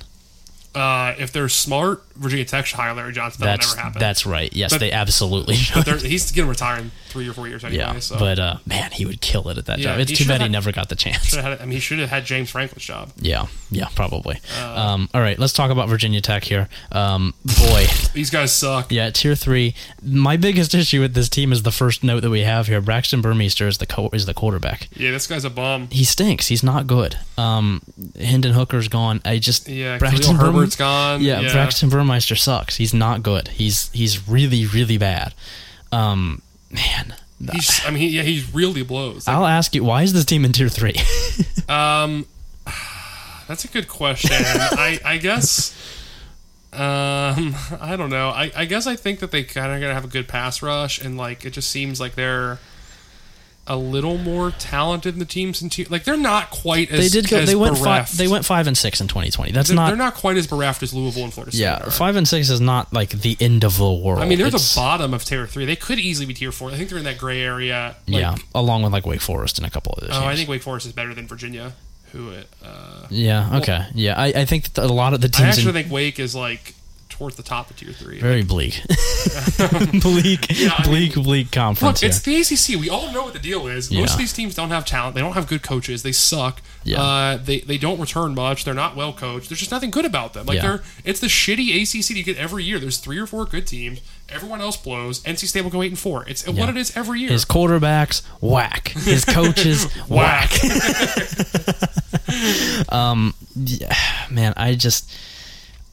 S2: Uh, if they're smart, Virginia Tech should hire Larry Johnson. That'll
S1: That's
S2: never happen.
S1: that's right. Yes,
S2: But-
S1: they absolutely
S2: But
S1: should.
S2: they're- he's going to retire in three or four years anyway.
S1: (laughs) Yeah,
S2: so
S1: but uh, man, he would kill it at that
S2: Yeah,
S1: job. It's
S2: he
S1: too
S2: should
S1: bad he
S2: have-
S1: never got the chance.
S2: (laughs) Should've had- I mean, he should have had James Franklin's job.
S1: Yeah, yeah, probably.
S2: Uh,
S1: um, all right, let's talk about Virginia Tech here. Um, boy.
S2: These guys suck.
S1: Yeah, tier three. My biggest (laughs) issue with this team is the first note that we have here. Braxton Burmeister is the co- is the quarterback.
S2: Yeah, this guy's a bum.
S1: He stinks. He's not good. Um, Hendon Hooker's gone. I just
S2: Yeah, Khalil
S1: Burm-
S2: Herbert's gone.
S1: Yeah,
S2: Um, Yeah.
S1: Braxton Burmeister sucks. He's not good. He's he's really really bad. Um, man,
S2: He's, I mean, he, yeah, he really blows.
S1: I'll ask you, why is this team in tier
S2: (laughs)
S1: three?
S2: Um, that's a good question. I, I guess. Um, I don't know. I, I guess I think that they kind of gonna have a good pass rush, and like it just seems like they're a little more talented than the teams in tier. Like they're not quite as
S1: they did go.
S2: as
S1: They went
S2: bereft.
S1: five. They went five and six in 2020. That's
S2: They're
S1: not.
S2: they're not quite as bereft as Louisville and Florida State.
S1: yeah,
S2: are.
S1: five and six is not like the end of the world.
S2: I mean, they're
S1: It's-
S2: the bottom of tier three. They could easily be tier four. I think they're in that gray area. Like,
S1: yeah, along with like Wake Forest and a couple of other
S2: Oh,
S1: teams.
S2: I think Wake Forest is better than Virginia, who it. Uh,
S1: Yeah. Okay. Yeah. I, I think that a lot of the
S2: I
S1: teams
S2: actually
S1: in
S2: think Wake is like towards the top of tier three.
S1: very bleak, (laughs)
S2: (laughs)
S1: bleak,
S2: I
S1: bleak, bleak conference.
S2: Look,
S1: here.
S2: it's the ACC. We all know what the deal is. Most
S1: Yeah.
S2: of these teams don't have talent. They don't have good coaches. They suck.
S1: Yeah.
S2: Uh, they they don't return much. They're not well coached. There's just nothing good about them. Like
S1: Yeah.
S2: they're it's the shitty ACC you get every year. There's three or four good teams. Everyone else blows. NC State will go eight and four. It's what it is every year.
S1: His quarterbacks whack.
S2: (laughs)
S1: His coaches whack. (laughs) Um, Yeah, man, I just.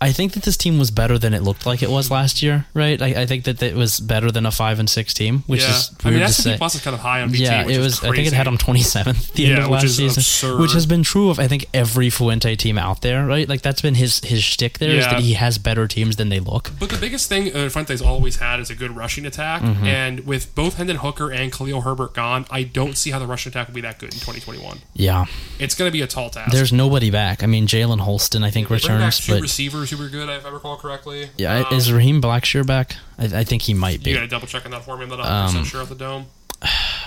S1: I think that this team was better than it looked like it was last year, right? I, I think that it was better than a five and six team, which
S2: yeah.
S1: is
S2: I
S1: weird
S2: mean,
S1: to
S2: S&P
S1: say.
S2: plus is kind of high on BT.
S1: Yeah,
S2: which
S1: it
S2: is
S1: was. I think it
S2: crazy.
S1: had them twenty seventh at the end
S2: Yeah,
S1: of
S2: which
S1: last
S2: is
S1: season,
S2: absurd.
S1: which has been true of I think every Fuente team out there, right? Like that's been his his shtick there is
S2: Yeah.
S1: that he has better teams than they look.
S2: But the biggest thing uh, Fuente's always had is a good rushing attack,
S1: Mm-hmm.
S2: and with both Hendon Hooker and Khalil Herbert gone, I don't see how the rushing attack will be that good in 2021.
S1: Yeah,
S2: It's going to be a tall task.
S1: there's nobody back. I mean, Jalen Holston I think
S2: They bring back
S1: returns,
S2: two
S1: but
S2: receivers who were good, if I recall correctly.
S1: yeah,
S2: Um,
S1: is Raheem Blackshear back? I, I think he might
S2: you
S1: be.
S2: got to double check on that for me. I'm not 100
S1: Um,
S2: percent sure off the dome.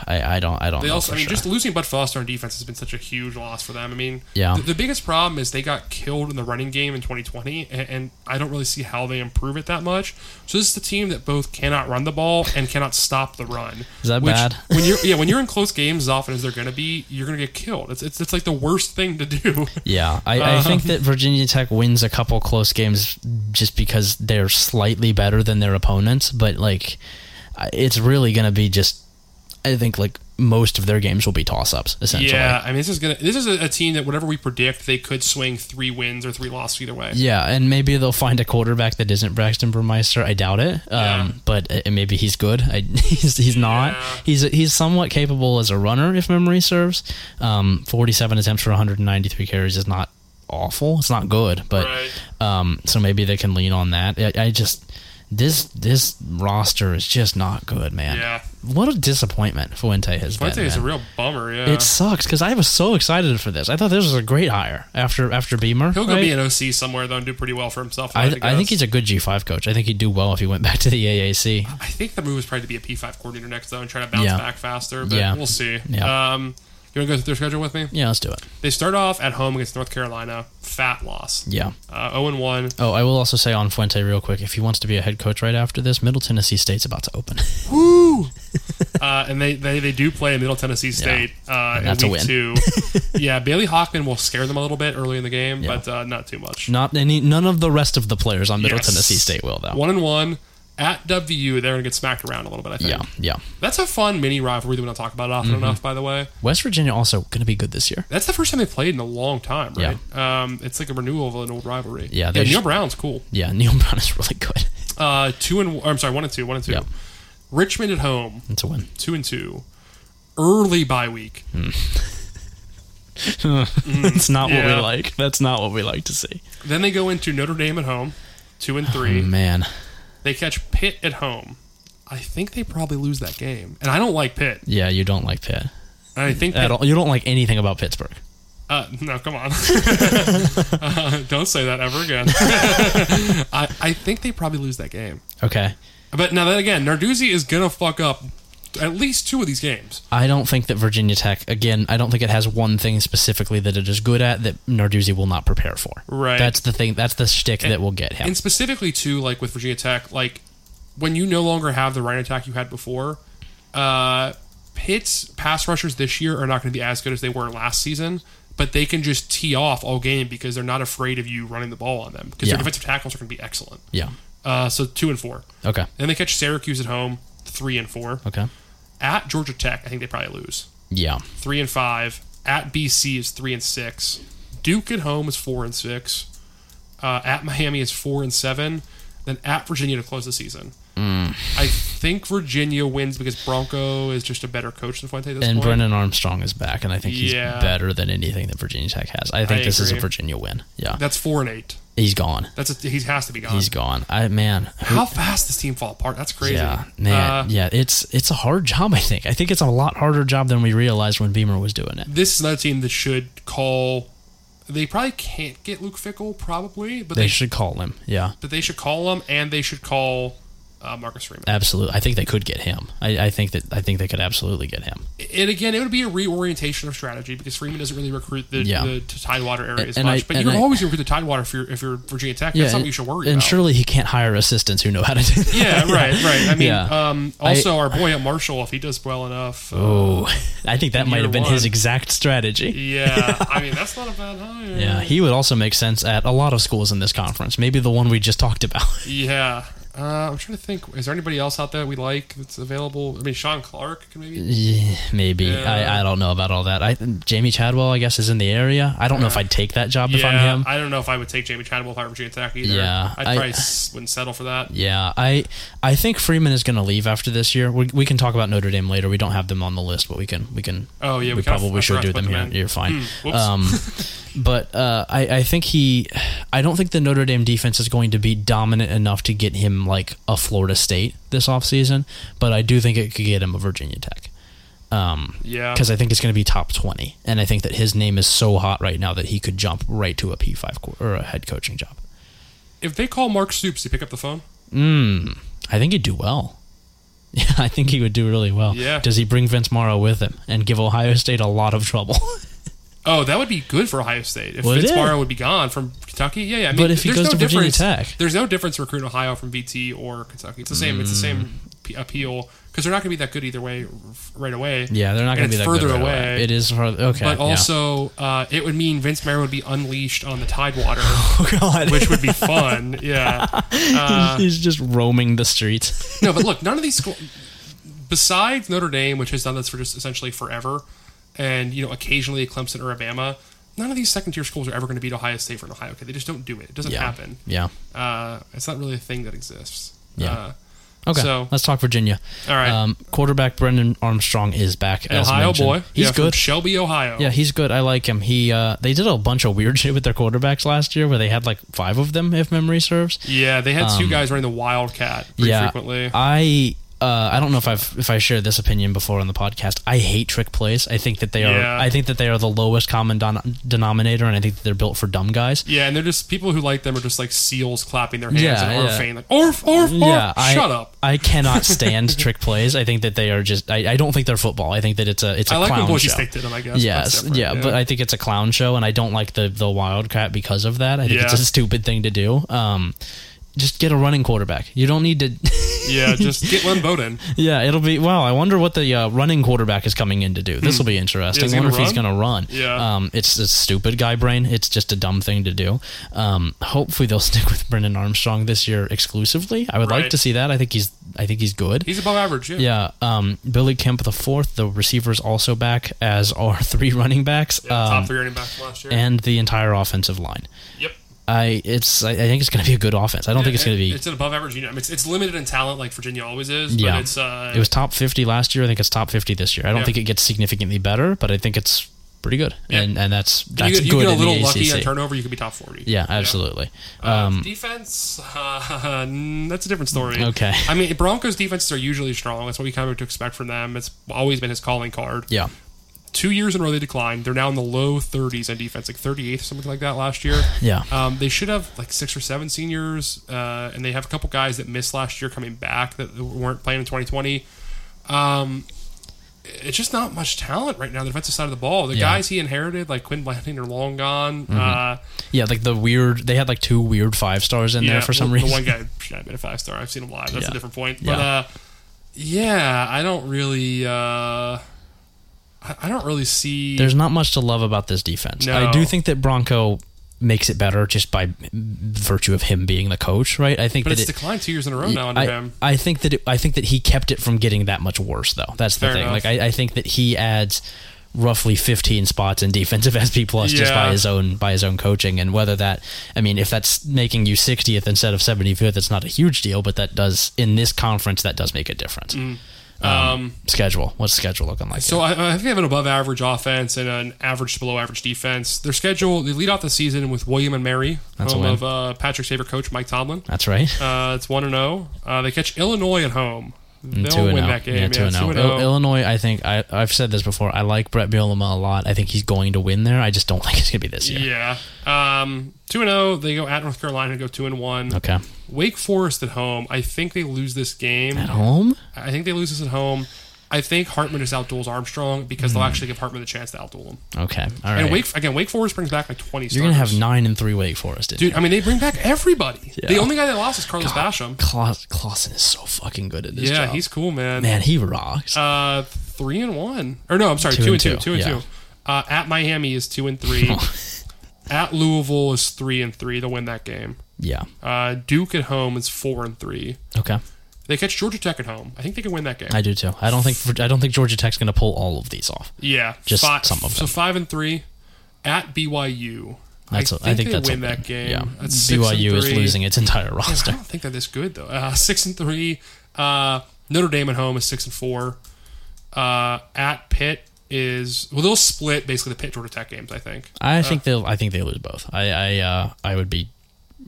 S1: I, I don't. I don't.
S2: They
S1: know
S2: also,
S1: for
S2: I mean,
S1: sure.
S2: just losing Bud Foster on defense has been such a huge loss for them. I mean,
S1: Yeah.
S2: the, the biggest problem is they got killed in the running game in 2020, and, and I don't really see how they improve it that much. So this is the team that both cannot run the ball and cannot stop the run.
S1: Is that
S2: which,
S1: bad?
S2: (laughs) when you're
S1: (laughs)
S2: yeah, when you're in close games as often as they're going to be, you're going to get killed. It's, it's it's like the worst thing
S1: (laughs)
S2: to do.
S1: Yeah, I, I
S2: Uh-huh.
S1: think that Virginia Tech wins a couple close games just because they're slightly better than their opponents, but like I- it's really going to be just I think like most of their games will be toss-ups essentially.
S2: Yeah, I mean, this is gonna. This is a, a team that whatever we predict, they could swing three wins or three losses either way.
S1: Yeah, and maybe they'll find a quarterback that isn't Braxton Burmeister. I doubt it. Um,
S2: Yeah.
S1: But uh, maybe he's good. I, (laughs) he's he's not.
S2: Yeah.
S1: He's he's somewhat capable as a runner, if memory serves. Um, Forty-seven attempts for 193 carries is not awful. It's not good, but
S2: Right.
S1: um, so maybe they can lean on that. I, I just this this roster is just not good, man.
S2: Yeah.
S1: What a disappointment Fuente has
S2: Fuente
S1: been.
S2: is a
S1: man.
S2: real bummer. Yeah,
S1: it sucks because I was so excited for this. I thought this was a great hire after after Beamer.
S2: he'll go
S1: right?
S2: be an OC somewhere though and do pretty well for himself.
S1: I,
S2: I'd
S1: I think
S2: guess.
S1: he's a good G5 coach. I think he'd do well if he went (laughs) back to the AAC.
S2: I think the move is probably to be a P five coordinator next though and try to bounce
S1: Yeah.
S2: back faster. But
S1: Yeah.
S2: we'll see.
S1: Yeah.
S2: Um, you want to go through their schedule with me?
S1: Yeah, let's do it.
S2: They start off at home against North Carolina. Fat loss.
S1: Yeah.
S2: Uh, zero and one.
S1: Oh, I will also say on Fuente real quick, if he wants to be a head coach right after this, Middle Tennessee State's about to (laughs) open.
S2: Woo! uh, and they, they, they do play Middle Tennessee State uh,
S1: that's a
S2: in week
S1: win. (laughs)
S2: two. yeah, Bailey Hawkman will scare them a little bit early in the game, but uh, not too much.
S1: Not any, none of the rest of the players on Middle
S2: Yes.
S1: Tennessee State will though.
S2: One and one at WU, they're gonna get smacked around a little bit. I think.
S1: Yeah, Mm-hmm. yeah.
S2: That's a fun mini rivalry that we don't talk about often enough. By the way,
S1: West Virginia also going to be good this year.
S2: that's the first time they played in a long time, right? Um, it's like a renewal of an old rivalry.
S1: Yeah,
S2: yeah
S1: they
S2: Neil
S1: sh-
S2: Brown's cool.
S1: Yeah, (laughs) Neil Brown is really good.
S2: Uh, two and or, I'm sorry, one and two, one and two.
S1: Yep.
S2: Richmond at home,
S1: It's a win.
S2: two and two. Early bye week.
S1: (laughs) Hmm. it's not what
S2: yeah.
S1: we like. That's not what we like to see.
S2: Then they go into Notre Dame at home, two and three.
S1: Man,
S2: They catch Pitt at home. I think they probably lose that game, and I don't like Pitt.
S1: yeah, you don't like Pitt
S2: And I think
S1: at
S2: Pitt,
S1: all. You don't like anything about Pittsburgh.
S2: uh, no, come on, (laughs) Uh, don't say that ever again. (laughs) I, I think they probably lose that game.
S1: Okay,
S2: But now that again, Narduzzi is gonna fuck up at least two of these games.
S1: I don't think that Virginia Tech, again, I don't think it has one thing specifically that it is good at that Narduzzi will not prepare for.
S2: Right.
S1: That's the thing. That's the shtick that will get him.
S2: And specifically too, like with Virginia Tech, like when you no longer have the Ryan attack you had before, uh, Pitt's pass rushers this year are not going to be as good as they were last season. But they can just tee off all game because they're not afraid of you running the ball on them because
S1: Yeah.
S2: their defensive tackles are going to be excellent.
S1: Yeah.
S2: Uh, so two and four.
S1: Okay.
S2: Then they catch Syracuse at home, three and four.
S1: Okay.
S2: At Georgia Tech, I think they probably lose.
S1: Yeah.
S2: three and five. At BC is three and six. Duke at home is four and six. Uh, at Miami is four and seven. Then at Virginia to close the season. I think Virginia wins because Bronco is just a better coach than Fuente. At this
S1: And
S2: point.
S1: Brennan Armstrong is back, and I think he's
S2: Yeah.
S1: better than anything that Virginia Tech has. I think
S2: I
S1: this is a
S2: agree.
S1: Virginia win. Yeah.
S2: that's four and eight.
S1: he's gone.
S2: That's a, he has to be gone.
S1: He's gone. I man.
S2: How fast this team fall apart? That's crazy.
S1: Yeah, man.
S2: Uh,
S1: yeah, it's it's a hard job. I think. I think it's a lot harder job than we realized when Beamer was doing it.
S2: this is another team that should call. They probably can't get Luke Fickle, probably, but
S1: They
S2: they
S1: should call him. Yeah.
S2: but they should call him and they should call uh, Marcus Freeman.
S1: Absolutely, I think they could get him. I, I think that I think they could absolutely get him.
S2: And again, it would be a reorientation of strategy because Freeman doesn't really recruit the,
S1: Yeah.
S2: the t- Tidewater area as
S1: And I-
S2: much. but
S1: and
S2: you're
S1: I-
S2: always going to recruit the Tidewater if you're, if you're Virginia Tech. That's not
S1: and,
S2: what you should worry
S1: and
S2: about.
S1: surely he can't hire assistants who know how to do that. (laughs)
S2: Yeah, right, right. I mean,
S1: Yeah.
S2: um, also our boy at Marshall, if he does well enough. uh,
S1: Oh, I think that might
S2: Year
S1: have been his
S2: one.
S1: exact strategy.
S2: yeah,
S1: (laughs)
S2: I mean that's not a bad hire.
S1: Yeah, he would also make sense at a lot of schools in this conference. Maybe the one we just talked about. (laughs)
S2: Yeah. Uh, I'm trying to think. Is there anybody else out there we like that's available? I mean, Sean Clark can maybe.
S1: Yeah, Maybe
S2: Yeah.
S1: I, I don't know about all that. I Jamie Chadwell, I guess, is in the area. I don't know if I'd take that job if I'm
S2: Yeah,
S1: him.
S2: I don't know if I would take Jamie Chadwell if I were Virginia Tech either.
S1: Yeah,
S2: I'd
S1: I-
S2: probably s- wouldn't settle for that.
S1: yeah, I I think Freeman is going to leave after this year. We, we can talk about Notre Dame later. We don't have them on the list, but we can we can.
S2: Oh, yeah,
S1: we,
S2: we kinda-
S1: probably
S2: I
S1: should
S2: forgot
S1: do
S2: to put
S1: them
S2: them
S1: here.
S2: in.
S1: You're fine.
S2: Hmm, whoops.
S1: um,
S2: (laughs)
S1: but uh, I I think he, I don't think the Notre Dame defense is going to be dominant enough to get him like a Florida State this offseason, but I do think it could get him a Virginia Tech. Um,
S2: Yeah.
S1: because I think it's going to be top 20. And I think that his name is so hot right now that he could jump right to a P5 co- or a head coaching job.
S2: If they call Mark Stoops, you pick up the phone.
S1: I think he'd do well. (laughs) Yeah, I think he would do really well.
S2: Yeah.
S1: Does he bring Vince Morrow with him and give Ohio State a lot of trouble? (laughs)
S2: Oh, that would be good for Ohio State if
S1: Well, it
S2: Vince
S1: is.
S2: Morrow would be gone from Kentucky. Yeah, yeah. I mean,
S1: But if he
S2: there's
S1: goes to
S2: no
S1: Virginia
S2: difference-
S1: Tech.
S2: there's no difference recruiting Ohio from VT or Kentucky. It's the same. It's the same
S1: Mm.
S2: p- appeal because they're not going to be that good either way r- right away.
S1: yeah, they're not going
S2: And
S1: to be
S2: it's
S1: that
S2: further
S1: good right
S2: away.
S1: It is further. Okay.
S2: But
S1: yeah.
S2: also, uh, it would mean Vince Mayer would be unleashed on the
S1: (laughs)
S2: Tidewater,
S1: (laughs) oh god, (laughs)
S2: which would be fun. Yeah. Uh,
S1: he's just roaming the
S2: (laughs)
S1: streets.
S2: no, but look, none of these schools, besides Notre Dame, which has done this for just essentially forever, and you know occasionally Clemson or Alabama, none of these second tier schools are ever going to beat Ohio State for an Ohio kid. They just don't do it. It doesn't
S1: yeah.
S2: happen.
S1: Yeah.
S2: Uh, it's not really a thing that exists.
S1: Yeah.
S2: Uh,
S1: Okay,
S2: So-
S1: let's talk Virginia.
S2: All right.
S1: Um, quarterback Brendan Armstrong is back. as
S2: Ohio
S1: mentioned.
S2: boy.
S1: He's
S2: Yeah, from
S1: good.
S2: Shelby, Ohio.
S1: Yeah, he's good. I like him. He uh, they did a bunch of weird (laughs) shit with their quarterbacks last year, where they had like five of them, if memory serves.
S2: Yeah, they had two guys running the Wildcat pretty
S1: Um, yeah,
S2: frequently.
S1: I uh, I don't know if I've if I shared this opinion before on the podcast. I hate trick plays. I think that they are
S2: Yeah.
S1: I think that they are the lowest common don- denominator, and I think that they're built for dumb guys.
S2: Yeah, and they're just people who like them are just like seals clapping their hands
S1: Yeah,
S2: and
S1: yeah.
S2: orfing like orf orf orf.
S1: Yeah, I,
S2: shut up.
S1: I
S2: (laughs)
S1: cannot stand trick plays. I think that they are just. I, I don't think they're football. I think that it's a it's a
S2: I like
S1: clown
S2: when Boise
S1: show.
S2: State did them. I guess. but that's
S1: Yes,
S2: different,
S1: yeah, but I think it's a clown show, and I don't like the the wildcat because of that. I think it's
S2: Yeah.
S1: a stupid thing to do. Um, just get a running quarterback. You don't need to. (laughs)
S2: yeah, just get Len Bowden.
S1: yeah, it'll be wow. I wonder what the uh, running quarterback is coming in to do. This will be interesting.
S2: Hmm. Is
S1: I
S2: he
S1: wonder if
S2: gonna
S1: he's
S2: run?
S1: going to run.
S2: Yeah.
S1: um, it's a stupid guy brain. It's just a dumb thing to do. Um, hopefully they'll (laughs) stick with Brendan Armstrong this year exclusively. I would like
S2: Right.
S1: to see that. I think he's I think he's good.
S2: He's above average. Yeah.
S1: Yeah, um, Billy Kemp the fourth, the receivers also back, as are (laughs) three running backs, um,
S2: Top three running backs last year.
S1: and the entire offensive line.
S2: yep.
S1: I it's I, I think it's going to be a good offense. I don't think it's going to be.
S2: It's an above average unit. I mean, it's, it's limited in talent, like Virginia always is.
S1: yeah,
S2: But it's, uh,
S1: it was top fifty last year. I think it's top fifty this year. I don't
S2: Yeah.
S1: think it gets significantly better, but I think it's pretty good.
S2: Yeah.
S1: And and that's
S2: you,
S1: that's
S2: get, you
S1: good
S2: get a
S1: in
S2: little
S1: the
S2: lucky on
S1: ACC.
S2: turnover, you could be top forty.
S1: yeah, absolutely. Um,
S2: Uh, defense, uh, (laughs) that's a different story.
S1: Okay.
S2: I mean, Broncos defenses are usually strong. That's what we kind of to expect from them. It's always been his calling card.
S1: yeah,
S2: Two years in a row they declined. They're now in the low 30s on defense, like 38th, something like that last year.
S1: yeah.
S2: Um, they should have like six or seven seniors, uh, and they have a couple guys that missed last year coming back that weren't playing in 2020. Um, it's just not much talent right now on the defensive side of the ball. The
S1: Yeah. Mm-hmm.
S2: guys he inherited, like Quinn Blanding, are long gone. Uh,
S1: yeah, like the weird. They had like two weird five stars in
S2: yeah,
S1: there for some
S2: well,
S1: reason.
S2: The one guy should have been a five star. I've seen him live. That's
S1: Yeah.
S2: a different point. But
S1: Yeah.
S2: uh, yeah, I don't really, uh, I, I don't really see.
S1: (laughs) there's not much to love about this defense.
S2: No.
S1: I do think that Bronco makes it better just by virtue of him being the coach, right? I think
S2: but
S1: that
S2: it's
S1: it,
S2: declined two years in a row now under
S1: I,
S2: him.
S1: I think that it, I think that he kept it from getting that much worse though. That's the
S2: Fair
S1: thing.
S2: enough.
S1: Like I, I think that he adds roughly 15 spots in defensive (laughs) SP plus just by
S2: Yeah.
S1: his own by his own coaching and whether that I mean if that's making you 60th instead of 75th it's not a huge deal but that does in this conference that does make a difference.
S2: Um,
S1: Schedule. What's schedule looking like?
S2: So I, I think they have an above average offense and an average to below average defense. Their schedule, they lead off the season with William and Mary,
S1: That's a
S2: home
S1: win.
S2: of uh, Patrick's favorite coach, Mike Tomlin.
S1: That's right. (laughs)
S2: Uh, it's 1 0. Uh, they catch Illinois at home. They'll
S1: Two and
S2: win
S1: oh.
S2: that game.
S1: Yeah,
S2: Yeah,
S1: two and oh.
S2: 2-0.
S1: Il- Illinois, I think I, I've said this before. I like Brett Bielema a lot. I think he's going to win there. I just don't (laughs) think it's going to be this year.
S2: Yeah. Um, 2 and 0. They go at North Carolina, go 2 and 1.
S1: Okay.
S2: Wake Forest at home. I think they lose this game.
S1: At home?
S2: I think they lose this at home. I think Hartman just outduels Armstrong because they'll actually give Hartman the chance to outduel him.
S1: Okay. All Hmm. right.
S2: And Wake again, Wake Forest brings back like 20 starters.
S1: You're going to have 9 and 3 Wake Forest, dude.
S2: Dude, I mean, they bring back everybody.
S1: Yeah.
S2: The only guy that lost is Carlos Basham.
S1: Claus- Clausen is so fucking good at this
S2: Yeah,
S1: job.
S2: he's cool, man.
S1: Man, he rocks.
S2: Uh, three and one, or no, I'm sorry, two, and two, two and
S1: yeah.
S2: two. Uh, at Miami is two and
S1: (laughs)
S2: three. at Louisville is three and three. They'll win that game.
S1: yeah.
S2: Uh, Duke at home is four and three.
S1: Okay.
S2: They catch Georgia Tech at home. I think they can win that game.
S1: I do too. I don't think I don't think Georgia Tech's going to pull all of these off.
S2: yeah,
S1: Just
S2: five,
S1: some of
S2: So
S1: them.
S2: five and three at BYU.
S1: That's
S2: I
S1: a-
S2: think, they
S1: that's a
S2: win that game.
S1: Yeah.
S2: That's six and
S1: BYU is
S2: three.
S1: losing its entire
S2: I
S1: roster.
S2: don't think they're this good though. Uh, six and three. Uh, Notre Dame at home is six and four. Uh, at Pitt is well, they'll split basically the Pitt Georgia Tech games. I think.
S1: I think they'll. I think they lose both. I. I. Uh, I would be.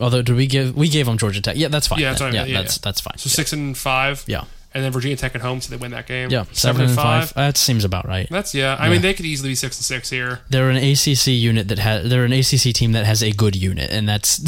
S1: Although, did we give we gave them Georgia Tech? Yeah, that's fine.
S2: Yeah, that's
S1: then.
S2: what I meant. Yeah,
S1: that's
S2: yeah.
S1: that's fine.
S2: So six and five.
S1: yeah,
S2: And then Virginia Tech at home, so they win that game.
S1: yeah, seven and five. That seems about right.
S2: That's yeah. I mean, they could easily be six and six here.
S1: They're an ACC unit that has. They're an ACC team that has a good unit, and that's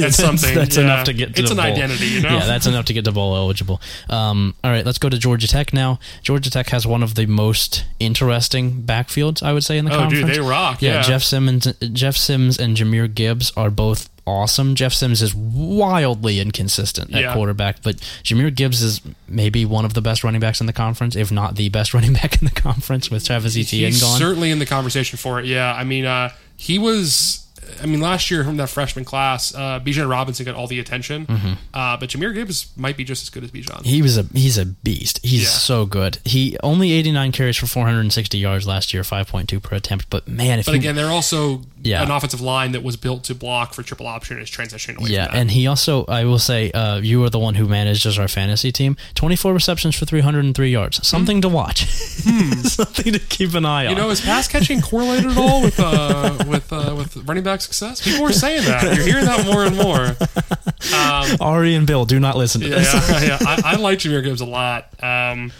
S1: (laughs)
S2: that's something.
S1: That's
S2: Yeah.
S1: enough to get. To
S2: It's
S1: the
S2: an
S1: bowl.
S2: identity, you know?
S1: Yeah, that's enough to get to bowl eligible. Um, all right, let's go to Georgia Tech now. Georgia Tech has one of the most interesting backfields, I would say, in the
S2: Oh,
S1: conference.
S2: dude, they rock, yeah.
S1: Jeff Simmons, Jeff Sims, and Jameer Gibbs are both awesome. Jeff Sims is wildly inconsistent at
S2: Yeah.
S1: quarterback, but Jameer Gibbs is maybe one of the best running backs in the conference, if not the best (laughs) running back in the conference, with Travis Etienne
S2: He's
S1: gone.
S2: certainly in the conversation for it. Yeah, I mean, uh, he was. I mean, last year from that freshman class, uh, Bijan Robinson got all the attention, uh, but Jameer Gibbs might be just as good as Bijan.
S1: Mm-hmm. He was a he's a beast. He's
S2: Yeah.
S1: so good. He only 89 carries for 460 yards last year, 5.2 per attempt. But man, if
S2: But
S1: you,
S2: again, they're also
S1: Yeah.
S2: an offensive line that was built to block for triple option and is transitioning away.
S1: yeah,
S2: from that.
S1: and he also I will say uh, you are the one who manages our fantasy team. 24 receptions for 303 yards. Something to watch. (laughs) Something to keep an eye on.
S2: Hmm. you know, is pass catching correlated at all with uh, with uh, with running back success? People were saying that. You're hearing that more and more.
S1: Ari and Bill, do not listen to
S2: Yeah,
S1: this. (laughs)
S2: yeah, yeah. I, I like Jameer Gibbs a lot. Um,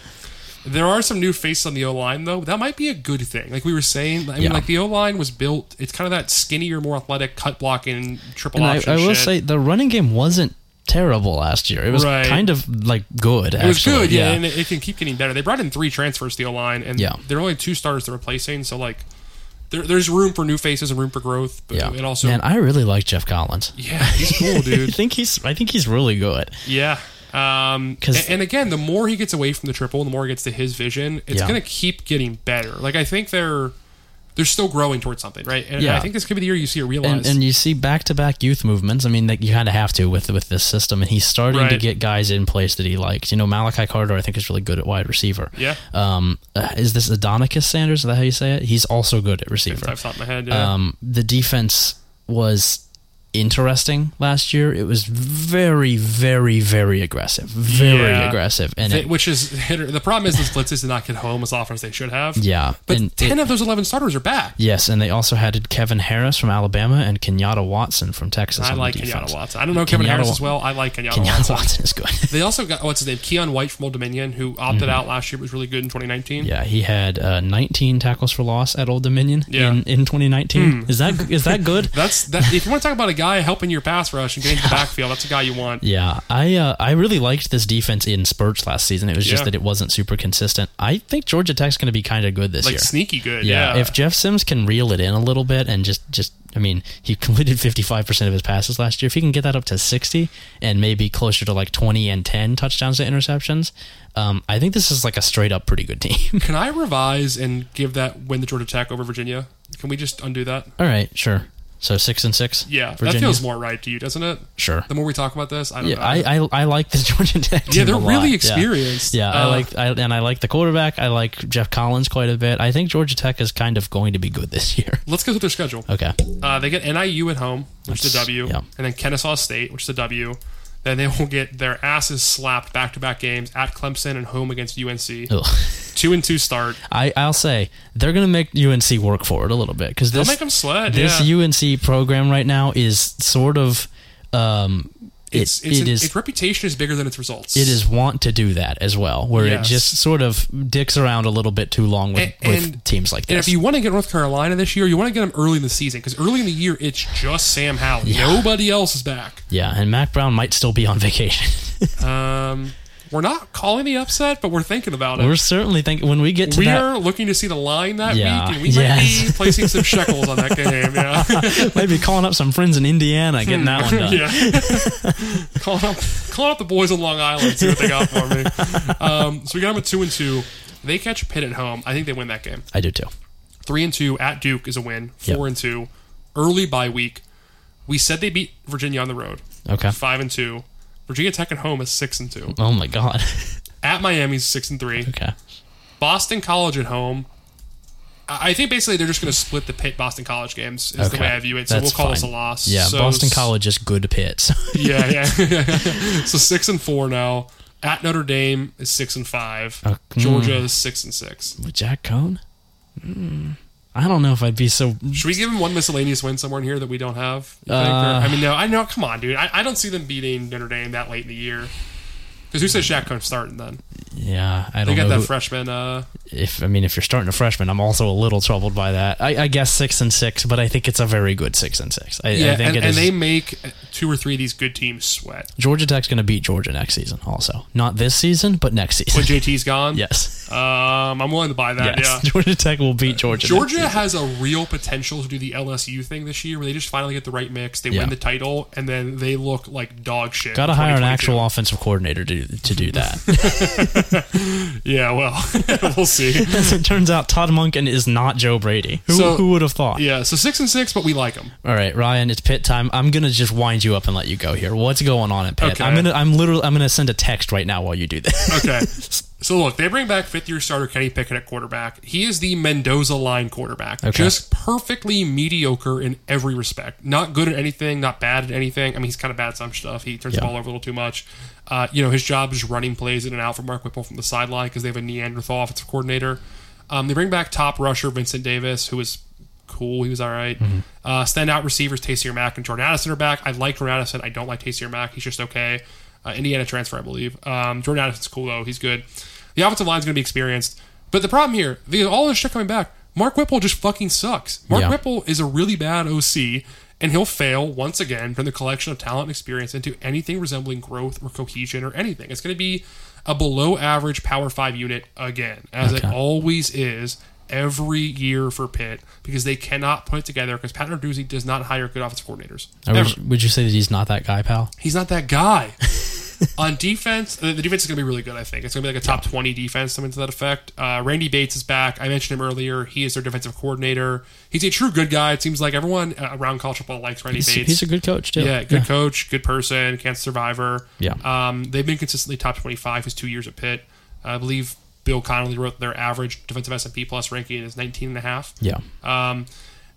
S2: there are some new faces on the O line though. That might be a good thing. Like we were saying, I mean,
S1: Yeah.
S2: like the O line was built. It's kind of that skinnier, more athletic, cut blocking, triple
S1: And I,
S2: option.
S1: I will
S2: shit.
S1: say the running game wasn't terrible last year. It was
S2: Right.
S1: kind of like good.
S2: It was
S1: actually.
S2: good, yeah, and it, it can keep getting better. They brought in three transfers to the O line, and
S1: Yeah.
S2: there are only two starters they're replacing. So like, there, there's room for new faces and room for growth. But
S1: yeah.
S2: it also,
S1: man, I really like Jeff Collins.
S2: yeah, he's cool,
S1: I (laughs)
S2: dude.
S1: think he's I think he's really good.
S2: Yeah. Um,
S1: 'Cause-
S2: and, and again, the more he gets away from the triple, the more he gets to his vision, it's
S1: Yeah.
S2: going to keep getting better. Like I think they're they're still growing towards something, right? And
S1: Yeah.
S2: I think this could be the year you see it
S1: and,
S2: realized.
S1: and you see back to back youth movements. I mean, that you kind of have to with with this system, and he's starting to
S2: Right.
S1: get guys in place that he likes. You know, Malachi Carter, I think, is really good at wide receiver.
S2: Yeah.
S1: Um, uh, is this Adonicus Sanders? Is that how you say it? He's also good at receiver.
S2: Off the top of my head, uh, yeah.
S1: Um, the defense was interesting last year. It was very, very, very aggressive. Very
S2: Yeah.
S1: aggressive, and
S2: They-
S1: it,
S2: which is the problem is those blitzes did not get home as often as they should have.
S1: yeah,
S2: but
S1: and it-
S2: ten of those eleven starters are back.
S1: yes, and they also had Kevin Harris from Alabama and Kenyatta Watson from Texas.
S2: I
S1: on the
S2: like
S1: defense.
S2: Kenyatta Watson. I don't know Kevin
S1: Kenyatta
S2: Harris
S1: Wa-
S2: as well. I like Kenyatta
S1: Kenyatta
S2: Watson.
S1: Watson is good.
S2: They also got what's his name, Keon White from Old Dominion, who opted out last year, but was really good in 2019.
S1: Mm-hmm. Yeah, he had uh, 19 tackles for loss at Old Dominion
S2: Yeah. Hmm.
S1: in, in 2019. Is that is that
S2: (laughs)
S1: good?
S2: That's that. if you want to talk about a guy helping your pass rush and getting to the backfield, that's a guy you want.
S1: yeah, I uh, I really liked this defense in spurts last season. It was just
S2: Yeah.
S1: that it wasn't super consistent. I think Georgia Tech's going to be kind of good this
S2: like
S1: year.
S2: sneaky good.
S1: yeah.
S2: Yeah,
S1: if Jeff Sims can reel it in a little bit and just just I mean, he completed 55% of his passes last year. If he can get that up to 60 and maybe closer to like 20 and 10 touchdowns to interceptions, um, I think this is like a straight up pretty good team. (laughs)
S2: Can I revise and give that win the Georgia Tech over Virginia? Can we just undo that?
S1: All right, sure. So 6 and 6.
S2: Yeah,
S1: Virginia?
S2: that feels more right to you, doesn't it?
S1: Sure.
S2: The more we talk about this, I don't
S1: Yeah,
S2: know.
S1: I, I I like the (laughs) Georgia Tech.
S2: Yeah,
S1: team
S2: they're
S1: a lot.
S2: really
S1: Yeah.
S2: experienced.
S1: Yeah, I
S2: Uh,
S1: like I, and I like the quarterback. I like Jeff Collins quite a bit. I think Georgia Tech is kind of going to be good this (laughs) year.
S2: Let's go through their schedule.
S1: Okay,
S2: Uh, they get NIU at home, which is a
S1: That's-
S2: W,
S1: yeah.
S2: and then Kennesaw State, which is a W. Then they will get their asses slapped back-to-back games at Clemson and home against UNC.
S1: Ugh.
S2: Two and two start.
S1: I I'll say they're going to make UNC work for it a little bit because
S2: They'll
S1: this
S2: make them sled.
S1: this
S2: yeah.
S1: UNC program right now is sort of um
S2: It's,
S1: It-
S2: it's,
S1: it
S2: an-
S1: is-
S2: its reputation is bigger than its results.
S1: It is want to do that as well, where
S2: Yes.
S1: it just sort of dicks around a little bit too long with,
S2: A- and-
S1: with teams like
S2: And
S1: this.
S2: if you want to get North Carolina this year, you want to get them early in the season because early in the year it's just Sam Howell. Nobody else is back.
S1: yeah, and Mac Brown might still be on (laughs) vacation.
S2: Um, we're not calling the upset, but we're thinking about it.
S1: We're certainly thinking when we get to
S2: We
S1: that,
S2: are looking to see the line that
S1: Yeah.
S2: week, and we might
S1: Yes.
S2: be placing some shekels on that game. Yeah,
S1: maybe calling up some friends in Indiana, (laughs) getting that one done.
S2: Hmm. (laughs) yeah. calling up, calling up the boys in Long Island, see what they got for me. Um, so we got them at two and two. They catch Pitt at home. I think they win that game.
S1: I do too.
S2: Three and two at Duke is a win.
S1: Yep.
S2: Four and two, early bye week. We said they beat Virginia on the road.
S1: Okay.
S2: Five and two. Virginia Tech at home is six and two.
S1: Oh my god. (laughs)
S2: At Miami's six and three.
S1: okay.
S2: Boston College at home. I I think basically they're just going to split the Pitt Boston College games is
S1: Okay.
S2: the way I view it. So
S1: That's
S2: we'll call
S1: fine.
S2: this a loss.
S1: Yeah,
S2: So
S1: Boston
S2: s-
S1: College is good pits. (laughs)
S2: (laughs) Yeah, yeah. so six and four now. At Notre Dame is six and five.
S1: Okay.
S2: Georgia is six and six.
S1: with Jack Cohn? Hmm. I don't know if I'd be so.
S2: Should we give them one miscellaneous win somewhere in here that we don't have? You think? Or-
S1: Uh,
S2: I mean, no, I know. Come on, dude. I, I don't see them beating Notre Dame that late in the year. Because who says Shaq Cohn's starting then?
S1: Yeah, I
S2: They
S1: don't
S2: got
S1: know.
S2: that
S1: who-
S2: freshman. Uh,
S1: if I mean, if you're starting a freshman, I'm also a little troubled by that. I, I guess six and six, but I think it's a very good six and six. I,
S2: yeah,
S1: I think
S2: and,
S1: it
S2: and
S1: is.
S2: they make two or three of these good teams sweat.
S1: Georgia Tech's going to beat Georgia next season. Also, not this season, but next season. (laughs)
S2: When JT's gone,
S1: yes,
S2: Um, I'm willing to buy that.
S1: yes. (laughs)
S2: Yeah. Uh,
S1: Georgia Tech will beat Georgia. next
S2: Georgia
S1: season.
S2: has a real potential to do the LSU thing this year, where they just finally get the right mix, they
S1: Yeah.
S2: win the title, and then they look like dog shit.
S1: Gotta
S2: in
S1: hire an
S2: 2022.
S1: actual offensive coordinator to to do that. (laughs)
S2: Yeah, well, (laughs) we'll see.
S1: (laughs) As it turns out, Todd Munkin is not Joe Brady. Who
S2: So-
S1: who would have thought?
S2: Yeah, so six and six, but we like them.
S1: All right, Ryan, it's pit time. I'm gonna just wind you up and let you go here. What's going on at pit?
S2: Okay.
S1: I'm gonna I'm literally I'm gonna send a text right now while you do
S2: (laughs)
S1: this.
S2: Okay. so look, they bring back fifth-year starter Kenny Pickett at quarterback. He is the Mendoza line quarterback, just perfectly mediocre in every respect. Not good at anything, not bad at anything. I mean, he's kind of bad at some stuff. He turns the
S1: Yeah.
S2: ball over a little too much. Uh, you know, his job is running plays in and out for Mark Whipple from the sideline because they have a Neanderthal offensive coordinator. Um, they bring back top rusher Vincent Davis, who is cool. He was all right. Uh, standout receivers Taysier Mack and Jordan Addison are back. I like Jordan Addison. I don't like Taysier Mack. He's just okay. Uh, Indiana transfer, I believe. Um, Jordan Addison's cool though. He's good. The offensive line's going to be experienced. But the problem here, the, all this shit coming back, Mark Whipple just fucking sucks. Mark
S1: Yeah.
S2: Whipple is a really bad OC, and he'll fail once again from the collection of talent and experience into anything resembling growth or cohesion or anything. It's going to be a below average Power 5 unit again, as it always is every year for Pitt, because they cannot put it together because Pat Narduzzi does not hire good offensive coordinators. Ever.
S1: would, would you say that he's not that guy, pal?
S2: He's not
S1: (laughs)
S2: that guy. On defense, the the defense is going to be really good, I think. It's going to be like a top 20 defense, something to that effect. Uh, Randy Bates is back. I mentioned him earlier. He is their defensive coordinator. He's a true good guy. It seems like everyone uh, around college football likes Randy
S1: He's,
S2: Bates.
S1: he's a good coach too.
S2: yeah, good coach, good person, cancer survivor.
S1: Yeah.
S2: Um, they've been consistently top 25 his two years at Pitt. I believe Bill Connolly wrote their average defensive S&P plus ranking is 19 and a half.
S1: Yeah.
S2: Um,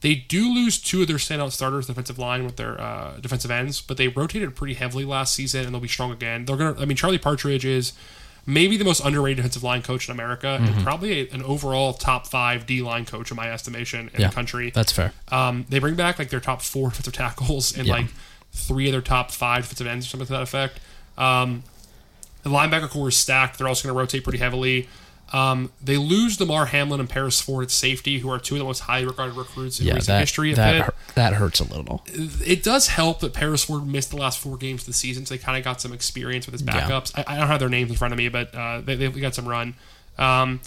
S2: they do lose two of their standout starters, defensive line with their uh, defensive ends, but they rotated pretty heavily last season, and they'll be strong again. They're gonna. I mean, Charlie Partridge is maybe the most underrated defensive line coach in America,
S1: Mm-hmm.
S2: and probably a, an overall top five D line coach in my estimation in
S1: Yeah.
S2: the country.
S1: That's fair.
S2: Um, they bring back like their top four (laughs) defensive tackles and
S1: Yeah.
S2: like three of their top five defensive ends or something to that effect. Um, the linebacker core is stacked. They're also going to rotate pretty heavily. Um, they lose Damar Hamlin and Paris Ford at safety, who are two of the most highly regarded recruits in
S1: Yeah,
S2: recent
S1: that
S2: history. Of
S1: that
S2: Pitt
S1: hurt, that hurts a little.
S2: it does help that Paris Ward missed the last four games of the season, so they kind of got some experience with his backups. I, I don't have their names in front of me, but uh, they, they've got some run. Um,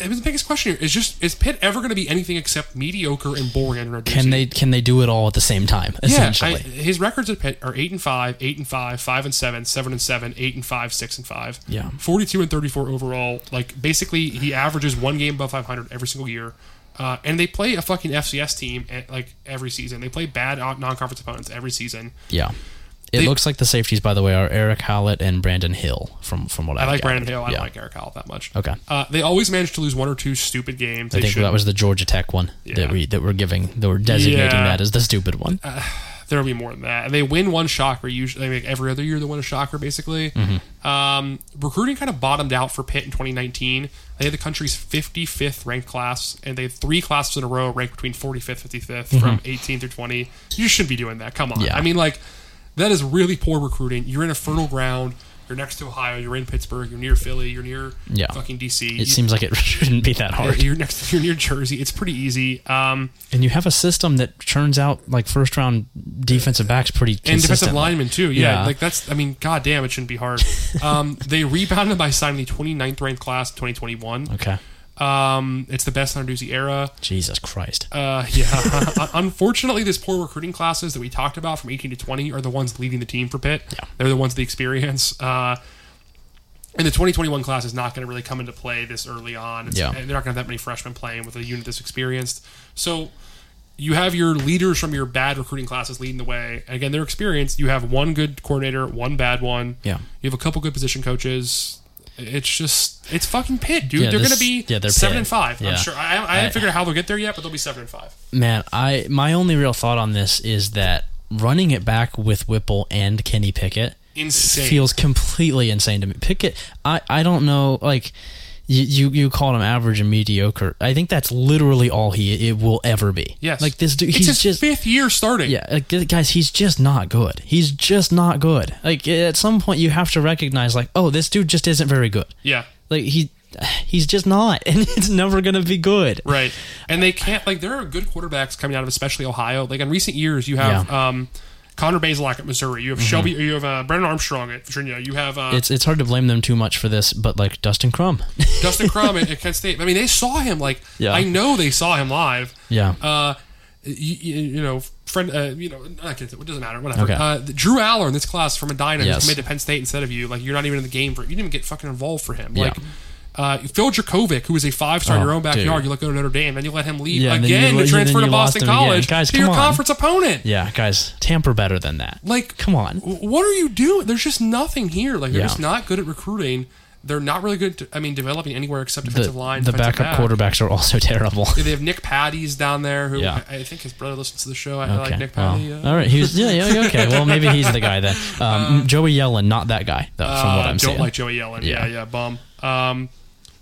S2: it was the biggest question here is just is Pitt ever going to be anything except mediocre and boring under Narduzzi?
S1: Can they can they do it all at the same time?
S2: Yeah,
S1: Essentially,
S2: I, his records at Pitt are eight and five, eight and five, five and seven, seven and seven, eight and five, six and five.
S1: Yeah.
S2: forty-two and thirty-four overall. Like basically, he averages one game above five hundred every single year. Uh, and they play a fucking FCS team eh, like every season. They play bad non-conference opponents every season.
S1: yeah. It
S2: They-
S1: looks like the safeties, by the way, are Eric Hallett and Brandon Hill. From from what I,
S2: I like
S1: gathered.
S2: Brandon Hill. I
S1: yeah.
S2: don't like Eric Howell that much.
S1: Okay.
S2: Uh, they always manage to lose one or two stupid games. They
S1: I think
S2: should.
S1: that was the Georgia Tech one
S2: Yeah.
S1: that we that we're giving that we're designating
S2: Yeah. Uh,
S1: that as the stupid one.
S2: There'll be more than that. And they win one shocker. Usually, they make every other year they win a shocker. Basically,
S1: Mm-hmm.
S2: um, recruiting kind of bottomed out for Pitt in 2019. They had the country's 55th ranked class, and they had three classes in a row ranked between 45th, 55th, from 18 through 20. You shouldn't be doing that. Come on.
S1: Mm-hmm. Yeah.
S2: I mean, like. That is really poor recruiting. You're in a fertile ground. You're next to Ohio. You're in Pittsburgh. You're near Philly. You're near
S1: Yeah.
S2: fucking DC.
S1: It seems like it (laughs) shouldn't be that hard.
S2: (laughs) you're next. You're near Jersey. It's pretty easy. Um,
S1: And you have a system that churns out like first round defensive backs pretty
S2: and defensive
S1: consistently.
S2: linemen too. Yeah,
S1: Yeah.
S2: like that's. I mean, goddamn, it shouldn't
S1: (laughs)
S2: be hard. um, they rebounded by signing the 29th ranked class, of 2021.
S1: Okay.
S2: Um, it's the best in our Doozy era.
S1: Jesus Christ.
S2: Uh, yeah. (laughs) Un- Unfortunately, this poor recruiting classes that we talked about from 18 to 20 are the ones leading the team for Pitt.
S1: Yeah.
S2: They're the ones with the experience. Uh, and the 2021 class is not going to really come into play this early on. It's-
S1: Yeah.
S2: and They're not going to have that many freshmen playing with a unit this experienced. So you have your leaders from your bad recruiting classes leading the way. And again, they're experienced. You have one good coordinator, one bad one.
S1: Yeah.
S2: You have a couple good position coaches. It's just it's fucking Pitt, dude.
S1: Yeah,
S2: they're
S1: this-
S2: going to be
S1: yeah, they're
S2: seven
S1: Pitt.
S2: and five. I'm
S1: Yeah.
S2: sure. I, I haven't figured out how they'll get there yet, but they'll be seven and five.
S1: Man, I my only real thought on this is that running it back with Whipple and Kenny Pickett
S2: Insane.
S1: feels completely insane to me. Pickett, I, I don't know, like you, you you called him average and mediocre. I think that's literally all he it will ever be.
S2: yes.
S1: Like this dude,
S2: It's
S1: he's
S2: his
S1: just
S2: fifth year starting.
S1: yeah, like, gu- guys, he's just not good. He's just not good. Like at some point, you have to recognize, like, oh, this dude just isn't very good.
S2: Yeah.
S1: Like he, he's just not, (laughs) and it's never gonna be good.
S2: Right. And they can't like there are good quarterbacks coming out of especially Ohio. Like in recent years, you have um, Connor Bazelak at Missouri. You have Shelby. You have uh, Brennan Armstrong at Virginia. You have uh,
S1: Mm-hmm. It's it's hard to blame them too much for this, but like Dustin Crum,
S2: Dustin Crum at, at Kent State. I mean, they saw him. Like
S1: Yeah.
S2: I know they saw him live.
S1: (laughs) yeah,
S2: Uh, you, you know, friend. Uh, you know, not Kent State, it doesn't matter. Whatever.
S1: Okay.
S2: Uh, Drew Aller in this class from Medina who's
S1: Yes.
S2: committed to Penn State instead of you. Like you're not even in the game for. You didn't even get fucking involved for him.
S1: Yeah.
S2: Like. Uh, Phil Dracovic, who is a five-star in
S1: Oh,
S2: your own backyard,
S1: dude.
S2: you let go to Notre Dame, then you let him leave
S1: Yeah, and then
S2: again
S1: you- then
S2: to transfer to
S1: you lost
S2: Boston
S1: him again.
S2: College
S1: Guys,
S2: to your
S1: come on.
S2: conference opponent.
S1: yeah, guys, tamper better than that.
S2: Like,
S1: Come on,
S2: w- what are you doing? There's just nothing here. Like, they're
S1: Yeah.
S2: just not good at recruiting. They're not really good. At, I mean, developing anywhere except
S1: the,
S2: defensive line.
S1: the
S2: defensive
S1: backup
S2: back.
S1: quarterbacks are also (laughs) terrible.
S2: Yeah, They have Nick Patties down there, who
S1: Yeah.
S2: I I think his brother listens to the show. I, I
S1: Okay,
S2: like Nick
S1: well,
S2: Patty. uh,
S1: all right, he was yeah, yeah, okay. Well, maybe he's the
S2: (laughs)
S1: guy then. Um, Joey Yellen, not that guy though, from
S2: uh,
S1: what I'm
S2: don't
S1: seeing.
S2: like Joey Yellen. Yeah,
S1: Yeah.
S2: yeah, bum. Um,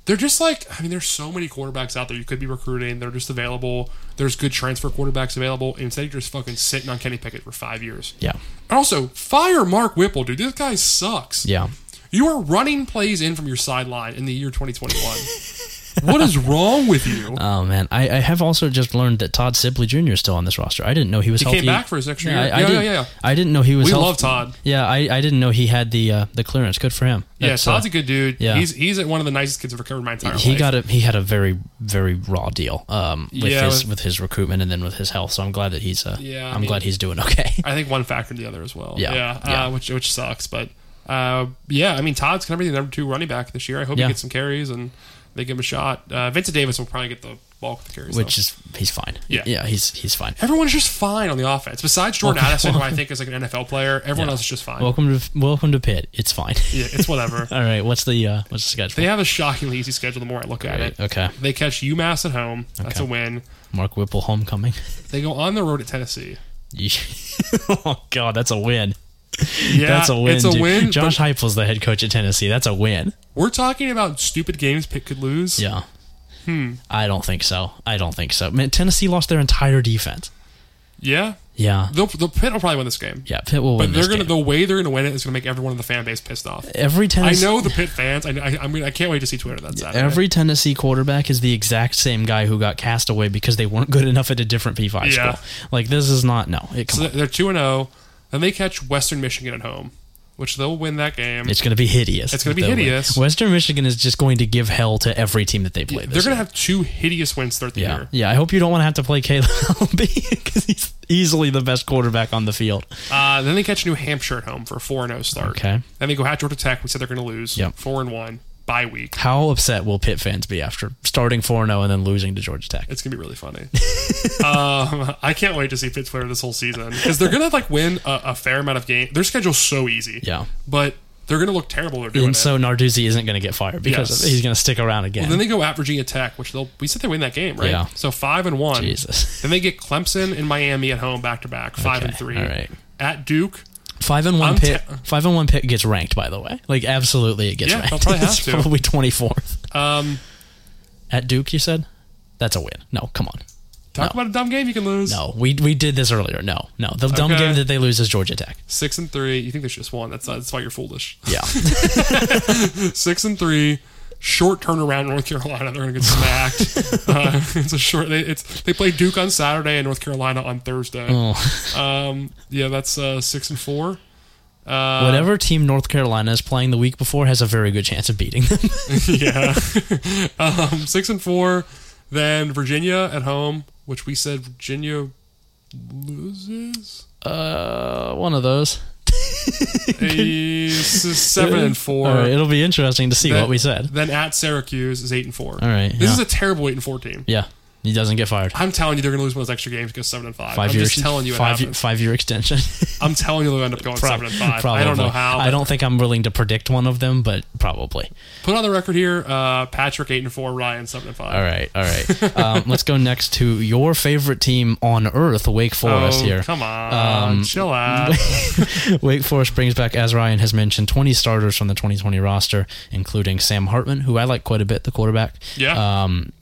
S2: they're just like I mean, there's so many quarterbacks out there you could be recruiting. They're just available. There's good transfer quarterbacks available. And instead, you're just fucking sitting on Kenny Pickett for five years.
S1: yeah,
S2: And also, fire Mark Whipple, dude. This guy sucks.
S1: yeah.
S2: You are running plays in from your sideline in the year 2021. what is wrong
S1: (laughs)
S2: with you?
S1: Oh man, I, I have also just learned that Todd Sibley Jr. is still on this roster. I didn't know he was
S2: He came
S1: healthy.
S2: back for his extra
S1: yeah,
S2: year.
S1: I, I
S2: Yeah,
S1: didn't,
S2: yeah, yeah.
S1: I didn't know he was.
S2: We
S1: healthy.
S2: love Todd.
S1: Yeah, I, I didn't know he had the uh, the clearance. Good for him.
S2: yeah,
S1: That's, uh,
S2: Todd's a good dude.
S1: yeah.
S2: He's he's one of the nicest kids I've ever covered in my entire
S1: he
S2: life.
S1: got a he had a very very raw deal um, with
S2: Yeah.
S1: his with his recruitment and then with his health. So I'm glad that he's uh,
S2: Yeah, I
S1: I'm
S2: mean-
S1: glad he's doing okay.
S2: (laughs)
S1: (laughs)
S2: I think one factor to the other as well.
S1: Yeah, yeah.
S2: Uh, which which sucks, but uh, yeah, I mean Todd's gonna be the number two running back this year. I hope
S1: Yeah.
S2: he gets some carries and they give him a shot. Uh, Vincent Davis will probably get the bulk of the carries.
S1: Which
S2: though.
S1: is he's fine.
S2: Yeah.
S1: yeah, he's he's fine.
S2: everyone's just fine on the offense. Besides Jordan Addison, who I think is like an NFL player, everyone
S1: Yeah.
S2: else is just fine.
S1: Welcome to welcome to Pitt. It's fine.
S2: yeah, it's whatever.
S1: (laughs)
S2: (laughs)
S1: All right, what's the uh, what's the schedule?
S2: they have a shockingly easy schedule. The more I look at it,
S1: Okay,
S2: They catch UMass at home. That's
S1: Okay.
S2: a win.
S1: Mark Whipple homecoming. (laughs)
S2: They go on the road at Tennessee.
S1: oh God, that's a win. (laughs)
S2: Yeah,
S1: That's a win.
S2: It's a
S1: dude.
S2: win.
S1: Josh
S2: but
S1: Heupel's the head coach at Tennessee. That's a win.
S2: we're talking about stupid games Pitt could lose.
S1: Yeah. Hmm. I don't think so. I don't think so. Man, Tennessee lost their entire defense.
S2: Yeah.
S1: Yeah.
S2: They'll, they'll Pitt will probably win this game.
S1: Yeah. Pitt will win.
S2: But they're
S1: this
S2: gonna
S1: game.
S2: the way they're gonna win it is gonna make everyone in the fan base pissed off.
S1: every
S2: I
S1: Tennessee.
S2: know the Pitt fans. I, I, I'm gonna, I can't wait to see Twitter that Saturday.
S1: Every Tennessee quarterback is the exact same guy who got cast away because they weren't good enough at a different P5
S2: Yeah.
S1: school. Like this is not no. It, come
S2: so
S1: on.
S2: they're two and zero. Then they catch Western Michigan at home, which they'll win that game.
S1: It's going to be hideous.
S2: It's gonna be
S1: They'll win.
S2: hideous.
S1: Western Michigan is just going to give hell to every team that they play.
S2: they're
S1: this
S2: gonna
S1: year.
S2: have two hideous wins throughout the
S1: Yeah.
S2: year.
S1: Yeah. I hope you don't want to have to play Caleb (laughs) Elby because he's easily the best quarterback on the field.
S2: Uh, then they catch New Hampshire at home for a four and zero start.
S1: Okay.
S2: Then they go at Georgia Tech. We said they're gonna lose.
S1: Yep.
S2: Four and one bye week.
S1: How upset will Pitt fans be after starting 4 0 and then losing to Georgia Tech?
S2: It's gonna be really funny. (laughs) um, I can't wait to see Pitt Twitter this whole season because they're gonna like win a, a fair amount of games. Their schedule's so easy,
S1: Yeah.
S2: but they're gonna look terrible. They're doing
S1: And
S2: it.
S1: so Narduzzi isn't going to get fired because
S2: Yes.
S1: of- he's going to stick around again.
S2: then they go at Virginia Tech, which they'll we said they win that game, right?
S1: Yeah.
S2: So five and one.
S1: Jesus.
S2: Then they get Clemson and Miami at home back to back, five and
S1: Okay,
S2: three.
S1: all right.
S2: At Duke,
S1: 5 and
S2: I'm
S1: 1 Pitt.
S2: te-
S1: 5 and 1 Pitt gets ranked by the way. Like absolutely it gets
S2: Yeah, they'll
S1: ranked.
S2: probably have
S1: it's
S2: to.
S1: probably 24th.
S2: um,
S1: At Duke you said? That's a win. No, come on.
S2: Talk about a dumb game you can lose.
S1: No, we we did this earlier. No, no, the dumb
S2: Okay.
S1: game that they lose is Georgia Tech.
S2: Six and three. You think there's just one? That's that's why you're foolish. (laughs)
S1: Yeah, (laughs)
S2: Six and three. Short turnaround, in North Carolina. They're gonna get
S1: (laughs)
S2: smacked. uh, (laughs) it's a short. They, it's they play Duke on Saturday and North Carolina on Thursday.
S1: Mm.
S2: Um, yeah, that's uh, six and four. Uh,
S1: whatever team North Carolina is playing the week before has a very good chance of beating them. (laughs)
S2: yeah. (laughs) um, six and four. Then Virginia at home, which we said Virginia
S1: (laughs)
S2: loses.
S1: uh, one of those.
S2: Eh, s- seven and four.
S1: All right, it'll be interesting to see what we said.
S2: Then at Syracuse is eight and four.
S1: All right,
S2: This
S1: yeah.
S2: is a terrible eight and four team.
S1: Yeah, he doesn't get fired.
S2: I'm telling you, they're going to lose one of those extra games because seven and five.
S1: Five
S2: I'm
S1: years.
S2: just telling you, it
S1: five year,
S2: happens.
S1: five year extension. (laughs)
S2: I'm telling you, they'll end up going
S1: Prob-
S2: seven and five. I don't know how.
S1: I
S2: but-
S1: don't think I'm willing to predict one of them, but probably.
S2: Put on the record here: uh, Patrick eight and four, Ryan seven and five.
S1: All right, all
S2: (laughs)
S1: right. um, let's go next to your favorite team on earth, Wake Forest.
S2: Oh,
S1: here, Um,
S2: come
S1: (laughs)
S2: on, chill out.
S1: Wake Forest brings back, as Ryan has mentioned, 20 starters from the 2020 roster, including Sam Hartman, who I like quite a bit, the quarterback.
S2: Yeah.
S1: Um,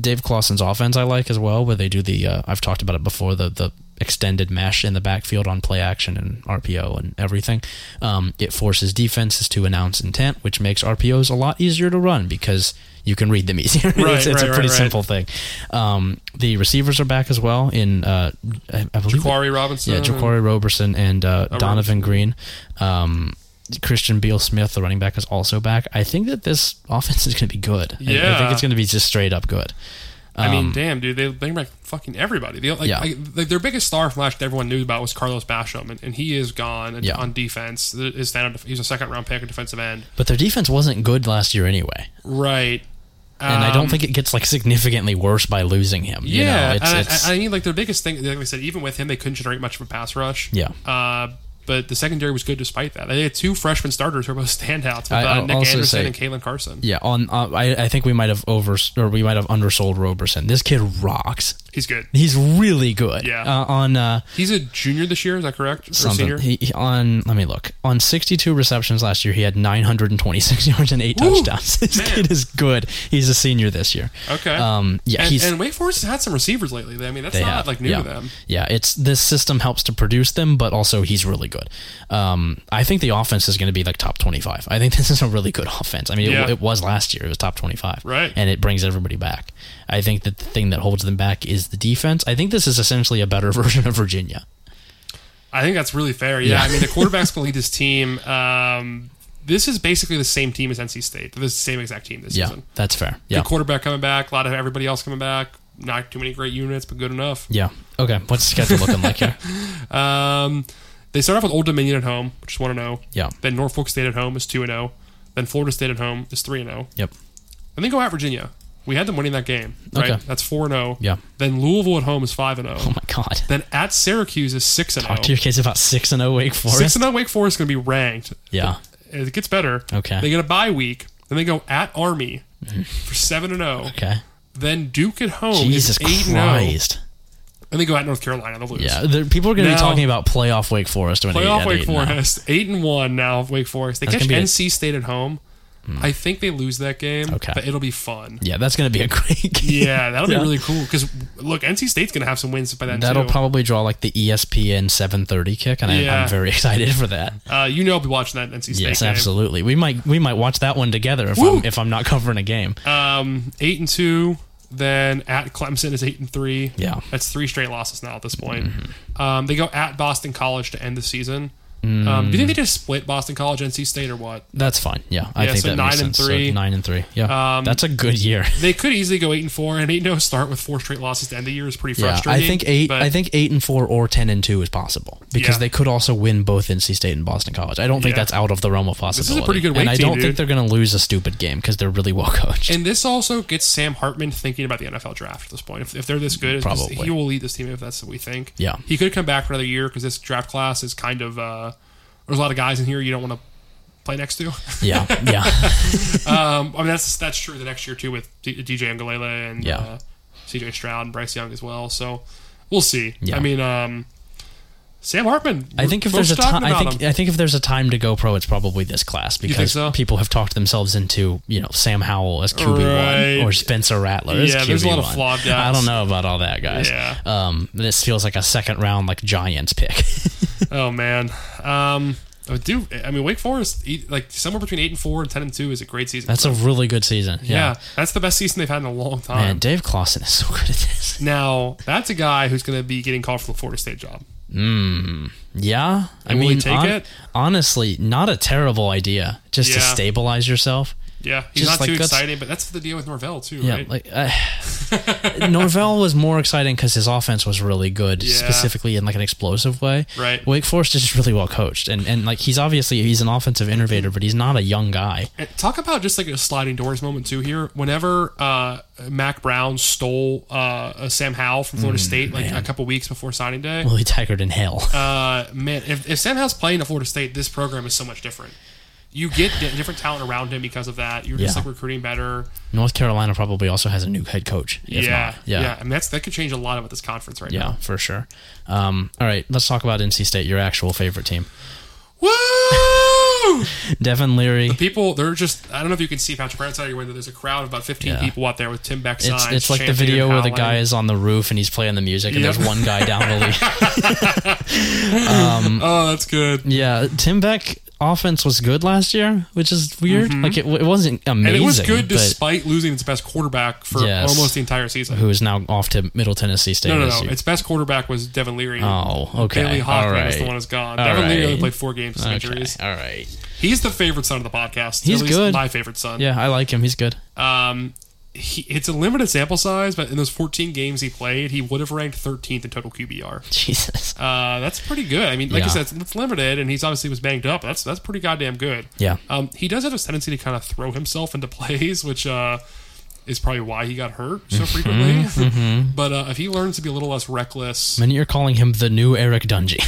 S1: Dave Clausen's offense I like as well, where they do the uh, I've talked about it before the the extended mesh in the backfield on play action and RPO and everything. Um, it forces defenses to announce intent, which makes RPOs a lot easier to run because you can read them easier. (laughs) it's it's
S2: right,
S1: a
S2: right,
S1: pretty
S2: right.
S1: simple thing. Um, the receivers are back as well in uh, I, I believe
S2: Quarry Robinson.
S1: yeah, Ja'Cory Roberson and uh,
S2: Oh,
S1: Donovan
S2: Roberson.
S1: Green. Um, Christian Beal Smith, the running back, is also back. I think that this offense is going to be good. I- I, think
S2: Yeah.
S1: it's going to be just straight up good. Um,
S2: I mean, damn, dude, they bring back fucking everybody. They, like,
S1: Yeah.
S2: like, like, their biggest star from last year everyone knew about was Carlos Basham, and, and he is gone and,
S1: Yeah.
S2: on defense. His standard, he's a second round pick at defensive end.
S1: But their defense wasn't good last year anyway,
S2: Right.
S1: and I don't think it gets like significantly worse by losing him. you know?
S2: Um, Yeah,
S1: it's,
S2: and I-
S1: it's,
S2: I, I mean, like their biggest thing, like we said, even with him, they couldn't generate much of a pass rush.
S1: Yeah.
S2: Uh, but the secondary was good despite that. They had two freshman starters who were both (laughs) standouts, with,
S1: I-
S2: uh,
S1: I'll
S2: Nick
S1: also
S2: Anderson
S1: say-
S2: and Kalen Carson.
S1: yeah. On uh, I, I think we might have over or we might have undersold Roberson. This kid rocks.
S2: He's good.
S1: He's really good.
S2: Yeah.
S1: Uh, on uh,
S2: He's a junior this year, is that correct? Or
S1: something.
S2: senior?
S1: He, he- on let me look. On 62 receptions last year, he had 926 (laughs) yards and eight
S2: Woo!
S1: touchdowns. (laughs) This
S2: Man.
S1: kid is good. He's a senior this year.
S2: Okay.
S1: Um. Yeah.
S2: and,
S1: he's.
S2: and Wake Forest has had some receivers lately. I mean, that's
S1: they
S2: not
S1: have.
S2: like new
S1: yeah.
S2: to them.
S1: Yeah. It's this system helps to produce them, but also he's really good. Um. I think the offense is going to be like top 25. I think (laughs) this is a really good offense. I mean,
S2: Yeah.
S1: it, it was last year. It was top 25.
S2: Right.
S1: And it brings everybody back. I think that the thing that holds them back is the defense. I think this is essentially a better (laughs) version of Virginia.
S2: I think that's really fair. Yeah,
S1: Yeah.
S2: I
S1: (laughs)
S2: mean the quarterback's gonna lead his team. Um, this is basically the same team as NC State. They're the same exact team this
S1: Yeah.
S2: season.
S1: That's fair.
S2: The
S1: Yeah.
S2: quarterback coming back, a lot of everybody else coming back. Not too many great units, but good enough.
S1: Yeah. Okay. What's the schedule looking like
S2: (laughs)
S1: here?
S2: Um, they start off with Old Dominion at home, which is one and zero.
S1: Yeah.
S2: Then Norfolk State at home is two and zero. Then Florida State at home is three and zero.
S1: Yep.
S2: And then go at Virginia. We had them winning that game, right?
S1: Okay.
S2: That's four and zero.
S1: Yeah.
S2: Then Louisville at home is five
S1: (laughs)
S2: and
S1: Oh
S2: zero.
S1: my God.
S2: Then at Syracuse is six and
S1: Talk to your
S2: zero.
S1: kids about six and oh Wake Forest.
S2: Six and zero. Wake Forest is going to be ranked.
S1: yeah.
S2: It gets better.
S1: Okay.
S2: They get a bye week, then they go at Army
S1: Mm-hmm.
S2: for seven and zero.
S1: Okay.
S2: Then Duke at home
S1: Jesus
S2: is Oh, eight and zero,
S1: Christ.
S2: and they go at North Carolina. They'll lose.
S1: Yeah. There, people are going to
S2: Now-
S1: be talking about playoff Wake Forest when
S2: Playoff
S1: at
S2: Wake
S1: eight and oh.
S2: Forest, eight and one now. Wake Forest, they
S1: That's gonna
S2: catch
S1: be a- Hmm.
S2: NC State at home. I think they lose that game,
S1: Okay.
S2: but it'll be fun.
S1: Yeah, that's going to be a great game.
S2: Yeah,
S1: (laughs)
S2: that'll
S1: Yeah.
S2: be really cool because look, NC State's gonna have some wins by
S1: (laughs)
S2: then
S1: That'll
S2: too.
S1: probably draw like the E ESPN 7:30 kick, and I,
S2: Yeah.
S1: I'm very (laughs) excited for that.
S2: uh, you know, I'll be watching that NC State
S1: Yes,
S2: game.
S1: absolutely. We might we might watch that one together if
S2: Woo!
S1: I'm if I'm not covering a game.
S2: Um, eight and two. Then at Clemson is eight and three.
S1: Yeah. Mm-hmm.
S2: that's three straight losses now at this point. Um, they go at Boston College to end the season.
S1: Mm.
S2: Um, do you think they just split Boston College, NC State, or what?
S1: That's fine. Yeah, I
S2: Yeah,
S1: think
S2: so
S1: that
S2: nine
S1: makes
S2: and
S1: sense. So
S2: three.
S1: nine and three. Yeah,
S2: Um,
S1: that's a good year.
S2: They could easily go eight and four, and eight no start with four straight losses to end the year is pretty
S1: Yeah,
S2: frustrating.
S1: I think eight.
S2: but-
S1: I think eight and four or ten and two is possible because
S2: Yeah.
S1: they could also win both NC State and Boston College. I don't think
S2: Yeah.
S1: that's out of the realm of
S2: is
S1: possibility.
S2: a pretty good
S1: and
S2: weight
S1: I
S2: team,
S1: don't think
S2: dude.
S1: they're going to lose a stupid game because they're really well coached.
S2: And this also gets Sam Hartman thinking about the NFL draft at this point. If, if they're this good, it's just-
S1: Probably.
S2: he will lead this team if that's what we think.
S1: Yeah.
S2: He could come back for another year because this draft class is kind of. Uh, there's a lot of guys in here you don't want to play next to. (laughs)
S1: yeah, yeah,
S2: um, I mean, that's that's true the next year, too, with D- DJ Angalele and
S1: Yeah.
S2: uh, CJ Stroud and Bryce Young as well. So we'll see.
S1: Yeah.
S2: I mean, um, Sam Hartman.
S1: I think if
S2: Folks
S1: there's a
S2: talking
S1: time, I
S2: about
S1: think
S2: him.
S1: I think if there's a time to go pro, it's probably this class because
S2: so?
S1: people have talked themselves into you know Sam Howell as QB
S2: Right.
S1: one or Spencer Rattler as
S2: Yeah,
S1: QB
S2: there's a lot of
S1: one.
S2: flawed guys.
S1: I don't know about all that, guys.
S2: Yeah.
S1: Um, this feels like a second round like Giants pick. (laughs)
S2: Oh man. Um, I would do. I mean, Wake Forest, eight, like somewhere between eight and four and ten and two, is a great season.
S1: That's a really good season.
S2: yeah.
S1: Yeah.
S2: that's the best season they've had in a long time.
S1: Man, Dave Clawson is so good at this.
S2: Now, that's a guy who's going to be getting called for the Florida State job.
S1: Hmm. Yeah, I
S2: will he
S1: mean,
S2: take
S1: hon-
S2: it?
S1: honestly, not a terrible idea just to
S2: Yeah.
S1: stabilize yourself.
S2: Yeah, he's
S1: Just
S2: not too
S1: like that's-
S2: exciting, but that's the deal with Norvell too,
S1: Yeah,
S2: right?
S1: like uh, (laughs) Norvell was more exciting because his offense was really good,
S2: Yeah.
S1: specifically in like an explosive way.
S2: Right.
S1: Wake Forest is just really well coached, and and like he's obviously he's an offensive innovator, but he's not a young guy. (laughs)
S2: And talk about just like a sliding doors moment too here. Whenever uh, Mac Brown stole uh, uh, Sam Howell from
S1: Mm,
S2: Florida State like a couple weeks before signing day,
S1: Willie Taggart in hell.
S2: uh, man, if, if Sam Howell's playing at Florida State, this program is so much different. You get di- different talent around him because of that. You're just
S1: Yeah.
S2: like recruiting better.
S1: North Carolina probably also has a new head coach. if
S2: yeah,
S1: not. yeah,
S2: yeah. I mean, that's that could change a lot about this conference right
S1: Yeah,
S2: now.
S1: for sure. Um, all right, let's talk about NC State, your actual favorite team.
S2: Woo!
S1: Devin Leary.
S2: people they're just I don't know if you can see Patrick Brown's out of your window. There's a crowd of about 15
S1: Yeah.
S2: people out there with Tim Beck signs.
S1: It's, it's like the
S2: chanting
S1: video
S2: and
S1: where the
S2: howling.
S1: guy is on the roof and he's playing the music, and
S2: Yep.
S1: there's one guy down the lead.
S2: Oh, that's good.
S1: (laughs) Yeah, Tim Beck offense was good last year, which is weird. Like it, Mm-hmm. it wasn't amazing.
S2: And it was good
S1: but
S2: despite losing its best quarterback for
S1: Yes.
S2: almost the entire season.
S1: who is now off to Middle Tennessee State?
S2: no, no, no.
S1: this year.
S2: Its best quarterback was Devin Leary.
S1: Oh, okay.
S2: Bailey Hawkman
S1: All
S2: is the
S1: right.
S2: one who's gone.
S1: All
S2: Devin Leary only
S1: right.
S2: played four games with
S1: Okay,
S2: injuries.
S1: All right.
S2: He's the favorite son of the podcast.
S1: He's
S2: at least
S1: good.
S2: My favorite son.
S1: Yeah, I like him. He's good.
S2: Um, he, it's a limited sample size, but in those 14 games he played, he would have ranked 13th in total QBR.
S1: (laughs) Jesus.
S2: Uh, that's pretty good. I mean, like I
S1: Yeah.
S2: said, it's- it's limited, and he's obviously was banged up. That's that's pretty goddamn good.
S1: Yeah.
S2: Um, he does have a tendency to kind of throw himself into (laughs) plays, which uh, is probably why he got hurt
S1: Mm-hmm,
S2: so frequently. (laughs) but uh, if he learns to be a little less reckless,
S1: Many are calling him the new Eric (laughs) Dungy.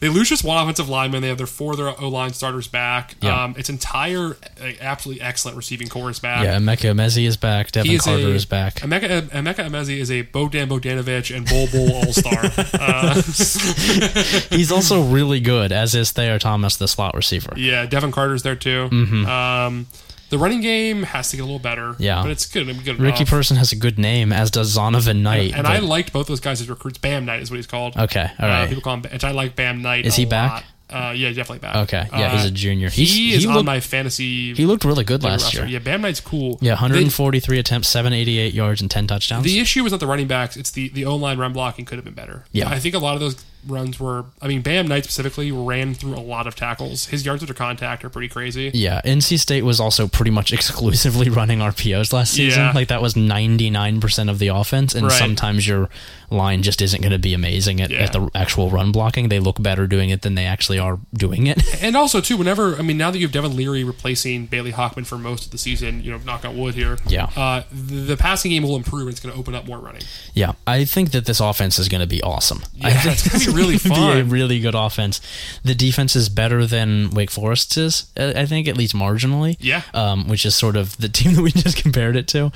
S2: they lose just one offensive lineman. They have their four of their O line starters back.
S1: Yeah.
S2: Um, its entire, uh, absolutely excellent receiving core is back.
S1: yeah, Emeka Mezzi is back. Devin
S2: He is
S1: Carter
S2: a-
S1: is back.
S2: Emeka, Emeka Emezi is a Bodan Bodanovich and Bol Bol
S1: (laughs)
S2: All Star. uh,
S1: He's also really good, as is Thayer Thomas, the slot receiver.
S2: Yeah, Devin Carter's there too. Um, the running game has to get a little better.
S1: Mm-hmm. Yeah.
S2: but it's good. I'm good.
S1: Ricky
S2: enough.
S1: Person has a good name, as does Zonovan Knight.
S2: and
S1: but-
S2: I liked both those guys as recruits. Bam Knight is what he's called.
S1: Okay, all
S2: Uh,
S1: right.
S2: people call him. And I like Bam Knight.
S1: Is
S2: a
S1: he back?
S2: lot. Uh, yeah, definitely back.
S1: Okay, yeah, he's
S2: Uh,
S1: a junior.
S2: He,
S1: He's-
S2: is on
S1: looked-
S2: my fantasy.
S1: He looked really good last
S2: roster.
S1: year.
S2: Yeah, Bam Knight's cool.
S1: Yeah,
S2: They-
S1: 143 attempts, 788 yards, and 10 touchdowns.
S2: The issue was not the running backs; it's the the O line run blocking could have been better.
S1: Yeah.
S2: I think a lot of those runs were. I mean, Bam Knight specifically ran through a lot of tackles. His yards after contact are pretty crazy.
S1: yeah, NC State was also pretty much (laughs) exclusively running RPOs last season.
S2: Yeah.
S1: Like that was 99% of the offense, and
S2: Right.
S1: sometimes your line just isn't going to be amazing at,
S2: Yeah.
S1: at the actual run blocking. They look better doing it than they actually are doing it. (laughs)
S2: And also too, whenever I mean, now that you have Devin Leary replacing Bailey Hockman for most of the season, you know, knock on wood here.
S1: Yeah. Mm.
S2: Uh, the, the passing game will improve, and it's going to open up more running.
S1: yeah, I think that this offense is going to be awesome. I
S2: Yeah,
S1: think
S2: it's gonna be
S1: this
S2: really
S1: is gonna Be a
S2: fun.
S1: really good offense. The defense is better than Wake Forest's is, I I think, at least marginally.
S2: Yeah.
S1: Um, which is sort of the team (laughs) that we just compared it to.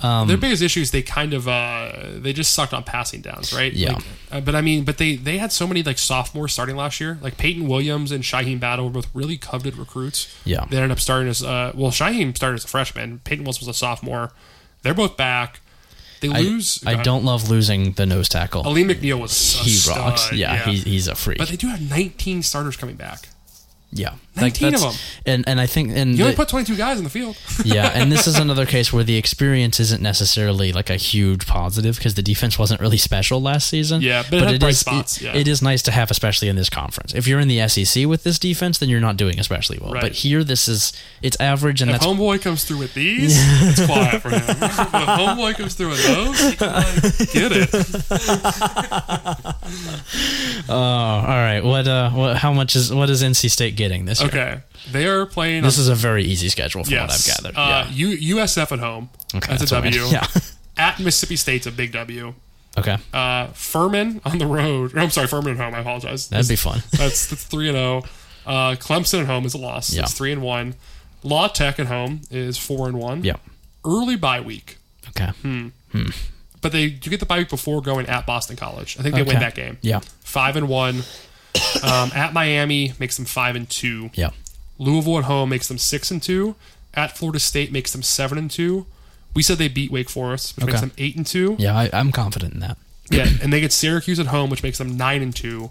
S1: Um,
S2: Their biggest issue is they kind of uh, they just sucked on passing downs, right?
S1: Yeah.
S2: Like, uh, but I mean, but they they had so many like sophomores starting last year, like Peyton Williams and Shaheem Battle were both really coveted recruits.
S1: Yeah.
S2: They ended up starting as uh, well. Shaheem started as a freshman. Peyton Williams was a sophomore. They're both back. They lose.
S1: I
S2: God,
S1: don't love losing the nose tackle.
S2: Ali McNeil was a
S1: he
S2: stud,
S1: rocks. Yeah, He's, he's a freak.
S2: but they do have 19 starters coming back.
S1: yeah,
S2: 19 of
S1: that's- And and I think and
S2: You
S1: the-
S2: only put 22 guys on the field.
S1: yeah, and this is another case where the experience isn't necessarily like a huge positive because the defense wasn't really special last season.
S2: Yeah, but it had bright
S1: is
S2: spots,
S1: it-
S2: yeah.
S1: it is nice to have, especially in this conference. If you're in the SEC with this defense, then you're not doing especially well.
S2: Right.
S1: But here, this is it's average, and
S2: If
S1: (laughs) that's
S2: homeboy comes through with these, it's quiet for him. (laughs) if homeboy comes through with those, he can, like, get it.
S1: (laughs) oh, all right. What uh, what, how much is what is NC State getting this year?
S2: Okay, they are playing.
S1: This
S2: on,
S1: is a very easy schedule from
S2: yes,
S1: what I've gathered.
S2: Uh, U- USF at home.
S1: Okay,
S2: that's, a
S1: what I (laughs)
S2: W.
S1: mean. Yeah.
S2: (laughs) At Mississippi State's a big W.
S1: Okay.
S2: Uh, Furman on the road. Or, I'm sorry, Furman at home. I apologize.
S1: That'd be
S2: (laughs)
S1: fun.
S2: That's that's three and zero. Uh, Clemson at home is a loss.
S1: Yeah.
S2: It's three and one. Law Tech at home is four and one.
S1: Yeah.
S2: Early bye week.
S1: Okay.
S2: But but they do get the bye week before going at Boston College. I think they
S1: Okay.
S2: win that game.
S1: Yeah.
S2: Five and one. Um, at Miami makes them five and two.
S1: Yeah.
S2: Louisville at home makes them six and two. At Florida State makes them seven and two. We said they beat Wake Forest, which makes
S1: Okay.
S2: them eight and two.
S1: Yeah. I, I'm confident in that.
S2: Yeah, and they get Syracuse at home, which makes them nine and two.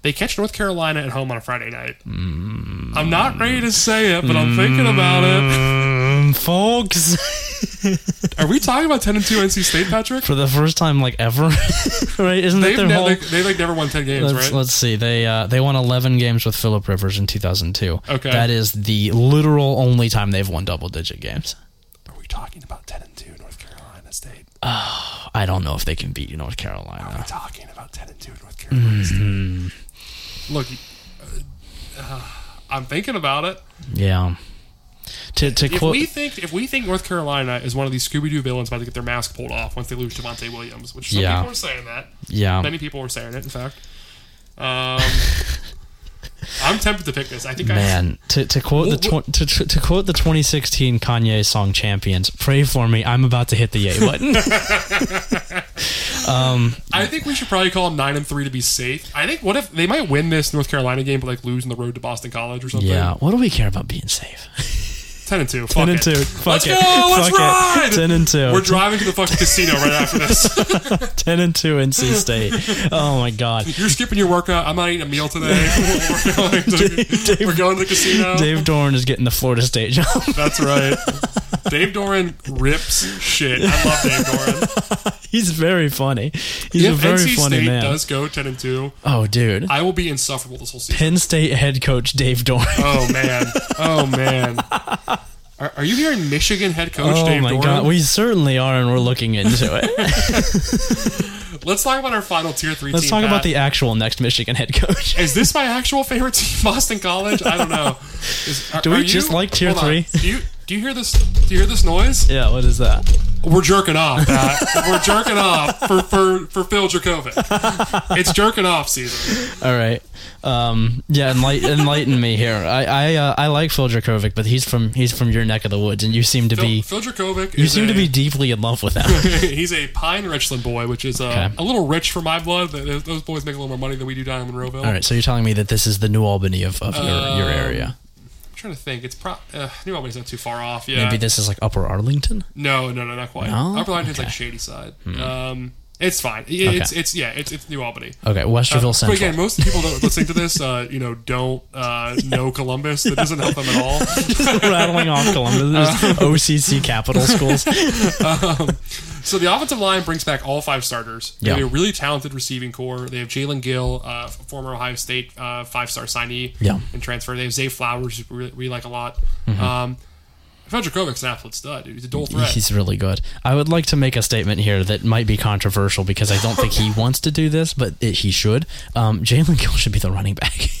S2: They catch North Carolina at home on a Friday night.
S1: Mm.
S2: I'm not ready to say it, but I'm thinking about it.
S1: folks.
S2: Are we talking about ten and two NC State, Patrick?
S1: For the first time, like ever, (laughs) right? Isn't that
S2: They've
S1: their
S2: ne-
S1: whole?
S2: they, they like never won ten games,
S1: Let's,
S2: right?
S1: let's see. They uh, they won 11 games with Philip Rivers in 2002.
S2: Okay.
S1: That is the literal only time they've won double digit games.
S2: Are we talking about ten and two North Carolina State?
S1: I don't know if they can beat North Carolina.
S2: talking about ten and two North Carolina
S1: Mm-hmm.
S2: State. Look, uh, uh, I'm thinking about it.
S1: Yeah. To to
S2: If
S1: quote
S2: we think if we think North Carolina is one of these Scooby Doo villains about to get their mask pulled off once they lose Javante Williams, which some
S1: Yeah. Um,
S2: people are saying that.
S1: yeah.
S2: Many people were saying it, in fact.
S1: (laughs)
S2: Um, I'm tempted to pick this. I think
S1: Man, to, to quote the
S2: Well,
S1: tw- to, to, to quote the 2016 Kanye song "Champions," pray for me. I'm about to hit the yay button.
S2: (laughs) I, I think we should probably call nine and three to be safe. I think what if they might win this North Carolina game, but like lose on the road to Boston College or something.
S1: yeah, what do we care about being safe?
S2: ten and two. Fuck
S1: Ten and
S2: it.
S1: two. Fuck
S2: Let's
S1: it.
S2: go. Let's
S1: Fuck
S2: ride.
S1: It. Ten and 2
S2: We're driving to the fucking casino right after this.
S1: (laughs) 10 and 2 NC State. Oh my
S2: (laughs)
S1: god.
S2: You're skipping your workout. I'm not eating a
S1: (laughs)
S2: meal today. we're, going to,
S1: Dave-
S2: we're going to the casino.
S1: Dave Dorn is getting the Florida State job. (laughs)
S2: That's right. Dave Doran rips shit. I love Dave
S1: (laughs)
S2: Doran.
S1: He's very funny. He's a
S2: If
S1: very
S2: NC
S1: funny
S2: State
S1: man.
S2: does go ten and two,
S1: oh dude.
S2: I will be insufferable this whole season.
S1: Penn State head coach Dave Dorn. (laughs)
S2: Oh man. Oh man. Are, are you hearing Michigan head coach
S1: Oh
S2: Dave
S1: my
S2: Doran?
S1: god, we certainly are, and we're looking into
S2: (laughs)
S1: it.
S2: Let's talk about our final tier three.
S1: Let's
S2: team,
S1: talk about
S2: Pat.
S1: the actual next Michigan head coach. (laughs)
S2: Is this my actual favorite team, (laughs) Boston College? I don't know. Is, are,
S1: Do we
S2: are
S1: just
S2: you-
S1: like tier
S2: hold on.
S1: three?
S2: Do you do you hear this? Do you hear this noise?
S1: Yeah, what is that?
S2: We're jerking off. Pat. We're jerking off for for for Phil Dracovic. It's jerking off season.
S1: All right. Um, yeah, enlighten, enlighten me here. I I, uh, I like Phil Dracovic, but he's from he's from your neck of the woods, and you seem to
S2: Phil,
S1: be
S2: Phil Dracovic.
S1: you seem to be deeply in love with him.
S2: (laughs) He's a Pine Richland boy, which is uh,
S1: Okay.
S2: a little rich for my blood. Th- Those boys make a little more money than we do down in Monroeville.
S1: All right, so you're telling me that this is the New Albany of, of your, your
S2: Um,
S1: area.
S2: I'm trying to think. It's pro- uh, New Albany's not too far off. Yeah.
S1: Maybe this is like Upper Arlington.
S2: No, no, no, not quite.
S1: No?
S2: Upper Arlington's like
S1: Okay. Hmm.
S2: shady side. Um, it's fine. It- It's it's yeah. It's it's New Albany.
S1: Okay, Westerville
S2: But
S1: Central.
S2: again, most people that listen to this, uh, you know, don't uh, know Columbus. That doesn't help them at all.
S1: (laughs)
S2: (laughs)
S1: rattling off Columbus, (laughs) OCC Capital Schools.
S2: So the offensive line brings back all five starters. They
S1: Yeah.
S2: have a really talented receiving core. They have Jalen Gill, uh, f- former Ohio State uh, five-star signee
S1: Yeah. Mm-hmm.
S2: and transfer. They have Zay Flowers, who we, we like a lot. Um, Phil Dracovic's an absolute stud. dude. He's a dual threat.
S1: He's really good. I would like to make a statement here that might be controversial because I don't think
S2: (laughs)
S1: he wants to do this, but it, he should. Um, Jalen Gill should be the running back. (laughs)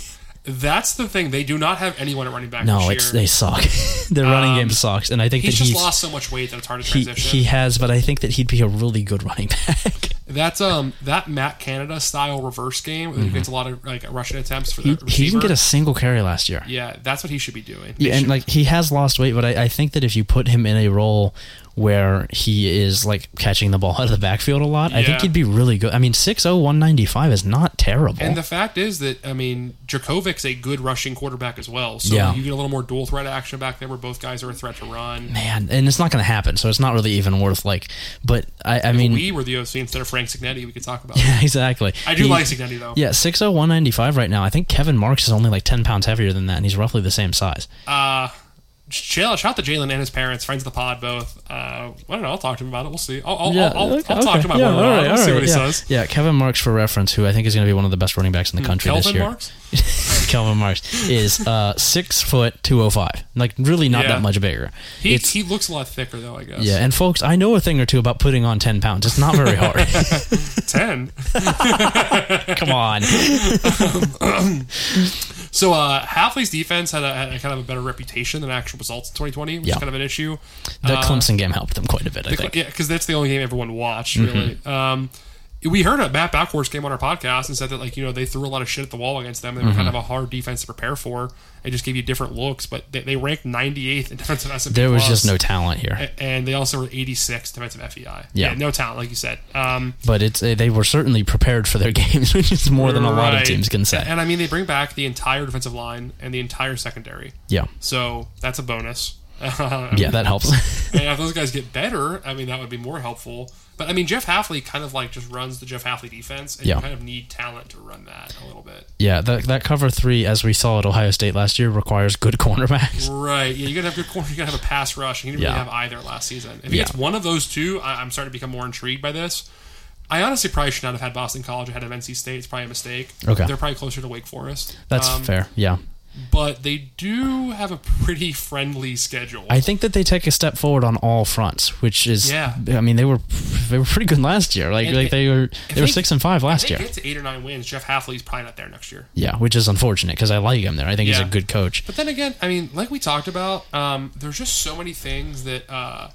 S2: That's the thing. They do not have anyone at running back. this
S1: No,
S2: year.
S1: it's they suck. (laughs) Their running game sucks, and I think that
S2: he's Um, just
S1: he's
S2: lost so much weight that it's hard to
S1: he,
S2: transition.
S1: he has, but I think that he'd be a really good running (laughs) back.
S2: That's um that Matt Canada style reverse game where he gets a lot of like Russian attempts for the
S1: Mm-hmm. he,
S2: Uh, receiver.
S1: he didn't get a single carry last year.
S2: yeah, that's what he should be doing.
S1: Yeah, and like he has lost weight, but I, I think that if you put him in a role where he is like catching the ball (laughs) out of the backfield a lot, I
S2: Yeah.
S1: think he'd be really good. I mean, 6'0", 195 is not terrible.
S2: And the fact is that I mean Djokovic's a good rushing quarterback as well, so
S1: Yeah.
S2: you get a little more dual threat action back there where both guys are a threat to run.
S1: Man, and it's not going to happen, so it's not really even worth like. But I, I mean,
S2: We were the OC instead of Frank Signetti. We could talk about.
S1: (laughs)
S2: it.
S1: exactly.
S2: I do
S1: He-
S2: like Signetti though.
S1: Yeah, 6'0", 195 right now. I think Kevin Marks is only like ten pounds heavier than that, and he's roughly the same size.
S2: Uh, shout, shout out to Jalen and his parents, friends of the pod, both. Uh, I don't know. I'll talk to him about it. We'll see. I'll, I'll, I'll, I'll,
S1: okay,
S2: I'll talk
S1: okay.
S2: to my
S1: Yeah,
S2: one.
S1: all
S2: We'll
S1: right, all
S2: see
S1: right,
S2: what he
S1: yeah.
S2: says. Hmm,
S1: Yeah, Kevin Marks for reference, who I think is going to be one of the best running backs in the country this
S2: Kelvin
S1: year.
S2: Marks.
S1: Kelvin Marks is uh, six foot two oh five. Like really not
S2: Yeah.
S1: that much bigger.
S2: He,
S1: it's
S2: he looks a lot thicker though. I guess.
S1: yeah, and folks, I know a thing or two about putting on ten pounds. It's not very
S2: (laughs)
S1: hard.
S2: (laughs)
S1: (laughs)
S2: Ten.
S1: Come on.
S2: So uh, Halfley's defense had a, had a kind of a better reputation than actual results in 2020, which
S1: Yeah.
S2: is kind of an issue. Uh,
S1: The Clemson game helped them quite a bit, I think. Mm-hmm.
S2: Yeah, because that's the only game everyone watched really. Um, we heard a Matt Backhorst game on our podcast and said that like you know they threw a lot of shit at the wall against them. They were
S1: Mm-hmm.
S2: kind of a hard defense to prepare for. It just gave you different looks, but they, they ranked 98th in defensive S&P.
S1: There was
S2: plus,
S1: just no talent here,
S2: a- and they also were 86th defensive FEI.
S1: Yeah.
S2: no talent, like you said. Um,
S1: but it's uh, they were certainly prepared for their (laughs) games, which is more than a lot of
S2: right.
S1: teams can say.
S2: (laughs) And, and I mean, they bring back the entire defensive line and the entire secondary,
S1: Yeah,
S2: so that's a bonus. (laughs)
S1: yeah, that helps. (laughs)
S2: And if those guys get better, I mean, that would be more helpful. But I mean, Jeff Halfley kind of like just runs the Jeff Halfley defense, and
S1: Yeah.
S2: you kind of need talent to run that a little bit.
S1: yeah, that that cover three, as we saw at Ohio State last year, requires good cornerbacks.
S2: Right. Yeah, you gotta have good corner. You gotta have a pass rush. and He didn't
S1: Yeah.
S2: really have either last season. If he
S1: Yeah.
S2: gets one of those two, I, I'm starting to become more intrigued by this. I honestly probably should not have had Boston College ahead of NC State. It's probably a mistake.
S1: Okay.
S2: They're probably closer to Wake Forest.
S1: That's
S2: Um,
S1: fair. Yeah,
S2: But they do have a pretty friendly schedule.
S1: I think that they take a step forward on all fronts, which is
S2: Yeah.
S1: I mean, they were they were pretty good last year. Like
S2: And-
S1: like they were they were
S2: they-
S1: six and five
S2: If
S1: last
S2: they
S1: year.
S2: get to eight or nine wins, Jeff Halfley's probably not there next year.
S1: Yeah, which is unfortunate because I like him there. I think he's
S2: Yeah.
S1: a good coach.
S2: But then again, I mean, like we talked about, um, there's just so many things that, uh,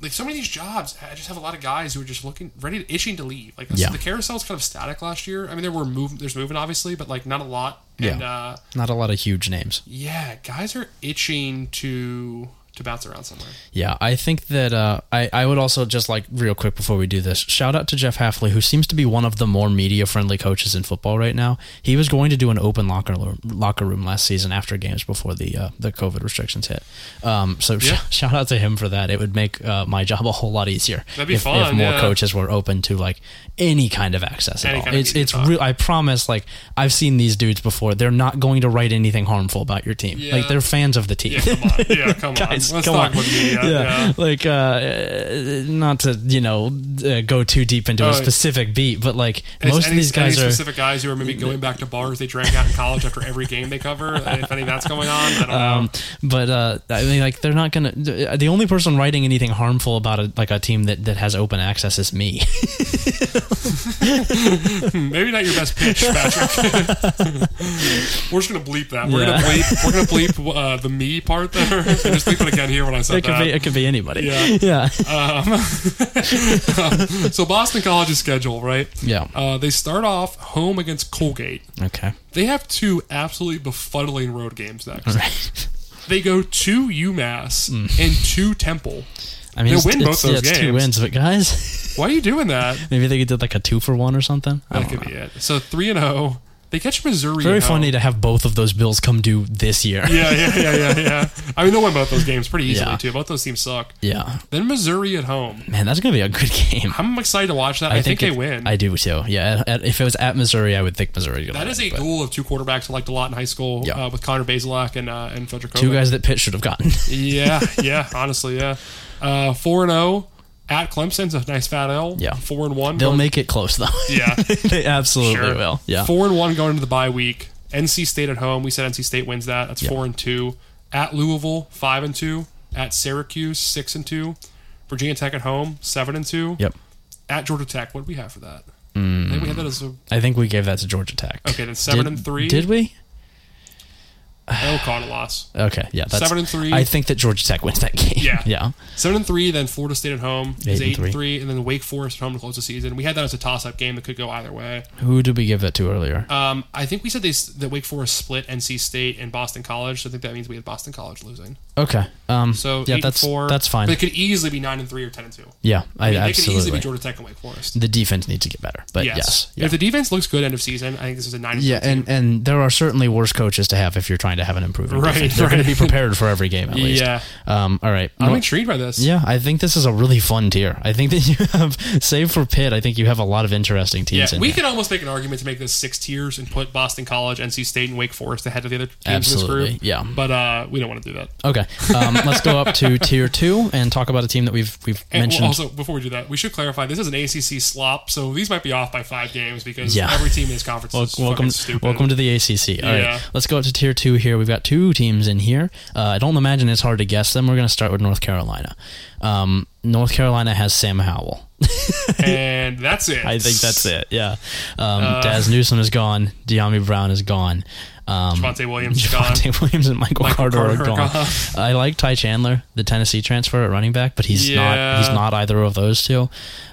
S2: like so many of these jobs, I just have a lot of guys who are just looking ready, to, itching to leave. Like
S1: Yeah.
S2: the carousel is kind of static last year. I mean, there were move, there's moving obviously, but like not a lot. And
S1: Yeah.
S2: uh,
S1: Not a lot of huge names.
S2: yeah, guys are itching to to bounce around somewhere.
S1: Yeah, I think that uh, I I would also just like real quick before we do this, shout out to Jeff Halfley, who seems to be one of the more media friendly coaches in football right now. He was going to do an open locker room, locker room last season after games before the uh, the COVID restrictions hit. Um, so sh-
S2: Yeah.
S1: (laughs) shout out to him for that. It would make uh, my job a whole lot easier
S2: That'd be
S1: if, if
S2: fun,
S1: more
S2: yeah.
S1: coaches were open to like any kind of access at
S2: Any
S1: all.
S2: kind of
S1: it's
S2: media
S1: it's
S2: talk.
S1: real. I promise. Like I've seen these dudes before. They're not going to write anything harmful about your team.
S2: Yeah.
S1: Like they're fans of the team.
S2: Yeah, come (laughs) on. Yeah, come
S1: Guys,
S2: on. Let's
S1: come
S2: talk
S1: on.
S2: about media.
S1: yeah.
S2: Yeah.
S1: like uh, uh, not to you know uh, go too deep into a
S2: Oh,
S1: specific beat, but like
S2: Is
S1: most of
S2: any,
S1: these guys
S2: any
S1: are.
S2: specific guys who are maybe going back to bars they drank out in college after every game they cover. if any of that's going on, I don't know.
S1: Um, but uh, I mean, like they're not gonna. uh, The only person writing anything harmful about a, like a team that, that has open access is me. (laughs)
S2: Mm, Maybe not your best
S1: (laughs)
S2: pitch, Patrick. (laughs) we're just gonna bleep that. We're gonna
S1: Yeah.
S2: bleep. We're gonna bleep uh, the me
S1: (laughs)
S2: part there. And just bleep it again here when I said
S1: it could
S2: that.
S1: be it could be anybody.
S2: Yeah.
S1: (laughs) yeah,
S2: (laughs) um, So Boston College's schedule, right?
S1: Yeah.
S2: Uh, they start off home against Colgate.
S1: okay. (laughs)
S2: They have two absolutely befuddling road games next.
S1: Right. Mm.
S2: They go to UMass and to Temple.
S1: I mean,
S2: They
S1: it's,
S2: win
S1: it's-
S2: both those
S1: yeah, it's two
S2: games.
S1: wins, but guys, (laughs)
S2: Why are you doing that?
S1: maybe they did like a two for one or something. I
S2: That
S1: don't
S2: could
S1: know.
S2: be it. So three and zero. They catch Missouri.
S1: Very
S2: at home.
S1: funny to have both of those bills come due this year.
S2: Yeah, yeah, yeah, yeah, yeah. I mean, they win both those games pretty easily
S1: Yeah.
S2: too. Both those teams suck.
S1: yeah.
S2: Then Missouri at home.
S1: Man, that's gonna be a good (laughs) game.
S2: I'm excited to watch that. I, think,
S1: it-
S2: they win.
S1: I do too. Yeah, at, at- if it was at Missouri, I would think Missouri's gonna.
S2: that is a
S1: win, but
S2: duel of two quarterbacks I liked a lot in high school
S1: Yeah.
S2: uh, with Connor Bazelak and uh, and Fletcher
S1: two
S2: Kovac.
S1: guys that Pitt should have gotten. (laughs)
S2: Yeah, yeah, honestly, yeah. Uh, four and zero at Clemson's a nice fat L.
S1: Yeah.
S2: four and one.
S1: They'll
S2: going-
S1: make it close though.
S2: Yeah,
S1: (laughs) they absolutely
S2: sure.
S1: will. Yeah,
S2: four and one going into the bye week. NC State at home. We said NC State wins that. That's four and two. At Louisville, five and two. At Syracuse, six and two. Virginia Tech at home, seven and two.
S1: Yep.
S2: At Georgia Tech, what did we have for that? I think we had that as a
S1: I think we gave that to Georgia Tech.
S2: Okay, then seven
S1: Did-
S2: and three.
S1: Did we?
S2: oh, caught a loss.
S1: Okay, yeah. That's,
S2: Seven and three.
S1: I think that Georgia Tech wins that (laughs) game.
S2: Yeah.
S1: yeah.
S2: Seven and three, then Florida State at home is
S1: Eight and
S2: eight and three, and then Wake Forest at home to close the season. We had that as a toss-up game that could go either way.
S1: Who did we give that to earlier?
S2: Um, I think we said they s- that Wake Forest split NC State and Boston College. So I think that means we had Boston College losing.
S1: okay. Um.
S2: So
S1: yeah,
S2: eight
S1: that's
S2: and four.
S1: that's fine.
S2: But it could easily be nine and three or ten and two.
S1: yeah, I,
S2: I mean, they could easily
S1: absolutely.
S2: be Georgia Tech and Wake Forest.
S1: the defense needs to get better, but yes,
S2: Yes.
S1: yeah.
S2: If the defense looks good end of season, I think this is a nine. And
S1: Yeah,
S2: three team.
S1: and, and there are certainly worse coaches to have if you're trying to have an improving
S2: Right,
S1: defense. They're going to be
S2: right.
S1: prepared for every
S2: (laughs)
S1: game at least.
S2: Yeah.
S1: Um. All right.
S2: I'm
S1: Well,
S2: intrigued by this.
S1: yeah, I think this is a really fun tier. I think that (laughs) you have, save for Pitt, I think you have a lot of interesting
S2: Yeah,
S1: teams in
S2: we
S1: here.
S2: could almost make an argument to make this six tiers and put Boston College, NC State, and Wake Forest ahead of the other teams
S1: Absolutely,
S2: in this group.
S1: yeah.
S2: but uh, we don't want to do that.
S1: Okay, um, let's go up
S2: (laughs)
S1: to tier two and talk about a team that we've we've
S2: And
S1: mentioned.
S2: also, before we do that, we should clarify this is an ACC slop, so these might be off by five games because
S1: Yeah.
S2: every team in this conference is
S1: welcome,
S2: fucking stupid.
S1: welcome (laughs) to the ACC. All right,
S2: Yeah.
S1: let's go up to tier two here. We've got two teams in here. Uh, I don't imagine it's hard to guess them. We're going to start with North Carolina. Um, North Carolina has Sam Howell.
S2: and that's it.
S1: I think that's it. Yeah, um,
S2: Uh,
S1: Daz Newsome is gone. Deami Brown is gone. Um,
S2: Javante Williams is
S1: (laughs)
S2: gone.
S1: Javante Williams and Michael,
S2: Michael
S1: Carter, are
S2: Carter
S1: gone.
S2: are
S1: (laughs) I like Ty Chandler, the Tennessee transfer at running back, but he's
S2: Yeah.
S1: not. He's not either of those two.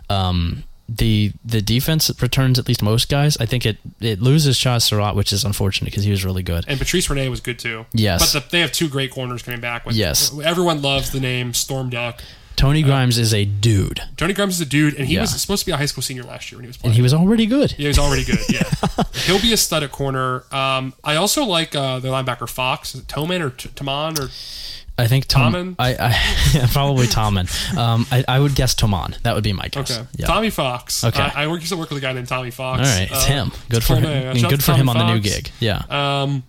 S1: Um, the the defense returns at least most guys. I think it it loses Shah Surratt, which is unfortunate because he was really good.
S2: And Patrice Rene was good too.
S1: Yes.
S2: But the, they have two great corners coming back. With,
S1: Yes.
S2: Everyone loves the name Storm Duck. uh,
S1: Tony Grimes is a dude,
S2: Tony Grimes is a dude, and he
S1: Yeah.
S2: was supposed to be a high school senior last year when he was playing.
S1: and he was already good.
S2: Yeah, he's already good. Yeah,
S1: (laughs)
S2: he'll be a stud at corner. Um, I also like uh, their linebacker Fox. Is it Toman or T- Tomon or
S1: I think Tom.
S2: Tommen?
S1: I, I (laughs) probably Tommen. Um, I, I would guess Tomon. That would be my guess.
S2: okay.
S1: Yeah.
S2: Tommy Fox?
S1: Okay.
S2: I, I work- used to work with a guy named Tommy Fox.
S1: All right, it's
S2: Uh,
S1: him. Good
S2: it's
S1: for
S2: cool
S1: him.
S2: name.
S1: I mean,
S2: Shout out
S1: good
S2: to
S1: for him
S2: Tommy
S1: on the new
S2: Fox.
S1: gig. Yeah.
S2: Um,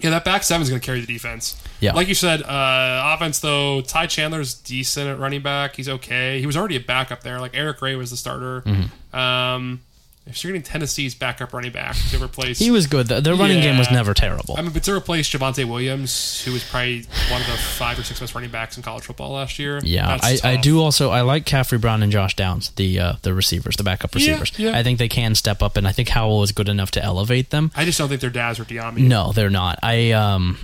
S2: yeah, that back seven's going to carry the defense.
S1: Yeah.
S2: like you said, uh, offense though. Ty Chandler's decent at running back. He's okay. He was already a backup there. Like Eric Ray was the starter.
S1: Mm-hmm.
S2: Um, if you're getting Tennessee's backup running back to replace,
S1: he was good. The, the running game was
S2: Yeah.
S1: never terrible.
S2: I mean, but to replace Javante Williams, who was probably one of the five or six best running backs in college football last year.
S1: yeah,
S2: that's
S1: I, I
S2: tough.
S1: do also I like Caffrey Brown and Josh Downs, the uh, the receivers, the backup receivers.
S2: yeah.
S1: I think they can step up, and I think Howell is good enough to elevate them.
S2: I just don't think they're Daz or Diami.
S1: No, they're not. I um,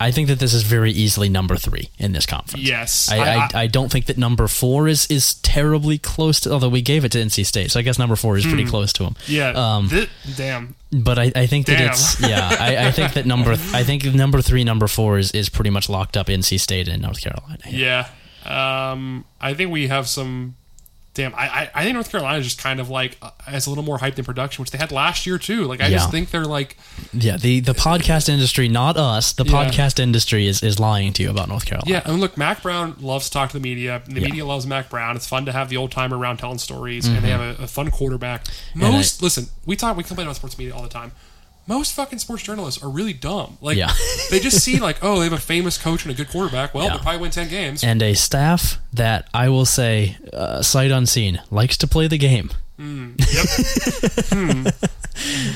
S1: I think that this is very easily number three in this conference.
S2: Yes,
S1: I, I, I, don't think that number four is is terribly close to. Although we gave it to NC State, so I guess number four is
S2: Hmm.
S1: pretty close to him.
S2: yeah.
S1: Um,
S2: thi- damn.
S1: but I, I think that
S2: Damn.
S1: it's yeah. I, I think that number I think number three, number four is is pretty much locked up. NC State and North Carolina.
S2: Yeah. Um, I think we have some. Damn, I, I, I think North Carolina is just kind of like uh, has a little more hype than production, which they had last year too. Like I
S1: Yeah.
S2: just think they're like
S1: Yeah, the the podcast industry, not us. The
S2: Yeah.
S1: podcast industry is is lying to you about North Carolina.
S2: Yeah, and look, Mac Brown loves to talk to the media, and the media loves Mac Brown. It's fun to have the old timer around telling stories, and they
S1: Mm-hmm.
S2: have a, a fun quarterback. Most listen, we talk, we complain about sports media all the time. Most fucking sports journalists are really dumb. Like
S1: Yeah.
S2: (laughs) they just see like, oh, they have a famous coach and a good quarterback. Well,
S1: Yeah.
S2: they'll probably win ten games.
S1: And a staff that I will say, uh, sight unseen, likes to play the game.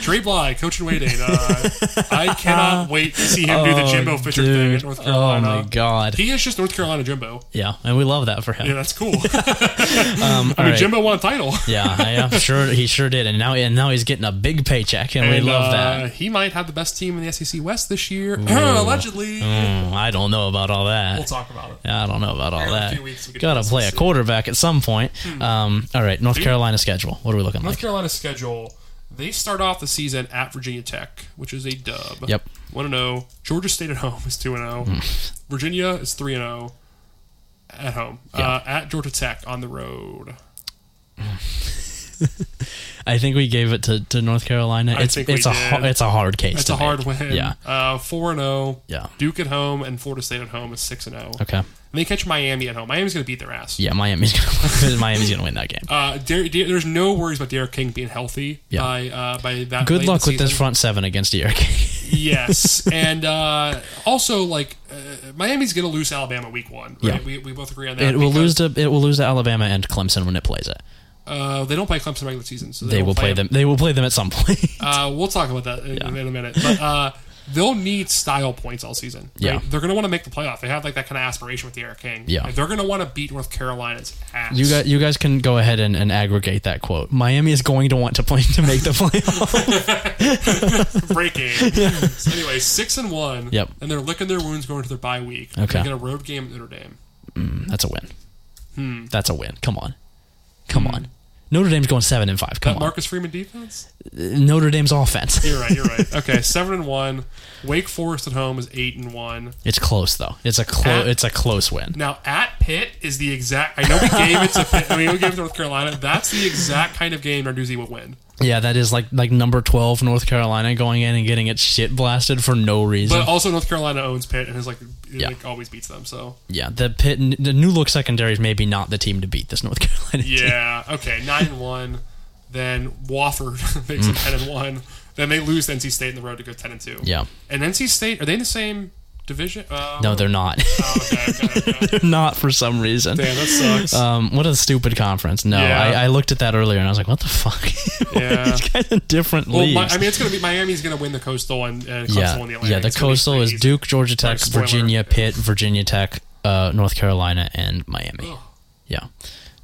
S2: Trey Bly, coaching Wayne. Uh, I
S1: (laughs)
S2: cannot wait to see him do the Jimbo Fisher thing
S1: Oh, Dude,
S2: at North
S1: oh
S2: Carolina.
S1: my god!
S2: He is just North Carolina Jimbo.
S1: Yeah, and we love that for him.
S2: Yeah,
S1: (laughs)
S2: that's cool.
S1: Um,
S2: I
S1: all
S2: mean,
S1: right.
S2: Jimbo won a title.
S1: yeah, I am
S2: (laughs)
S1: sure he sure did, and now and now he's getting a big paycheck, and, we
S2: And,
S1: love
S2: uh,
S1: that.
S2: He might have the best team in the SEC West this year, allegedly.
S1: Mm, I don't know about all that.
S2: We'll talk about it.
S1: I don't know about all
S2: in a
S1: that.
S2: few weeks we could
S1: Got to
S2: discuss
S1: play a
S2: it.
S1: quarterback at some point. Um, all right, North Carolina schedule. What are we looking
S2: Hmm. North
S1: like?
S2: Carolina's schedule. They start off the season at Virginia Tech, which is a dub.
S1: Yep. Mm.
S2: 1 0. Georgia State at home is 2 0. Virginia is 3 0 at home. Uh, at Georgia Tech on the road.
S1: I think we gave it to, to North Carolina. it's
S2: think we
S1: it's a
S2: did.
S1: har- it's a hard case.
S2: That's
S1: to
S2: a hard
S1: make.
S2: win.
S1: Yeah.
S2: Uh, 4 0.
S1: Yeah.
S2: Duke at home and Florida State at home is 6 0. And
S1: Okay.
S2: they catch Miami at home. Miami's going to beat their ass.
S1: Yeah, Miami's (laughs) gonna Miami's gonna win that game.
S2: Uh, Der- Der- there's no worries about Derek King being healthy
S1: Yeah.
S2: by uh, by that. late
S1: Good
S2: in the
S1: luck with this
S2: season.
S1: front seven against (laughs) York.
S2: Yes, and uh, also like uh, Miami's going to lose Alabama week one. Right?
S1: Yeah.
S2: We, we both agree on that.
S1: it will
S2: because,
S1: lose to it will lose to Alabama and Clemson when it plays it.
S2: Uh, they don't play Clemson regular season, so
S1: They
S2: won't
S1: will play them. They will play them at some (laughs) point.
S2: Uh, we'll talk about that in, in a minute. But uh, they'll need style points all season. right?
S1: Yeah.
S2: they're going to want to make the playoff. They have like that kind of aspiration with the Eric King.
S1: Yeah.
S2: Like, they're going to want to beat North Carolina's ass.
S1: You
S2: (laughs)
S1: guys, you guys can go ahead and, and aggregate that quote. Miami is going to want to play to make the (laughs) playoff.
S2: breaking.
S1: (laughs)
S2: so anyway, six and one.
S1: Yep.
S2: and they're licking their wounds going to their bye week.
S1: Okay.
S2: they get a road game at Notre Dame.
S1: That's a win.
S2: Hmm.
S1: That's a win. Come on, come on. Notre Dame's going seven and five. Come
S2: That
S1: on,
S2: Marcus Freeman defense.
S1: Notre Dame's offense.
S2: You're right. You're right. (laughs) Okay, seven and one. Wake Forest at home is eight and one.
S1: (laughs) It's close though. It's a close.
S2: At-
S1: It's a close win.
S2: Now at Pitt is the exact. I know we gave it to Pitt. I mean, we gave it to North Carolina. That's the exact kind of game Narduzzi would win.
S1: Yeah, that is like like number twelve North Carolina going in and getting its shit blasted for no reason.
S2: But also North Carolina owns Pitt and is like, like
S1: Yeah.
S2: always beats them.
S1: (laughs)
S2: So
S1: yeah, the pit the new look secondary is maybe not the team to beat this North (laughs) Carolina. team.
S2: yeah. Okay, nine and one. Then Wofford (laughs) makes them ten and one. Then they lose to NC State in the road to go ten and two.
S1: Mm. Yeah.
S2: And NC State are they in the same division? Uh,
S1: No, they're not. (laughs)
S2: oh, okay, okay, okay.
S1: They're not for some reason.
S2: Damn, that sucks.
S1: Um, what a stupid conference. No,
S2: Yeah.
S1: I, I looked at that earlier and I was like, what the fuck? (laughs) Why are
S2: Yeah.
S1: These guys in different
S2: Well,
S1: leagues.
S2: my, I mean, it's gonna be Miami's gonna win the Coastal and, and Coastal
S1: yeah,
S2: and the Atlantic.
S1: yeah. The
S2: It's gonna be
S1: coastal is
S2: crazy.
S1: Duke, Georgia Tech,
S2: Sorry, spoiler.
S1: Virginia, Pitt, Virginia Tech, uh, North Carolina, and Miami.
S2: Ugh.
S1: Yeah,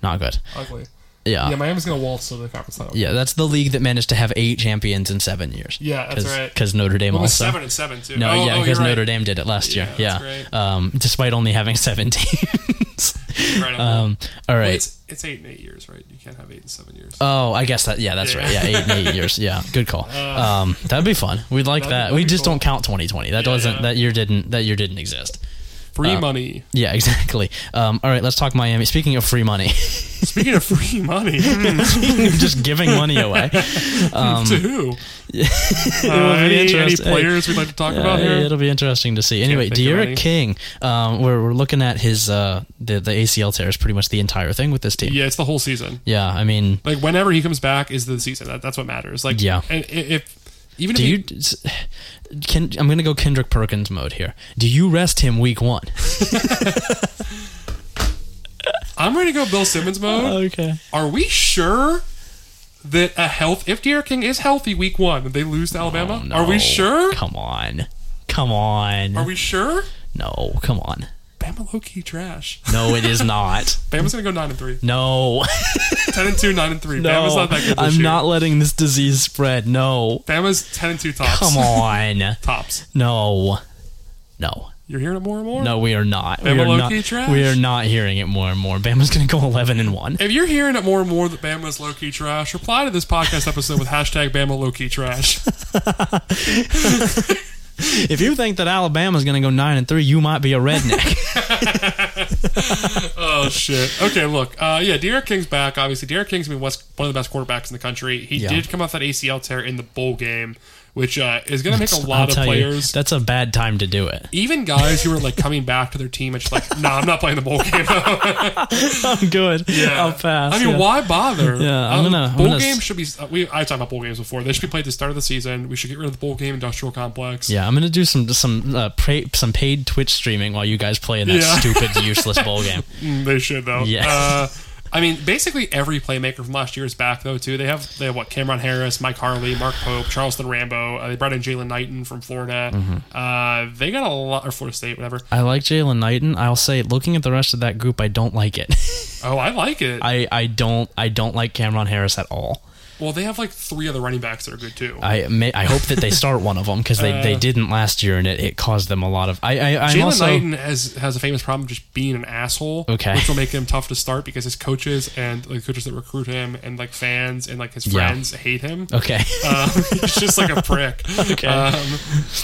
S1: not good.
S2: Ugly.
S1: Yeah,
S2: Oh. Yeah, Miami's gonna waltz to the conference title.
S1: Uh, Yeah, that's the league that managed to have eight champions in seven years.
S2: Yeah, that's
S1: Cause,
S2: right.
S1: 'cause Notre Dame
S2: It was
S1: also.
S2: seven and seven too.
S1: No,
S2: oh,
S1: yeah,
S2: oh,
S1: because
S2: you're right.
S1: Notre Dame did it last
S2: Yeah,
S1: year.
S2: that's
S1: yeah, um, despite only having seven (laughs) teams.
S2: Incredible.
S1: Um, all
S2: Wait,
S1: right.
S2: it's, it's eight and eight years, right? You can't have eight and seven years.
S1: Oh, I guess that. Yeah, that's
S2: Yeah. Uh,
S1: right. Yeah, eight and
S2: (laughs)
S1: eight years. Yeah, good call. Um, that'd be fun. We'd like
S2: That'd be-
S1: that.
S2: that'd
S1: We
S2: be
S1: just
S2: cool.
S1: don't count 2020. That
S2: Yeah,
S1: doesn't.
S2: yeah.
S1: That year didn't. That year didn't exist.
S2: free
S1: uh,
S2: money.
S1: Yeah, (laughs) exactly. Um, all right, let's talk Miami. Speaking of free money, (laughs)
S2: Speaking of free money,
S1: just giving money
S2: (laughs)
S1: away.
S2: to
S1: (laughs)
S2: who?
S1: would
S2: Uh,
S1: Um, be
S2: any, any
S1: interesting.
S2: players we'd like to talk about
S1: Uh,
S2: here?
S1: it'll be interesting to see. Anyway,
S2: think of any.
S1: De'Aaron King. Um, we're we're looking at his uh the the ACL tear is pretty much the entire thing with this team. Yeah,
S2: Yeah, it's the whole season.
S1: I mean,
S2: Like whenever he comes back is the season. That, that's what matters. Like
S1: Yeah.
S2: and i- if even
S1: do
S2: if
S1: you?
S2: he,
S1: Can, I'm gonna go Kendrick Perkins mode here. Do you rest him week
S2: (laughs)
S1: one? (laughs)
S2: I'm ready to go Bill Simmons mode.
S1: okay.
S2: Are we sure that a health if De'Aaron King is healthy week one, they lose to Alabama?
S1: Oh, no.
S2: Are we sure?
S1: Come on. Come on.
S2: Are we sure?
S1: no, come on.
S2: Bama low key trash.
S1: No, it is not.
S2: Bama's gonna go nine
S1: (laughs)
S2: and three. (laughs)
S1: No.
S2: Ten and two, nine and three.
S1: no.
S2: Bama's not that good
S1: (laughs)
S2: this
S1: I'm
S2: year.
S1: not letting this disease spread. No.
S2: Bama's ten and two tops.
S1: Come on.
S2: Tops.
S1: no. No.
S2: You're hearing it more and more?
S1: No, we are not. we
S2: Bama
S1: are
S2: low-key
S1: not.
S2: trash.
S1: We are not hearing it more and more. Bama's going to go (laughs) 11 and 1.
S2: If you're hearing it more and more that Bama's low key trash, reply to this podcast episode with hashtag Bama low key trash.
S1: If you think that Alabama's going to go 9 and 3, you might be a
S2: (laughs)
S1: redneck.
S2: Oh shit. Okay, look. Uh, yeah, Derek King's back. Obviously, Derek King's been west- one of the best quarterbacks in the country. He
S1: Yeah.
S2: did come off that ACL tear in the bowl game, which uh, is going to make a
S1: I'll
S2: lot of
S1: tell you,
S2: players,
S1: that's a bad time to do it. (laughs)
S2: even guys who are like coming back to their team, it's just like, nah, I'm not playing the bowl
S1: (laughs)
S2: game. (laughs)
S1: I'm good.
S2: Yeah.
S1: I'll pass.
S2: I mean,
S1: yeah.
S2: why bother?
S1: Yeah, I'm
S2: Um,
S1: gonna- I'm
S2: bowl
S1: gonna s-
S2: games should be. Uh, we I talked about bowl games before. They should be played at the start of the season. We should get rid of the bowl game industrial complex.
S1: Yeah, I'm gonna do some some uh, pay, some paid Twitch streaming while you guys play in that
S2: Yeah. (laughs)
S1: stupid useless bowl game.
S2: Mm, they should though.
S1: Yeah.
S2: Uh, I mean, basically every playmaker from last year is back though too. They have they have what Cameron Harris, Mike Harley, Mark Pope, Charleston Rambo. Uh, they brought in Jalen Knighton from Florida.
S1: Mm-hmm.
S2: Uh, they got a lot or Florida State, whatever.
S1: I like Jalen Knighton. I'll say, looking at the rest of that group, I don't like it. (laughs)
S2: Oh, I like it.
S1: I, I don't I don't like Cameron Harris at all.
S2: well, they have like three other running backs that are good too.
S1: I may, I hope that
S2: (laughs)
S1: they start one of them because they, they didn't last year and it, it caused them a lot of. I, I I'm
S2: Uh. Jalen
S1: also
S2: Knighton has has a famous problem of just being an asshole,
S1: Okay.
S2: which will make him tough to start because his coaches and like coaches that recruit him and like fans and like his friends hate him.
S1: okay. (laughs)
S2: Um, (laughs) he's just like a prick.
S1: Okay.
S2: Um,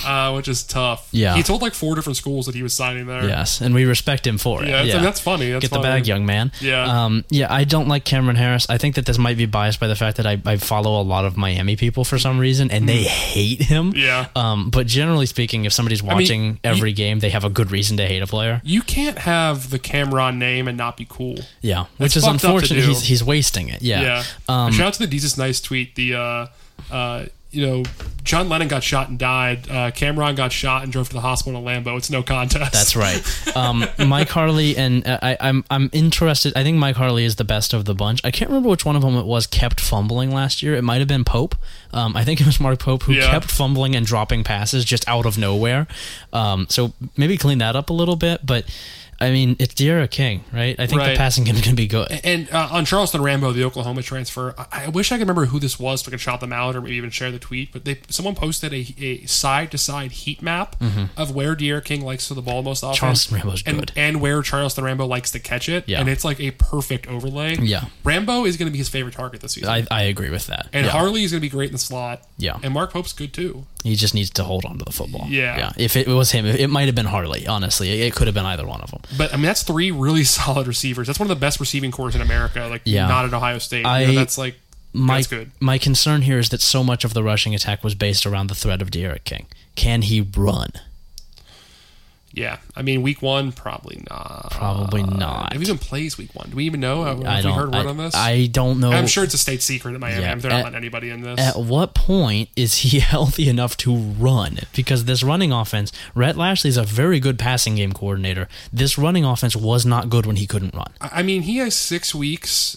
S2: uh, which is tough.
S1: Yeah.
S2: He told like four different schools that he was signing there.
S1: yes, and we respect him for it.
S2: Yeah. That's,
S1: yeah.
S2: and that's funny. That's
S1: Get the
S2: funny.
S1: bag, young man.
S2: Yeah.
S1: Um, yeah, I don't like Cameron Harris. I think that this might be biased by the fact that I, I follow a lot of Miami people for some reason, and they hate him.
S2: Hmm. Yeah.
S1: Um, but generally speaking, if somebody's watching every game, they have a good reason to hate a player.
S2: You can't have the Cameron name and not be cool.
S1: Yeah, which is
S2: fucked up to
S1: unfortunate.
S2: do.
S1: He's he's wasting it. Yeah.
S2: Yeah.
S1: Um,
S2: Shout out to the Jesus Nice tweet. The uh, uh, you know John Lennon got shot and died. Uh, Cameron got shot and drove to the hospital in Lambo. It's no contest.
S1: That's right. (laughs) Um, Mike Harley and uh, I, I'm I'm interested. I think Mike Harley is the best of the bunch. I can't remember which one of them it was kept fumbling last year. It might have been Pope. Um, I think it was Mark Pope who
S2: Yeah.
S1: kept fumbling and dropping passes just out of nowhere. Um, so maybe clean that up a little bit. But I mean, it's De'Ara King, right? I think the
S2: Right.
S1: passing game can be good.
S2: And uh, on Charleston Rambo, the Oklahoma transfer, I, I wish I could remember who this was so I could shout them out or maybe even share the tweet. But they someone posted a- a side to side heat map of where De'Aaron King likes to the ball most often.
S1: Mm-hmm. Charleston Rambo's
S2: and,
S1: good.
S2: And where Charleston Rambo likes to catch it.
S1: Yeah.
S2: And it's like a perfect overlay.
S1: Yeah.
S2: Rambo is going to be his favorite target this season.
S1: I, I agree with that.
S2: and
S1: yeah.
S2: Harley is going to be great in the slot.
S1: Yeah.
S2: And Mark Pope's good too.
S1: he just needs to hold on to the football.
S2: Yeah.
S1: yeah. If it was him, it might have been Harley. Honestly, it, it could have been either one of them.
S2: But I mean, that's three really (laughs) solid receivers. That's one of the best receiving cores in America. Like,
S1: Yeah.
S2: not at Ohio State. You know,
S1: I-
S2: that's like,
S1: my,
S2: that's good.
S1: My concern here is that so much of the rushing attack was based around the threat of Derek King. Can he run?
S2: Yeah, I mean, week one probably not.
S1: Probably not.
S2: Uh, Have we even plays week one? Do we even know? Have
S1: I
S2: we
S1: don't.
S2: heard word
S1: I,
S2: on this?
S1: I don't know.
S2: am sure it's a state secret at Miami.
S1: Yeah,
S2: They're not
S1: at-
S2: letting anybody in this.
S1: At what point is he (laughs) healthy enough to run? Because this running offense, Rhett Lashley's a very good passing game coordinator. This running offense was not good when he couldn't run.
S2: I I mean, he has six weeks.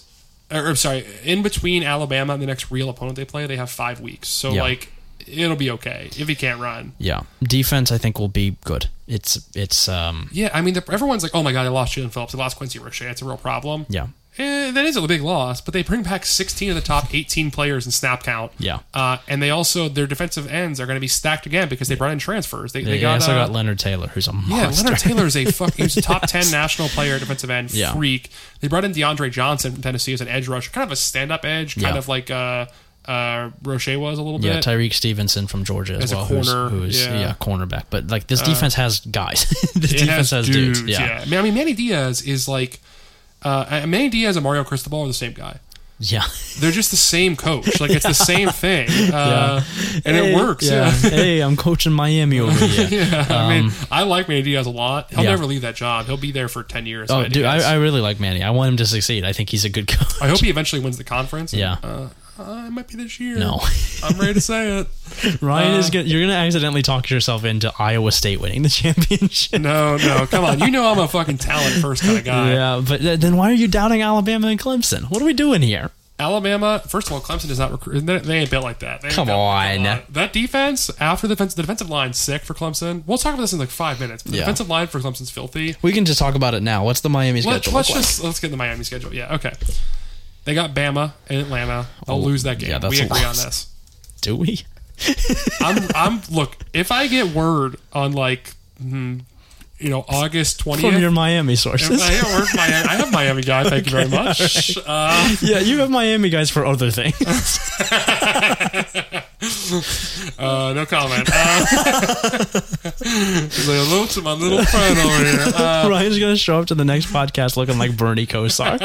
S2: Or, I'm sorry, in between Alabama and the next real opponent they play, they have five weeks. So
S1: Yeah.
S2: like, it'll be okay if he can't run.
S1: Yeah, defense I think will be good. It's it's um
S2: Yeah, I mean, the, everyone's like, "Oh my god, they lost Jalen Phillips, they lost Quincy Rochet. It's a real problem."
S1: yeah.
S2: Eh, that is a big loss, but they bring back 16 of the top 18 players in snap count.
S1: Yeah.
S2: Uh, and they also, their defensive ends are going to be stacked again because they brought in transfers. They, they
S1: yeah, I
S2: got,
S1: also
S2: uh,
S1: got Leonard Taylor, who's a
S2: yeah,
S1: monster.
S2: Leonard Taylor is a fuck. He's
S1: (laughs)
S2: a top ten national player, at defensive end,
S1: Yeah.
S2: freak. They brought in DeAndre Johnson from Tennessee as an edge rusher, kind of a stand-up edge, kind
S1: Yeah.
S2: of like uh, uh, Roche was a little
S1: Yeah,
S2: bit.
S1: Tyreek Stevenson from Georgia as,
S2: a
S1: well,
S2: corner,
S1: who's, who's
S2: yeah. Uh,
S1: yeah. cornerback. But like this defense has guys. (laughs) this
S2: It
S1: defense has dudes. Yeah.
S2: I mean, I mean, Manny Diaz is like uh, I- Manny Diaz and Mario Cristobal are the same guy.
S1: Yeah.
S2: They're just the same coach.
S1: (laughs)
S2: Like it's the same thing, uh, and
S1: Hey,
S2: it works. Yeah.
S1: (laughs)
S2: (laughs)
S1: hey, I'm coaching Miami over here.
S2: Yeah, I mean, I like Manny Diaz a lot. He'll
S1: Um, yeah.
S2: never leave that job. He'll be there for ten years.
S1: Oh,
S2: Manny
S1: dude,
S2: Diaz.
S1: I, I really like Manny. I want him to succeed. I think he's a good coach. (laughs)
S2: I hope he eventually wins the conference.
S1: Yeah.
S2: Uh, uh, it might be this year. (laughs)
S1: No. (laughs)
S2: I'm ready to say it.
S1: Ryan is
S2: Uh,
S1: gonna, you're gonna accidentally talk yourself into Iowa State winning the (laughs) championship.
S2: No, no, come on. You know I'm a fucking talent first kind of guy.
S1: Yeah, but th- then why are you doubting Alabama and Clemson? What are we doing here?
S2: Alabama, first of all, Clemson does not recruit. They, they ain't built like that. They ain't
S1: Come
S2: built like
S1: on.
S2: that. That defense, after the defense, the defensive line's sick for Clemson. We'll talk about this in like five minutes. But the
S1: Yeah.
S2: defensive line for Clemson's filthy.
S1: We can just talk about it now. What's the Miami
S2: Let,
S1: schedule?
S2: us
S1: look like?
S2: just let's get the Miami schedule. Yeah, okay. They got Bama in Atlanta. They'll
S1: Oh,
S2: lose that game.
S1: yeah, that's
S2: we
S1: a
S2: agree on
S1: loss.
S2: this.
S1: Do we?
S2: I'm, I'm look. If I get word on like, hmm, you know, August twentieth,
S1: From your Miami sources.
S2: I have, work Miami. I have Miami guy. Thank you very much. Uh,
S1: (laughs) yeah, you have Miami guys for other things.
S2: uh, no comment. Uh, (laughs) he's like, hello to my little friend over here. Uh,
S1: Ryan's gonna show up to the next podcast looking like Bernie
S2: (laughs)
S1: Kosar.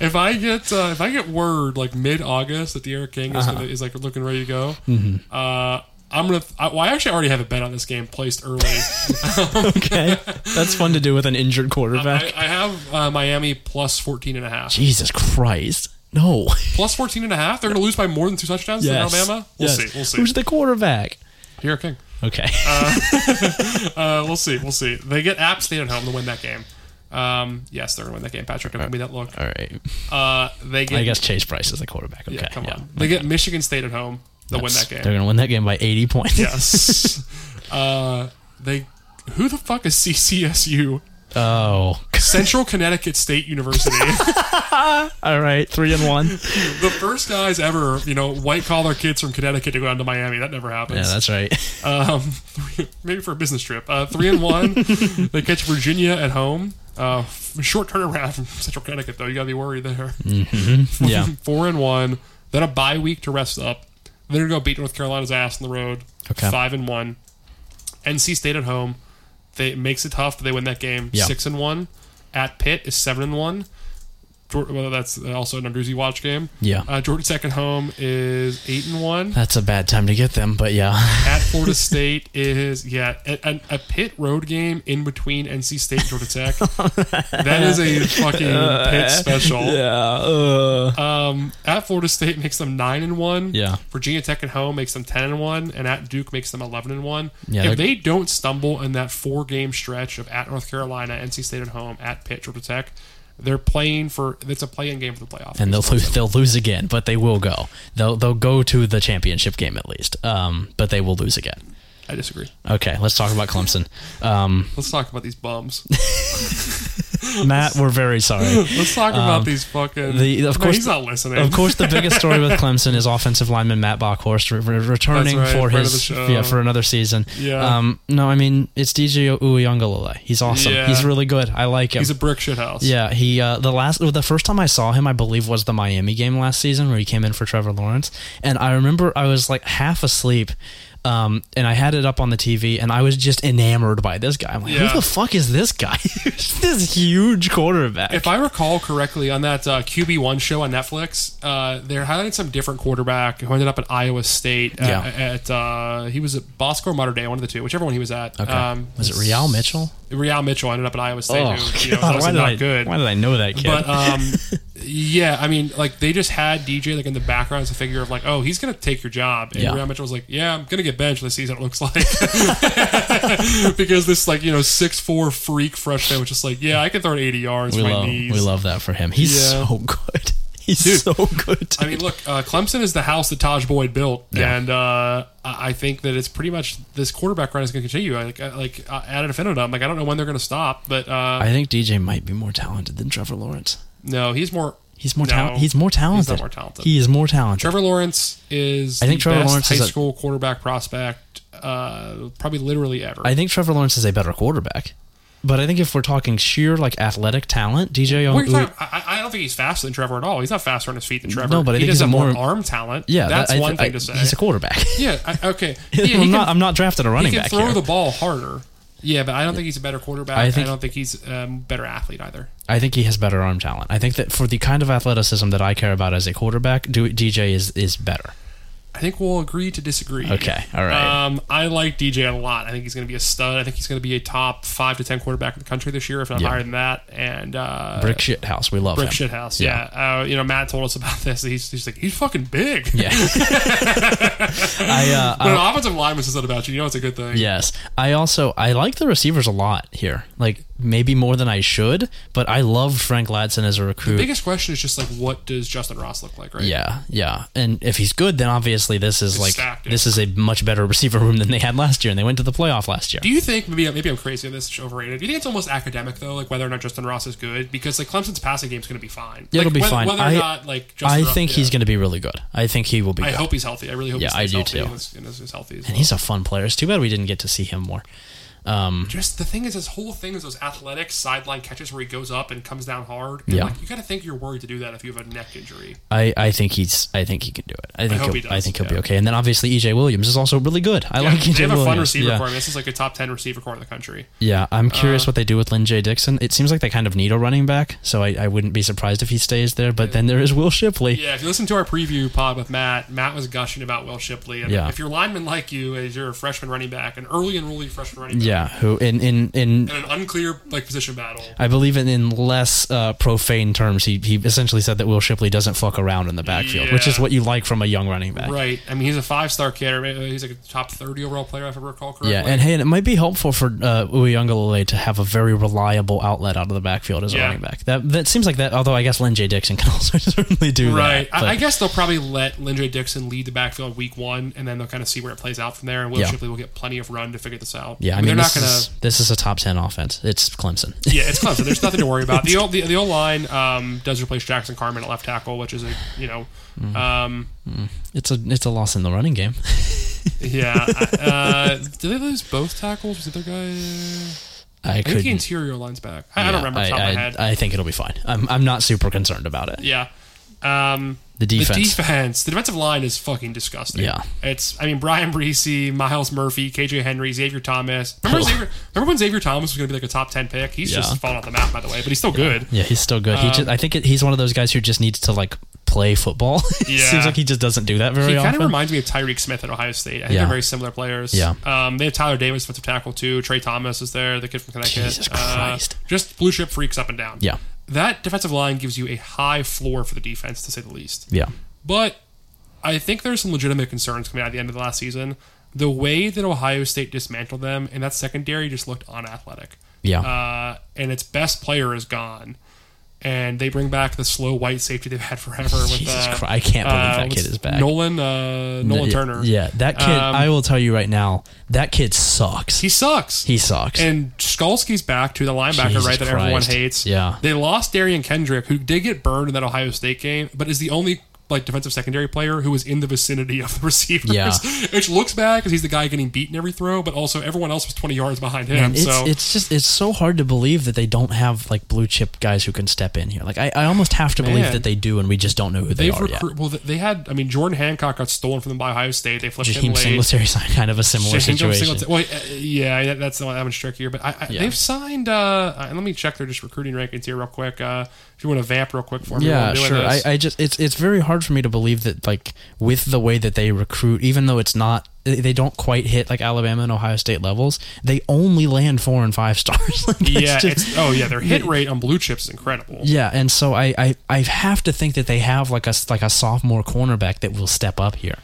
S2: if I get uh, if I get word like mid August that the Eric King is,
S1: Uh-huh.
S2: gonna, is like looking ready to go,
S1: Mm-hmm.
S2: uh, I'm gonna. I, well, I actually already have a bet on this game placed early.
S1: (laughs) okay, that's fun to do with an injured quarterback.
S2: I, I have uh, Miami plus 14 and a half.
S1: Jesus Christ, no.
S2: Plus 14 and a half? They're going to lose by more than two touchdowns
S1: Yes.
S2: to Alabama? We'll
S1: Yes.
S2: see. We'll see.
S1: Who's the quarterback?
S2: Eric King.
S1: Okay.
S2: Uh, we'll see. We'll see. They get App State at home to win that game. Um, yes, they're going to win that game. Patrick, don't give me that look.
S1: All right.
S2: Uh, they get.
S1: I guess Chase Price is the quarterback. Okay.
S2: yeah, come
S1: yeah.
S2: on. They get Michigan State at home. They'll win that
S1: They're
S2: game.
S1: going to win that game by 80 points.
S2: Yes. uh, they. Who the fuck is CCSU?
S1: (laughs) Oh.
S2: Central Connecticut
S1: (laughs)
S2: State University. (laughs)
S1: All right. Three and one.
S2: the first guys ever, you know, white collar kids from Connecticut to go down to Miami. That never happens.
S1: Yeah, that's right.
S2: Um, three, maybe for a business trip. Uh, three and
S1: (laughs)
S2: one. they catch Virginia at home. Uh, f- short turnaround from Central Connecticut, though. You gotta be worried there. (laughs)
S1: Yeah.
S2: Four and one. Then a bye week to rest up. They're gonna go beat North Carolina's ass on the road.
S1: Okay.
S2: Five and one. NC State at home. They it makes it tough, but they win that game.
S1: Yeah.
S2: Six and one. At Pitt is seven and one. Geor- Well, that's also an Andrewsy watch game.
S1: Yeah.
S2: Uh, Georgia Tech at home is eight and one
S1: That's a bad time to get them, but yeah.
S2: at
S1: (laughs)
S2: Florida State is yeah a, a, a pit road game in between NC State and
S1: (laughs)
S2: Georgia Tech. that is a fucking pit special.
S1: (laughs) Yeah. Uh,
S2: Um, at Florida State makes them nine and one.
S1: yeah.
S2: Virginia Tech at home makes them ten and one, and at Duke makes them eleven and one.
S1: Yeah,
S2: if
S1: they're-
S2: they don't stumble in that four game stretch of at North Carolina, NC State at home, at Pitt, Georgia Tech, they're playing for it's a play in game for the playoff.
S1: And they'll (laughs) lose. They'll lose again, but they will go. They'll they'll go to the championship game at least. Um, but they will lose again.
S2: I disagree.
S1: Okay, let's talk about Clemson. Um,
S2: Let's talk about these bums.
S1: Matt, we're very
S2: (laughs)
S1: sorry. (laughs)
S2: Let's talk about these fucking.
S1: Um, the- of
S2: No,
S1: course-
S2: he's not listening.
S1: Of course, the biggest story with Clemson is offensive lineman Matt Bockhorst re- re- returning
S2: That's right,
S1: for
S2: friend of the
S1: his
S2: show.
S1: yeah for another season.
S2: Yeah.
S1: Um, no, I mean it's DJ Uyunglele. He's awesome.
S2: Yeah.
S1: He's really good. I like him.
S2: He's a brick shit house.
S1: yeah, he uh, the last well, the first time I saw him, I believe was the Miami game last season where he came in for Trevor Lawrence, and I remember I was like half asleep, um, and I had it up on the TV, and I was just enamored by this guy. I'm like,
S2: Yeah.
S1: who the fuck is this guy? (laughs) He's this huge quarterback.
S2: If I recall correctly, on that uh, QB one show on Netflix, uh, they're highlighting some different quarterback who ended up at Iowa State. uh,
S1: Yeah.
S2: At uh, he was at Bosco or Notre Dame, one of the two, whichever one he was at. Um,
S1: okay. was it Real Mitchell?
S2: Real Mitchell ended up at Iowa State. who, you know,
S1: Oh, God,
S2: obviously not
S1: I,
S2: good.
S1: Why did I know that kid? (laughs)
S2: But um, yeah, I mean, like they just had DJ like in the background as a figure of like, oh, he's gonna take your job, and
S1: Yeah.
S2: Real Mitchell was like, yeah, I'm gonna get benched this season. It looks like (laughs) because this like you know six four freak freshman was just like, yeah, I can throw it 80 yards.
S1: we
S2: with my
S1: love
S2: knees.
S1: we love that for him. He's
S2: Yeah.
S1: so good. (laughs) He's
S2: Dude.
S1: so good.
S2: I mean, look, uh, Clemson is the house that Taj Boyd built, and uh, I I think that it's pretty much this quarterback run is going to continue. I, like, I, like I added a fin I'm like, I don't know when they're going to stop, but uh,
S1: I think DJ might be more talented than Trevor Lawrence.
S2: no, he's more.
S1: He's more
S2: No.
S1: talented. He's more
S2: He's not
S1: talented.
S2: more talented.
S1: He is more talented.
S2: Trevor Lawrence is.
S1: I think
S2: the
S1: Trevor
S2: best
S1: Lawrence
S2: high
S1: is a-
S2: school quarterback prospect, uh, probably literally ever.
S1: I think Trevor Lawrence is a better quarterback. But I think if we're talking sheer like athletic talent, DJ
S2: What are you
S1: Ong.
S2: talking- I, I don't think he's faster than Trevor at all. He's not faster on his feet than Trevor.
S1: No, but I
S2: he
S1: think
S2: does
S1: he's a
S2: have
S1: more-
S2: arm talent.
S1: Yeah,
S2: that's
S1: I- I-
S2: one thing
S1: I-
S2: to say.
S1: He's a quarterback. (laughs)
S2: yeah, I, okay. Yeah,
S1: I'm,
S2: he can-
S1: not, I'm not drafting a running
S2: he can
S1: back
S2: throw
S1: here.
S2: the ball harder. Yeah, but I don't think he's a better quarterback.
S1: I
S2: I,
S1: think-
S2: don't think he's a um, better athlete either.
S1: I think he has better arm talent. I think that for the kind of athleticism that I care about as a quarterback, do- DJ is is better.
S2: I think we'll agree to disagree.
S1: Okay, all right.
S2: Um, I like DJ a lot. I think he's going to be a stud. I think he's going to be a top five to ten quarterback in the country this year, if not
S1: Yeah.
S2: higher than that. And uh,
S1: Brick shit house, we love
S2: brick
S1: him.
S2: shithouse. Yeah. Uh, you know, Matt told us about (laughs) this. He's, he's like, he's fucking big.
S1: (laughs) Yeah.
S2: (laughs)
S1: I, uh,
S2: When
S1: I
S2: an offensive lineman says that about you, you know it's a good thing.
S1: yes. I also I like the receivers a lot here. Like maybe more than I should, but I loved Frank Ladson as a recruit.
S2: Biggest question is just like, what does Justin Ross look like, right?
S1: Yeah, yeah. And if he's good, then obviously this is like
S2: stacked, yeah.
S1: this is a much better receiver room than they had last year, and they went to the playoff last year.
S2: Do you think maybe maybe I'm crazy on this? It's overrated. Do you think it's almost academic though, like whether or not Justin Ross is good? Because like Clemson's passing game is going to be fine.
S1: Yeah, it'll
S2: Like,
S1: be
S2: whe-
S1: fine.
S2: Whether or
S1: I-
S2: not like Justin
S1: I
S2: Ross-
S1: think
S2: yeah.
S1: he's going to be really good. I think he will be.
S2: I
S1: good.
S2: hope he's healthy. I really hope.
S1: Yeah,
S2: he
S1: I
S2: stays
S1: do,
S2: healthy
S1: too.
S2: And is, and is- is healthy as well.
S1: He's a fun player. It's too bad we didn't get to see him more.
S2: Just the thing is, his whole thing is those athletic sideline catches where he goes up and comes down hard. And,
S1: Yeah.
S2: like, you got to think you're worried to do that if you have a
S1: (laughs)
S2: neck injury.
S1: I, I think he's I think he can do it. I think
S2: hope
S1: he'll,
S2: he
S1: I
S2: does,
S1: think he'll be
S2: yeah.
S1: okay. And then obviously EJ Williams is also really good. I
S2: Yeah,
S1: like EJ
S2: they have a
S1: Williams.
S2: fun receiver Uh,
S1: yeah.
S2: core. I mean, This is like a top ten receiver core in the country.
S1: yeah, I'm curious what they do with Lynn J Dixon. It seems like they kind of need a running back, so I, I wouldn't be surprised if he stays there. But then there is Will Shipley.
S2: Yeah, if you listen to our preview pod with Matt, Matt was gushing about Will Shipley. And
S1: Yeah.
S2: If your lineman like you is you're a freshman running back, an early enrollee freshman running back,
S1: Yeah, who in in, in
S2: in an unclear like position battle.
S1: I believe in, in less uh, profane terms, he, he essentially said that Will Shipley doesn't fuck around in the backfield, which is
S2: Yeah.
S1: what you like from a young running back.
S2: Right. I mean, he's a five star kid. Or maybe he's like a top 30 overall player, if I recall correctly.
S1: Yeah, and hey, and it might be helpful for uh, Uyunglele to have a very reliable outlet out of the backfield as a
S2: Yeah.
S1: running back. That that seems like that. Although I guess Len J Dixon (laughs) can also certainly do
S2: Right.
S1: that.
S2: I,
S1: but-
S2: I guess they'll probably let Lindre Dixon lead the backfield week one, and then they'll kind of see where it plays out from there. And Will
S1: Yeah.
S2: Shipley will get plenty of run to figure this out.
S1: yeah, I mean,
S2: they're
S1: this,
S2: not going
S1: is,
S2: to.
S1: this is a top ten offense. It's Clemson. (laughs)
S2: (laughs) Yeah, it's Clemson. There's nothing to worry about. The old, the, the old line um, does replace Jackson Carmen at left tackle, which is a you know,
S1: Mm-hmm.
S2: um,
S1: it's a it's a loss in the running game. (laughs)
S2: yeah. uh, (laughs) did they lose both tackles? Was the other guy?
S1: I
S2: I think the
S1: could.
S2: interior line's back. I, I don't remember off the top
S1: I,
S2: of my head.
S1: I, I think it'll be fine. I'm I'm not super concerned about it.
S2: yeah. Um,
S1: The defense.
S2: The defense. The defensive line is fucking disgusting.
S1: Yeah.
S2: It's, I mean, Brian Breesy, Miles Murphy, KJ Henry, Xavier Thomas. Remember, Xavier, remember when Xavier Thomas was going to be like a top 10 pick? He's
S1: Yeah.
S2: just fallen off the map, by the way, but he's still good.
S1: Yeah, he's still good. he
S2: Um,
S1: just, I think it, he's one of those guys who just needs to like play football. (laughs) It
S2: Yeah.
S1: Seems like he just doesn't do that very
S2: He kind
S1: often.
S2: of reminds me of Tyreek Smith at Ohio State. I think
S1: Yeah.
S2: they're very similar players.
S1: Yeah.
S2: Um, they have Tyler Davis, defensive tackle, too. Trey Thomas is there, the kid from Connecticut.
S1: Jesus Christ.
S2: Uh, just blue chip freaks up and down.
S1: Yeah.
S2: That defensive line gives you a high floor for the defense, to say the least.
S1: yeah,
S2: But I think there's some legitimate concerns coming out of the end of the last season. The way that Ohio State dismantled them and that secondary just looked unathletic.
S1: yeah.
S2: Uh, and its best player is gone. And they bring back the slow white safety they've had forever. With,
S1: (laughs) Jesus
S2: uh,
S1: Christ, I can't believe
S2: uh,
S1: that kid
S2: what's-
S1: is back.
S2: Nolan, uh, Nolan
S1: Yeah,
S2: Turner.
S1: Yeah, that kid.
S2: Um,
S1: I will tell you right now, that kid sucks.
S2: He
S1: He,
S2: sucks.
S1: sucks.
S2: and Skalski's back to the linebacker,
S1: Jesus
S2: right? That everyone
S1: Christ.
S2: hates.
S1: Yeah.
S2: They lost Darian Kendrick, who did get burned in that Ohio State game, but is the only like defensive secondary player who was in the vicinity of the (laughs) receivers.
S1: Yeah.
S2: Which looks bad because he's the guy getting beaten every throw, but also everyone else was twenty yards behind him.
S1: it's,
S2: so
S1: it's just it's so hard to believe that they don't have like blue chip guys who can step in here. Like I, I almost have to believe
S2: Man.
S1: that they do, and we just don't know who they
S2: they've
S1: are yet.
S2: recruit. Well, they had. I mean, Jordan Hancock got stolen from them by Ohio State. They flipped him
S1: Jaheim (laughs)
S2: late.
S1: Singletary's kind of a similar
S2: Jaheim
S1: situation.
S2: Singleton- Well, uh, yeah, that- that's the one, that one's trickier. But I, I,
S1: Yeah.
S2: they've signed. Uh, and let me check their just recruiting rankings here real quick. Uh, if you want to vamp real quick for me, while
S1: Yeah,
S2: I'm doing
S1: sure. I,
S2: this.
S1: I just it's it's very hard for me to believe that like with the way that they recruit, even though it's not they they don't quite hit like Alabama and Ohio State levels, they only land four and five (laughs) stars. Like, that's
S2: Yeah,
S1: just-
S2: it's, oh yeah, their hit rate on blue chips is incredible.
S1: yeah, and so I, I I have to think that they have like a like a sophomore cornerback that will step up here.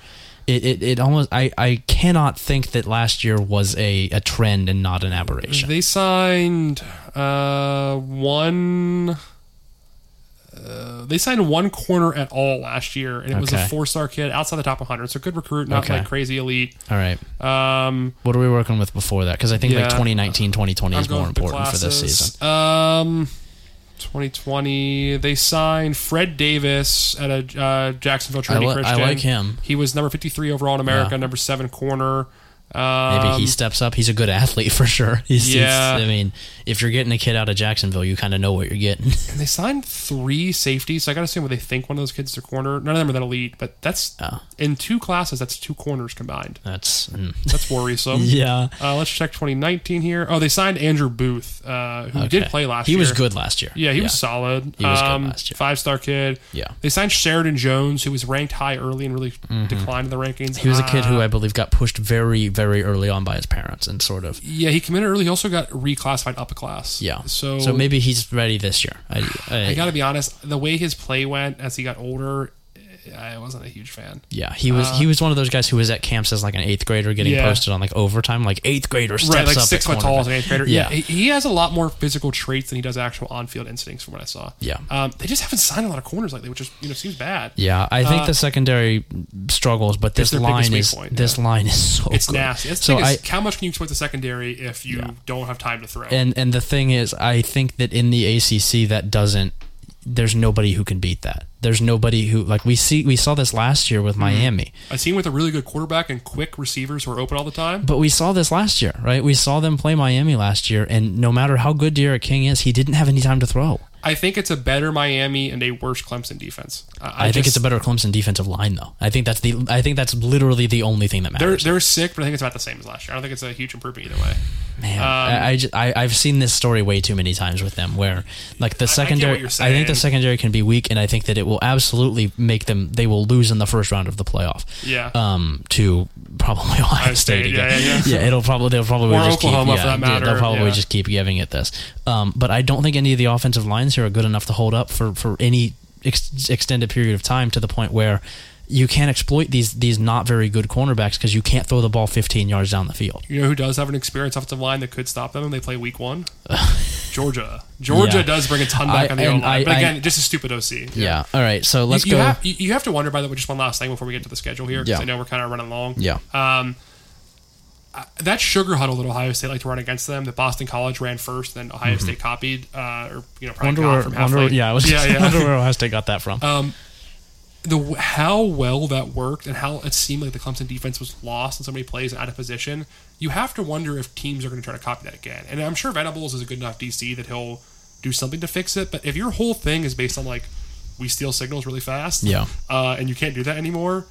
S1: It, it, it almost I, I cannot think that last year was a, a trend and not an aberration.
S2: They signed uh, one. uh, they signed one corner at all last year, and it was a
S1: Okay.
S2: four star kid outside the top 100. So good recruit, not
S1: Okay.
S2: like crazy elite.
S1: All right.
S2: Um,
S1: What are we working with before that? Because I think
S2: Yeah.
S1: like 2019, 2020
S2: I'm
S1: is more
S2: going through
S1: important for this
S2: classes.
S1: season.
S2: Um, 2020, they signed Fred Davis at a uh, Jacksonville
S1: I,
S2: Trinity
S1: li- I
S2: Christian.
S1: like him.
S2: He was number 53 overall in America,
S1: Yeah.
S2: number seven corner. Um,
S1: Maybe he steps up. He's a good athlete (laughs) for sure. He's, he's-
S2: Yeah.
S1: I mean, if you're getting a kid out of Jacksonville, you kind of know what you're getting. (laughs)
S2: And they signed three safeties, so I gotta assume they think one of those kids is a corner. None of them are that elite, but that's
S1: Oh.
S2: in two classes, that's two corners combined.
S1: That's mm.
S2: That's worrisome.
S1: (laughs) yeah.
S2: Uh, let's check 2019 here. Oh, they signed Andrew Booth, uh, who did
S1: Okay.
S2: play last
S1: He
S2: year.
S1: was good last year.
S2: Yeah, he was solid.
S1: He was good last year.
S2: Five star kid.
S1: Yeah.
S2: They signed Sheridan Jones, who was ranked high early and really declined in the rankings.
S1: Mm-hmm. He was a kid
S2: Uh,
S1: who I believe got pushed very, very early on by his parents and sort of.
S2: yeah, he committed early. He also got reclassified up a class.
S1: Yeah.
S2: So,
S1: so maybe he's ready this year. I, I,
S2: I gotta be honest, the way his play went as he got older, eh, I wasn't a huge fan.
S1: yeah, he was he was one of those guys who was at camps as like an eighth grader getting
S2: uh, Yeah.
S1: posted on like overtime, like eighth grader steps
S2: right, like
S1: up
S2: six
S1: at
S2: foot
S1: cornerback.
S2: tall as an eighth grader. Yeah,
S1: Yeah.
S2: he, he has a lot more physical traits than he does actual on-field instincts, from what I saw.
S1: Yeah.
S2: um, they just haven't signed a lot of corners lately, which is you know seems bad.
S1: Yeah, I think
S2: Uh,
S1: the secondary struggles, but this
S2: their biggest
S1: line
S2: weak
S1: is
S2: point,
S1: this line is so
S2: It's
S1: good.
S2: nasty. That's
S1: so
S2: the thing
S1: I
S2: is, how much can you exploit the secondary if you don't have time to throw?
S1: and and the thing is, I think that in the ACC that doesn't. There's nobody who can beat that. There's nobody who like we see we saw this last year with Miami.
S2: a team with a really good quarterback and quick receivers who are open all the time.
S1: But we saw this last year, right? We saw them play Miami last year, and no matter how good Derek King is, he didn't have any time to throw.
S2: I think it's a better Miami and a worse Clemson defense.
S1: I, think it's
S2: just-
S1: a better Clemson defensive line, though. I think that's the I think that's literally the only thing that
S2: They're,
S1: matters.
S2: they're sick, but I think it's about the same as last year. I don't think it's a huge improvement either way.
S1: Man,
S2: Um,
S1: I, I, ju- I have seen this story way too many times with them, where like the
S2: get what
S1: secondary,
S2: you're
S1: I, think the
S2: saying.
S1: secondary can be weak, and I think that it will absolutely make them they will lose in the first round of the playoff.
S2: Yeah.
S1: Um, to probably (laughs) Ohio State,
S2: State, yeah,
S1: again.
S2: yeah,
S1: it'll probably they'll probably
S2: Or
S1: just
S2: Oklahoma,
S1: keep,
S2: for
S1: yeah,
S2: that matter,
S1: They'll probably
S2: yeah.
S1: just keep giving it this. Um, but I don't think any of the offensive lines here are good enough to hold up for for any ex- extended period of time to the point where. You can't exploit these these not very good cornerbacks because you can't throw the ball 15 yards down the field.
S2: You know who does have an experienced offensive line that could stop them, and they play
S1: (laughs)
S2: week one? Georgia. Georgia
S1: Yeah.
S2: does bring a ton
S1: I-
S2: back on the
S1: and
S2: O line,
S1: I-
S2: but
S1: I-
S2: again, just a stupid OC.
S1: Yeah. All right. So let's
S2: you,
S1: go.
S2: you have you, you have to wonder by the way. Just one last thing before we get to the schedule here, because
S1: Yeah.
S2: I know we're kind of running long.
S1: Yeah.
S2: Um, I- that sugar huddle that Ohio State liked to run against them, that Boston College ran first, then Ohio
S1: Mm-hmm.
S2: State copied, uh, or you know, probably
S1: wonder
S2: got
S1: where,
S2: from
S1: wonder,
S2: halfway.
S1: yeah, Uh, I was
S2: yeah, yeah.
S1: wonder where Ohio State got that from.
S2: the w- how well that worked and how it seemed like the Clemson defense was lost in so many plays and out of position, you have to wonder if teams are going to try to copy that again. And I'm sure Venables is a good enough DC that he'll do something to fix it. But if your whole thing is based on like we steal signals really fast,
S1: Yeah.
S2: uh, and you can't do that anymore,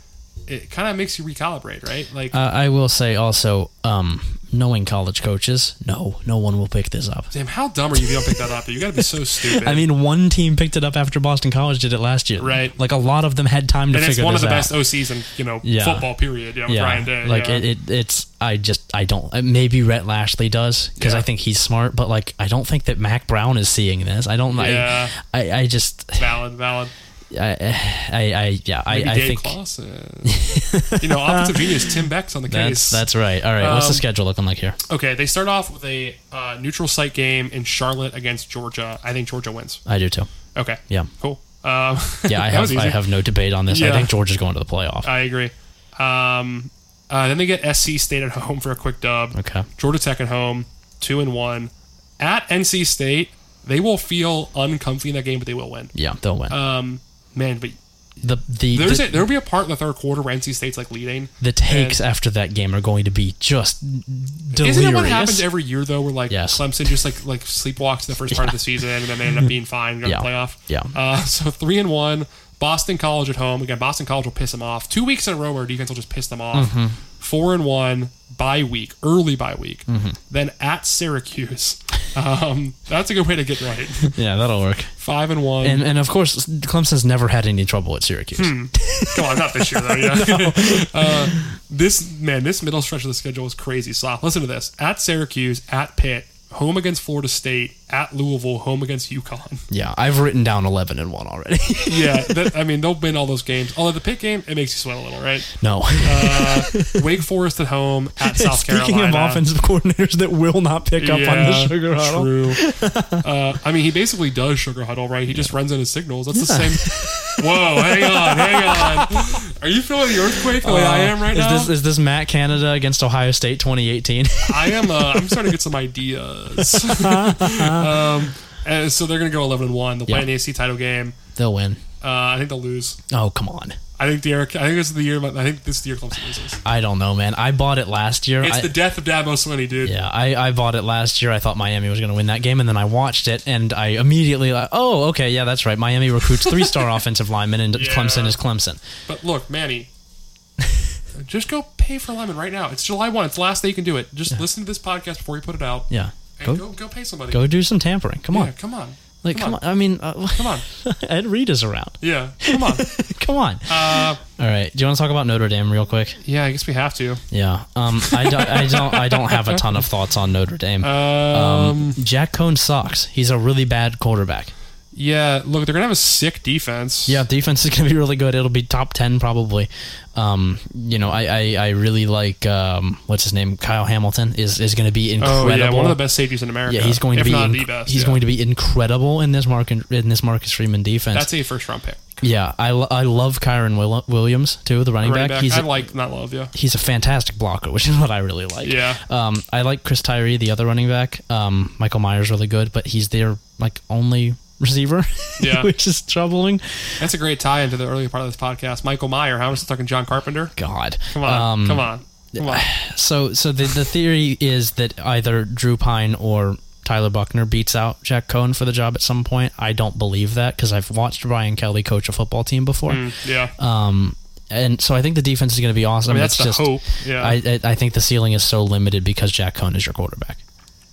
S2: it kind of makes you recalibrate, right? Like
S1: uh, I will say also, um, knowing college coaches, no, no one will pick this up.
S2: Damn, how dumb are you if you don't pick that up? You got to
S1: (laughs)
S2: be so stupid.
S1: I mean, one team picked it up after Boston College did it last year.
S2: Right.
S1: Like a lot of them had time to
S2: and it's
S1: figure
S2: one of
S1: this
S2: the
S1: out.
S2: best OCs in you know
S1: Yeah.
S2: football period. You know, with
S1: yeah,
S2: Ryan Day.
S1: like
S2: yeah.
S1: It, it, it's I just I don't uh, maybe Rhett Lashley does because
S2: Yeah.
S1: I think he's smart, but like I don't think that Mac Brown is seeing this. I don't
S2: Yeah.
S1: I, I I just
S2: valid, valid.
S1: I I, I yeah I,
S2: Maybe
S1: I
S2: Dave
S1: think
S2: Clawson.
S1: (laughs)
S2: you know, offensive genius Tim Beck's on the
S1: that's
S2: case.
S1: that's right. All right, what's the
S2: Um,
S1: schedule looking like here?
S2: okay, they start off with a uh, neutral site game in Charlotte against Georgia. I think Georgia wins.
S1: I do too.
S2: Okay,
S1: Yeah.
S2: cool. Um,
S1: (laughs) Yeah, I
S2: (laughs) that
S1: have
S2: was
S1: I
S2: easy.
S1: have no debate on this. I
S2: Yeah.
S1: think Georgia's going to the playoff.
S2: I agree. Um, uh, then they get SC State at home for a quick dub.
S1: Okay.
S2: Georgia Tech at home, two and one. At NC State, they will feel uncomfy in that game, but they will win.
S1: Yeah, they'll win.
S2: Um, man, but
S1: the the
S2: there's
S1: the,
S2: a, there'll be a part in the third quarter where NC State's like leading.
S1: the takes after that game are going to be just delirious.
S2: Isn't it what happens every year though, where like
S1: Yes.
S2: Clemson just like like sleepwalks the first part of the season and then they end up being fine and go
S1: Yeah.
S2: to playoff?
S1: Yeah.
S2: Uh, (laughs) so three and one, Boston College at home. Again, Boston College will piss them off. Two weeks in a row where defense will just piss them off.
S1: Mm-hmm.
S2: Four and one bye week, early bye week.
S1: Mm-hmm.
S2: Then at Syracuse, (laughs) um, that's a good way to get right. (laughs)
S1: yeah, that'll work.
S2: Five and one.
S1: And and of course, Clemson's never had any trouble at Syracuse.
S2: Hmm. Come on, not this year though. (laughs) Yeah. uh, this man, this middle stretch of the schedule is crazy soft. Listen to this: at Syracuse, at Pitt, home against Florida State, at Louisville, home against UConn.
S1: (laughs) Yeah, I've written down 11 and 1 already. (laughs)
S2: yeah, that, I mean, they'll win all those games. Although the pick game, it makes you sweat a little, right?
S1: (laughs) no.
S2: Uh, Wake Forest at home,
S1: (laughs)
S2: at South
S1: Speaking
S2: Carolina.
S1: of offensive coordinators that will not pick up on the sugar huddle.
S2: True.
S1: (laughs)
S2: Uh, I mean, he basically does sugar huddle, right? He just runs in his signals. That's the same. Whoa, hang on, hang on.
S1: (laughs)
S2: Are you feeling the earthquake the way Oh, I am right
S1: Uh, is
S2: now?
S1: This, is this Matt Canada against Ohio State 2018?
S2: I am. Uh, I'm starting to get some ideas.
S1: (laughs)
S2: um, and so they're going to go 11 and one. They'll play
S1: Yeah.
S2: an AC title game.
S1: (laughs) They'll win.
S2: Uh, I think they'll lose.
S1: Oh, come on.
S2: I think the Eric. I think this is the year. I think this is the year Clemson loses.
S1: I don't know, man. I bought it last year.
S2: It's
S1: I,
S2: the death of Dabo Swinney, dude.
S1: yeah, I, I bought it last year. I thought Miami was going to win that game, and then I watched it, and I immediately, like, oh, okay, yeah, that's right. Miami recruits three
S2: (laughs)
S1: star offensive linemen, and
S2: Yeah.
S1: Clemson is Clemson.
S2: But look,
S1: (laughs)
S2: Manny, just go pay for Lemon right now. It's July 1. It's the last day you can do it. Just listen to this podcast before you put it out.
S1: Yeah.
S2: And
S1: Go,
S2: go, go pay somebody.
S1: go do some tampering. Come
S2: yeah,
S1: on.
S2: come on.
S1: Like,
S2: come
S1: come on. I mean, uh,
S2: Come on.
S1: (laughs) Ed Reed is around. (laughs)
S2: Yeah, come on.
S1: come on.
S2: Uh,
S1: All right. Do you want to talk about Notre Dame real quick?
S2: yeah, I guess we have to.
S1: Yeah. Um, I, don't, I don't. I don't have a ton of thoughts on Notre Dame.
S2: Um,
S1: Um, Jack Cohn sucks. He's a really bad quarterback.
S2: yeah, look, they're going to have a sick defense.
S1: Yeah, defense is going to be really good. It'll be top ten probably. Um, you know, I, I, I really like um, what's his name, Kyle Hamilton is is going to be
S2: Oh,
S1: incredible.
S2: yeah, one of the best safeties in America.
S1: Yeah, he's going to
S2: if
S1: be
S2: not
S1: inc-
S2: the best.
S1: he's
S2: yeah.
S1: going to be incredible in this Mark in this Marcus Freeman defense.
S2: That's a first round pick.
S1: yeah, I, lo- I love Kyron Will- Williams too, the running,
S2: Running
S1: back.
S2: back.
S1: He's
S2: I
S1: a,
S2: like, not love, yeah.
S1: he's a fantastic blocker, (laughs) which is what I really like.
S2: Yeah.
S1: Um, I like Chris Tyree, the other running back. Um, Michael Myers really good, but he's their like only receiver, (laughs)
S2: Yeah.
S1: which is troubling.
S2: That's a great tie into the earlier part of this podcast. Michael Meyer, how much talking John Carpenter?
S1: God,
S2: Come on,
S1: Um,
S2: come on, come on.
S1: So, so the the theory is that either Drew Pine or Tyler Buckner beats out Jack Cohn for the job at some point. I don't believe that because I've watched Brian Kelly coach a football team before.
S2: Mm, (sighs) yeah.
S1: Um, and so I think the defense is going to be awesome.
S2: I mean, that's
S1: it's
S2: the
S1: just,
S2: hope. Yeah.
S1: I, I I think the ceiling is so limited because Jack Cohn is your quarterback.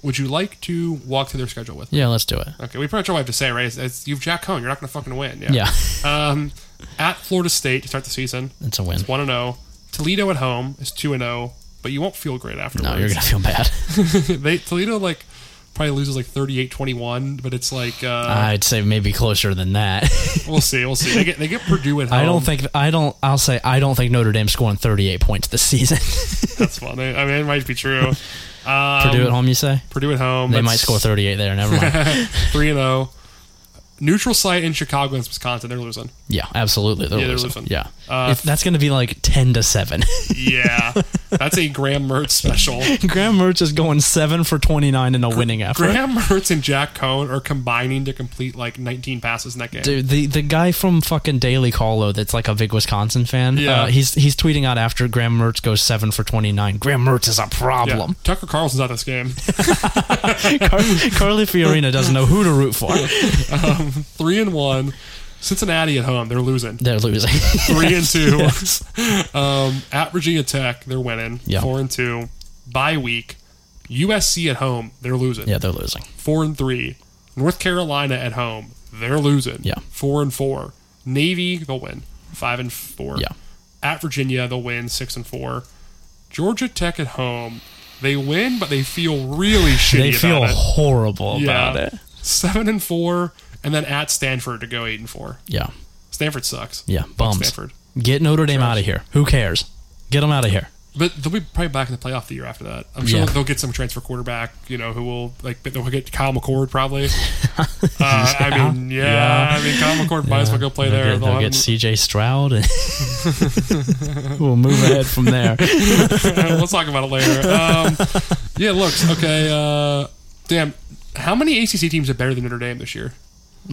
S2: Would you like to walk through their schedule with? Me?
S1: Yeah, let's do it.
S2: Okay, we pretty much all we have to say, right? It's, it's, you've Jack Cohn. You're not going to fucking win. Yeah.
S1: Yeah, (laughs)
S2: Um, at Florida State to start the season,
S1: it's a win.
S2: it's one and zero. Toledo at home is two and zero, but you won't feel great afterwards.
S1: No, you're gonna feel bad.
S2: (laughs) they Toledo like probably loses like 38-21, but it's like uh,
S1: I'd say maybe closer than that. (laughs)
S2: we'll see, we'll see. They get they get Purdue at home.
S1: I don't think I don't. I'll say I don't think Notre Dame's scoring 38 points this season. (laughs)
S2: that's fun. I mean, it might be true. Um,
S1: Purdue at home, you say?
S2: Purdue at home.
S1: They
S2: that's
S1: might
S2: (laughs)
S1: score 38 there. Never mind.
S2: three and zero. Neutral site in Chicago against Wisconsin. They're losing.
S1: Yeah, absolutely. They're
S2: Yeah, they're
S1: losing.
S2: losing.
S1: Yeah,
S2: Uh,
S1: if that's gonna be like 10 to seven. (laughs)
S2: Yeah, that's a Graham Mertz special.
S1: Graham Mertz is going seven for 29 in a winning effort.
S2: Graham Mertz and Jack Cohn are combining to complete like 19 passes in that game.
S1: Dude, the, the guy from fucking Daily Colo that's like a big Wisconsin fan.
S2: Yeah.
S1: uh, he's he's tweeting out after Graham Mertz goes seven for twenty nine. Graham Mertz is a
S2: Yeah.
S1: problem.
S2: Tucker Carlson's out
S1: (laughs)
S2: this game.
S1: Car- Carly Fiorina doesn't know who to root
S2: (laughs)
S1: for.
S2: Three and one. Cincinnati at home, they're losing.
S1: They're losing. (laughs)
S2: Three and two. (laughs) Um, at Virginia Tech, they're winning.
S1: Yeah.
S2: Four and two. Bye week. USC at home, they're losing.
S1: Yeah, they're losing.
S2: Four and three. North Carolina at home, they're losing.
S1: Yeah.
S2: Four and four. Navy, they'll win. Five and four.
S1: Yeah.
S2: At Virginia, they'll win six and four. Georgia Tech at home, they win, but they feel really shitty.
S1: They
S2: about
S1: feel
S2: it.
S1: horrible about
S2: Yeah.
S1: it.
S2: seven and four, and then at Stanford to go eight and four.
S1: Yeah.
S2: Stanford sucks.
S1: Yeah. Bums.
S2: Stanford.
S1: Get Notre Dame out of here. Who cares? Get them out of here.
S2: But they'll be probably back in the playoff the year after that. I'm sure
S1: Yeah.
S2: they'll get some transfer quarterback, you know, who will like but they'll get Kyle McCord probably.
S1: (laughs)
S2: Uh, I mean, yeah, I mean Kyle McCord might as well go play
S1: They'll
S2: there.
S1: get,
S2: They'll
S1: they'll get
S2: have
S1: CJ Stroud and
S2: (laughs)
S1: we'll move ahead from there.
S2: him- (laughs) Let's talk about it later. Um, yeah, looks okay. Uh, damn, how many ACC teams are better than Notre Dame this year?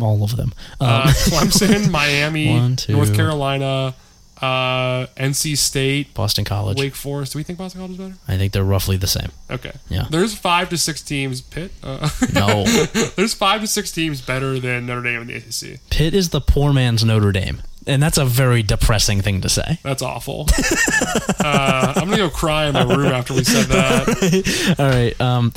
S1: All of them. Uh,
S2: Uh,
S1: (laughs)
S2: Clemson, Miami,
S1: One, two.
S2: North Carolina, uh, NC State,
S1: Boston College.
S2: Wake Forest. Do we think Boston College is better?
S1: I think they're roughly the
S2: (laughs)
S1: same.
S2: Okay.
S1: Yeah.
S2: There's five to six teams. Pitt. Uh,
S1: No.
S2: there's five to six teams better than Notre Dame in the ACC.
S1: Pitt is the poor man's Notre Dame. And that's a very depressing thing to say. (laughs)
S2: That's awful. uh, I'm gonna go cry in my room after we said that.
S1: All right. Um,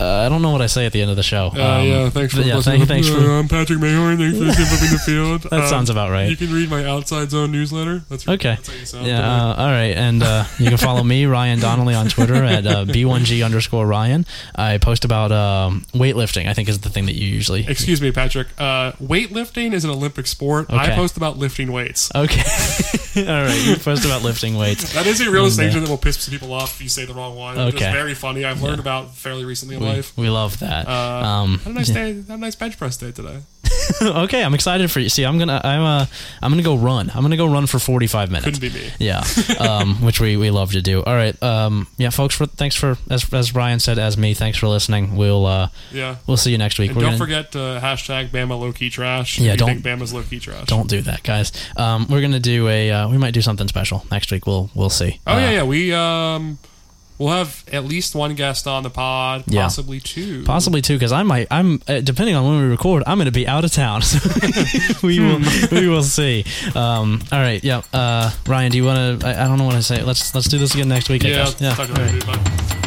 S1: Uh, I don't know what I say at the end of the show.
S2: Uh,
S1: Um,
S2: yeah, thanks for
S1: but yeah,
S2: listening.
S1: thank, thanks
S2: Uh,
S1: for.
S2: I'm Patrick Mayhorn. Thanks for keeping the field.
S1: (laughs)
S2: Um,
S1: That sounds about right.
S2: You can read my Outside Zone newsletter. (laughs) That's
S1: Okay.
S2: That's how you sound.
S1: Yeah. Uh, all right. And uh, you can follow me, Ryan Donnelly, on Twitter at uh, b1g underscore Ryan. I post about um, weightlifting. I think is the thing that you usually.
S2: Excuse me, Patrick. Uh, weightlifting is an Olympic sport. I
S1: Okay.
S2: post about lifting weights.
S1: Okay. (laughs) all right. You post about lifting weights.
S2: That is a real
S1: Mm, yeah.
S2: distinction that will piss some people off if you say the wrong one. It's
S1: Okay.
S2: very funny. I've learned about fairly recently in
S1: We,
S2: life.
S1: we love that.
S2: Uh,
S1: um,
S2: Had a nice day. Had a nice bench press day today.
S1: (laughs) okay, I'm excited for you. See, I'm gonna I'm uh I'm gonna go run. I'm gonna go run for 45 minutes.
S2: Couldn't be me. (laughs)
S1: Yeah, um, which we, we love to do. All right, um, yeah, folks. For, thanks for as as Ryan said, as me. Thanks for listening. We'll uh,
S2: Yeah.
S1: we'll see you next week.
S2: And
S1: We're
S2: don't
S1: gonna-
S2: forget to hashtag Bama low key trash.
S1: Yeah,
S2: if you
S1: don't-
S2: think Bama's low key trash.
S1: Don't do that, guys. Um, we're gonna do a. Uh, we might do something special next week. We'll we'll see.
S2: Oh
S1: Uh,
S2: yeah, yeah. We um, we'll have at least one guest on the pod,
S1: Yeah.
S2: possibly two.
S1: Possibly too, because I might. I'm uh, depending on when we record. I'm going to be out of town. (laughs) So we will.
S2: Hmm.
S1: (laughs) We will see. Um, all right. Yeah. Uh, Ryan, do you want to? I, I don't know what to say. Let's let's do this again next week. I
S2: Yeah.
S1: guess.
S2: let's talk about it, dude. Bye.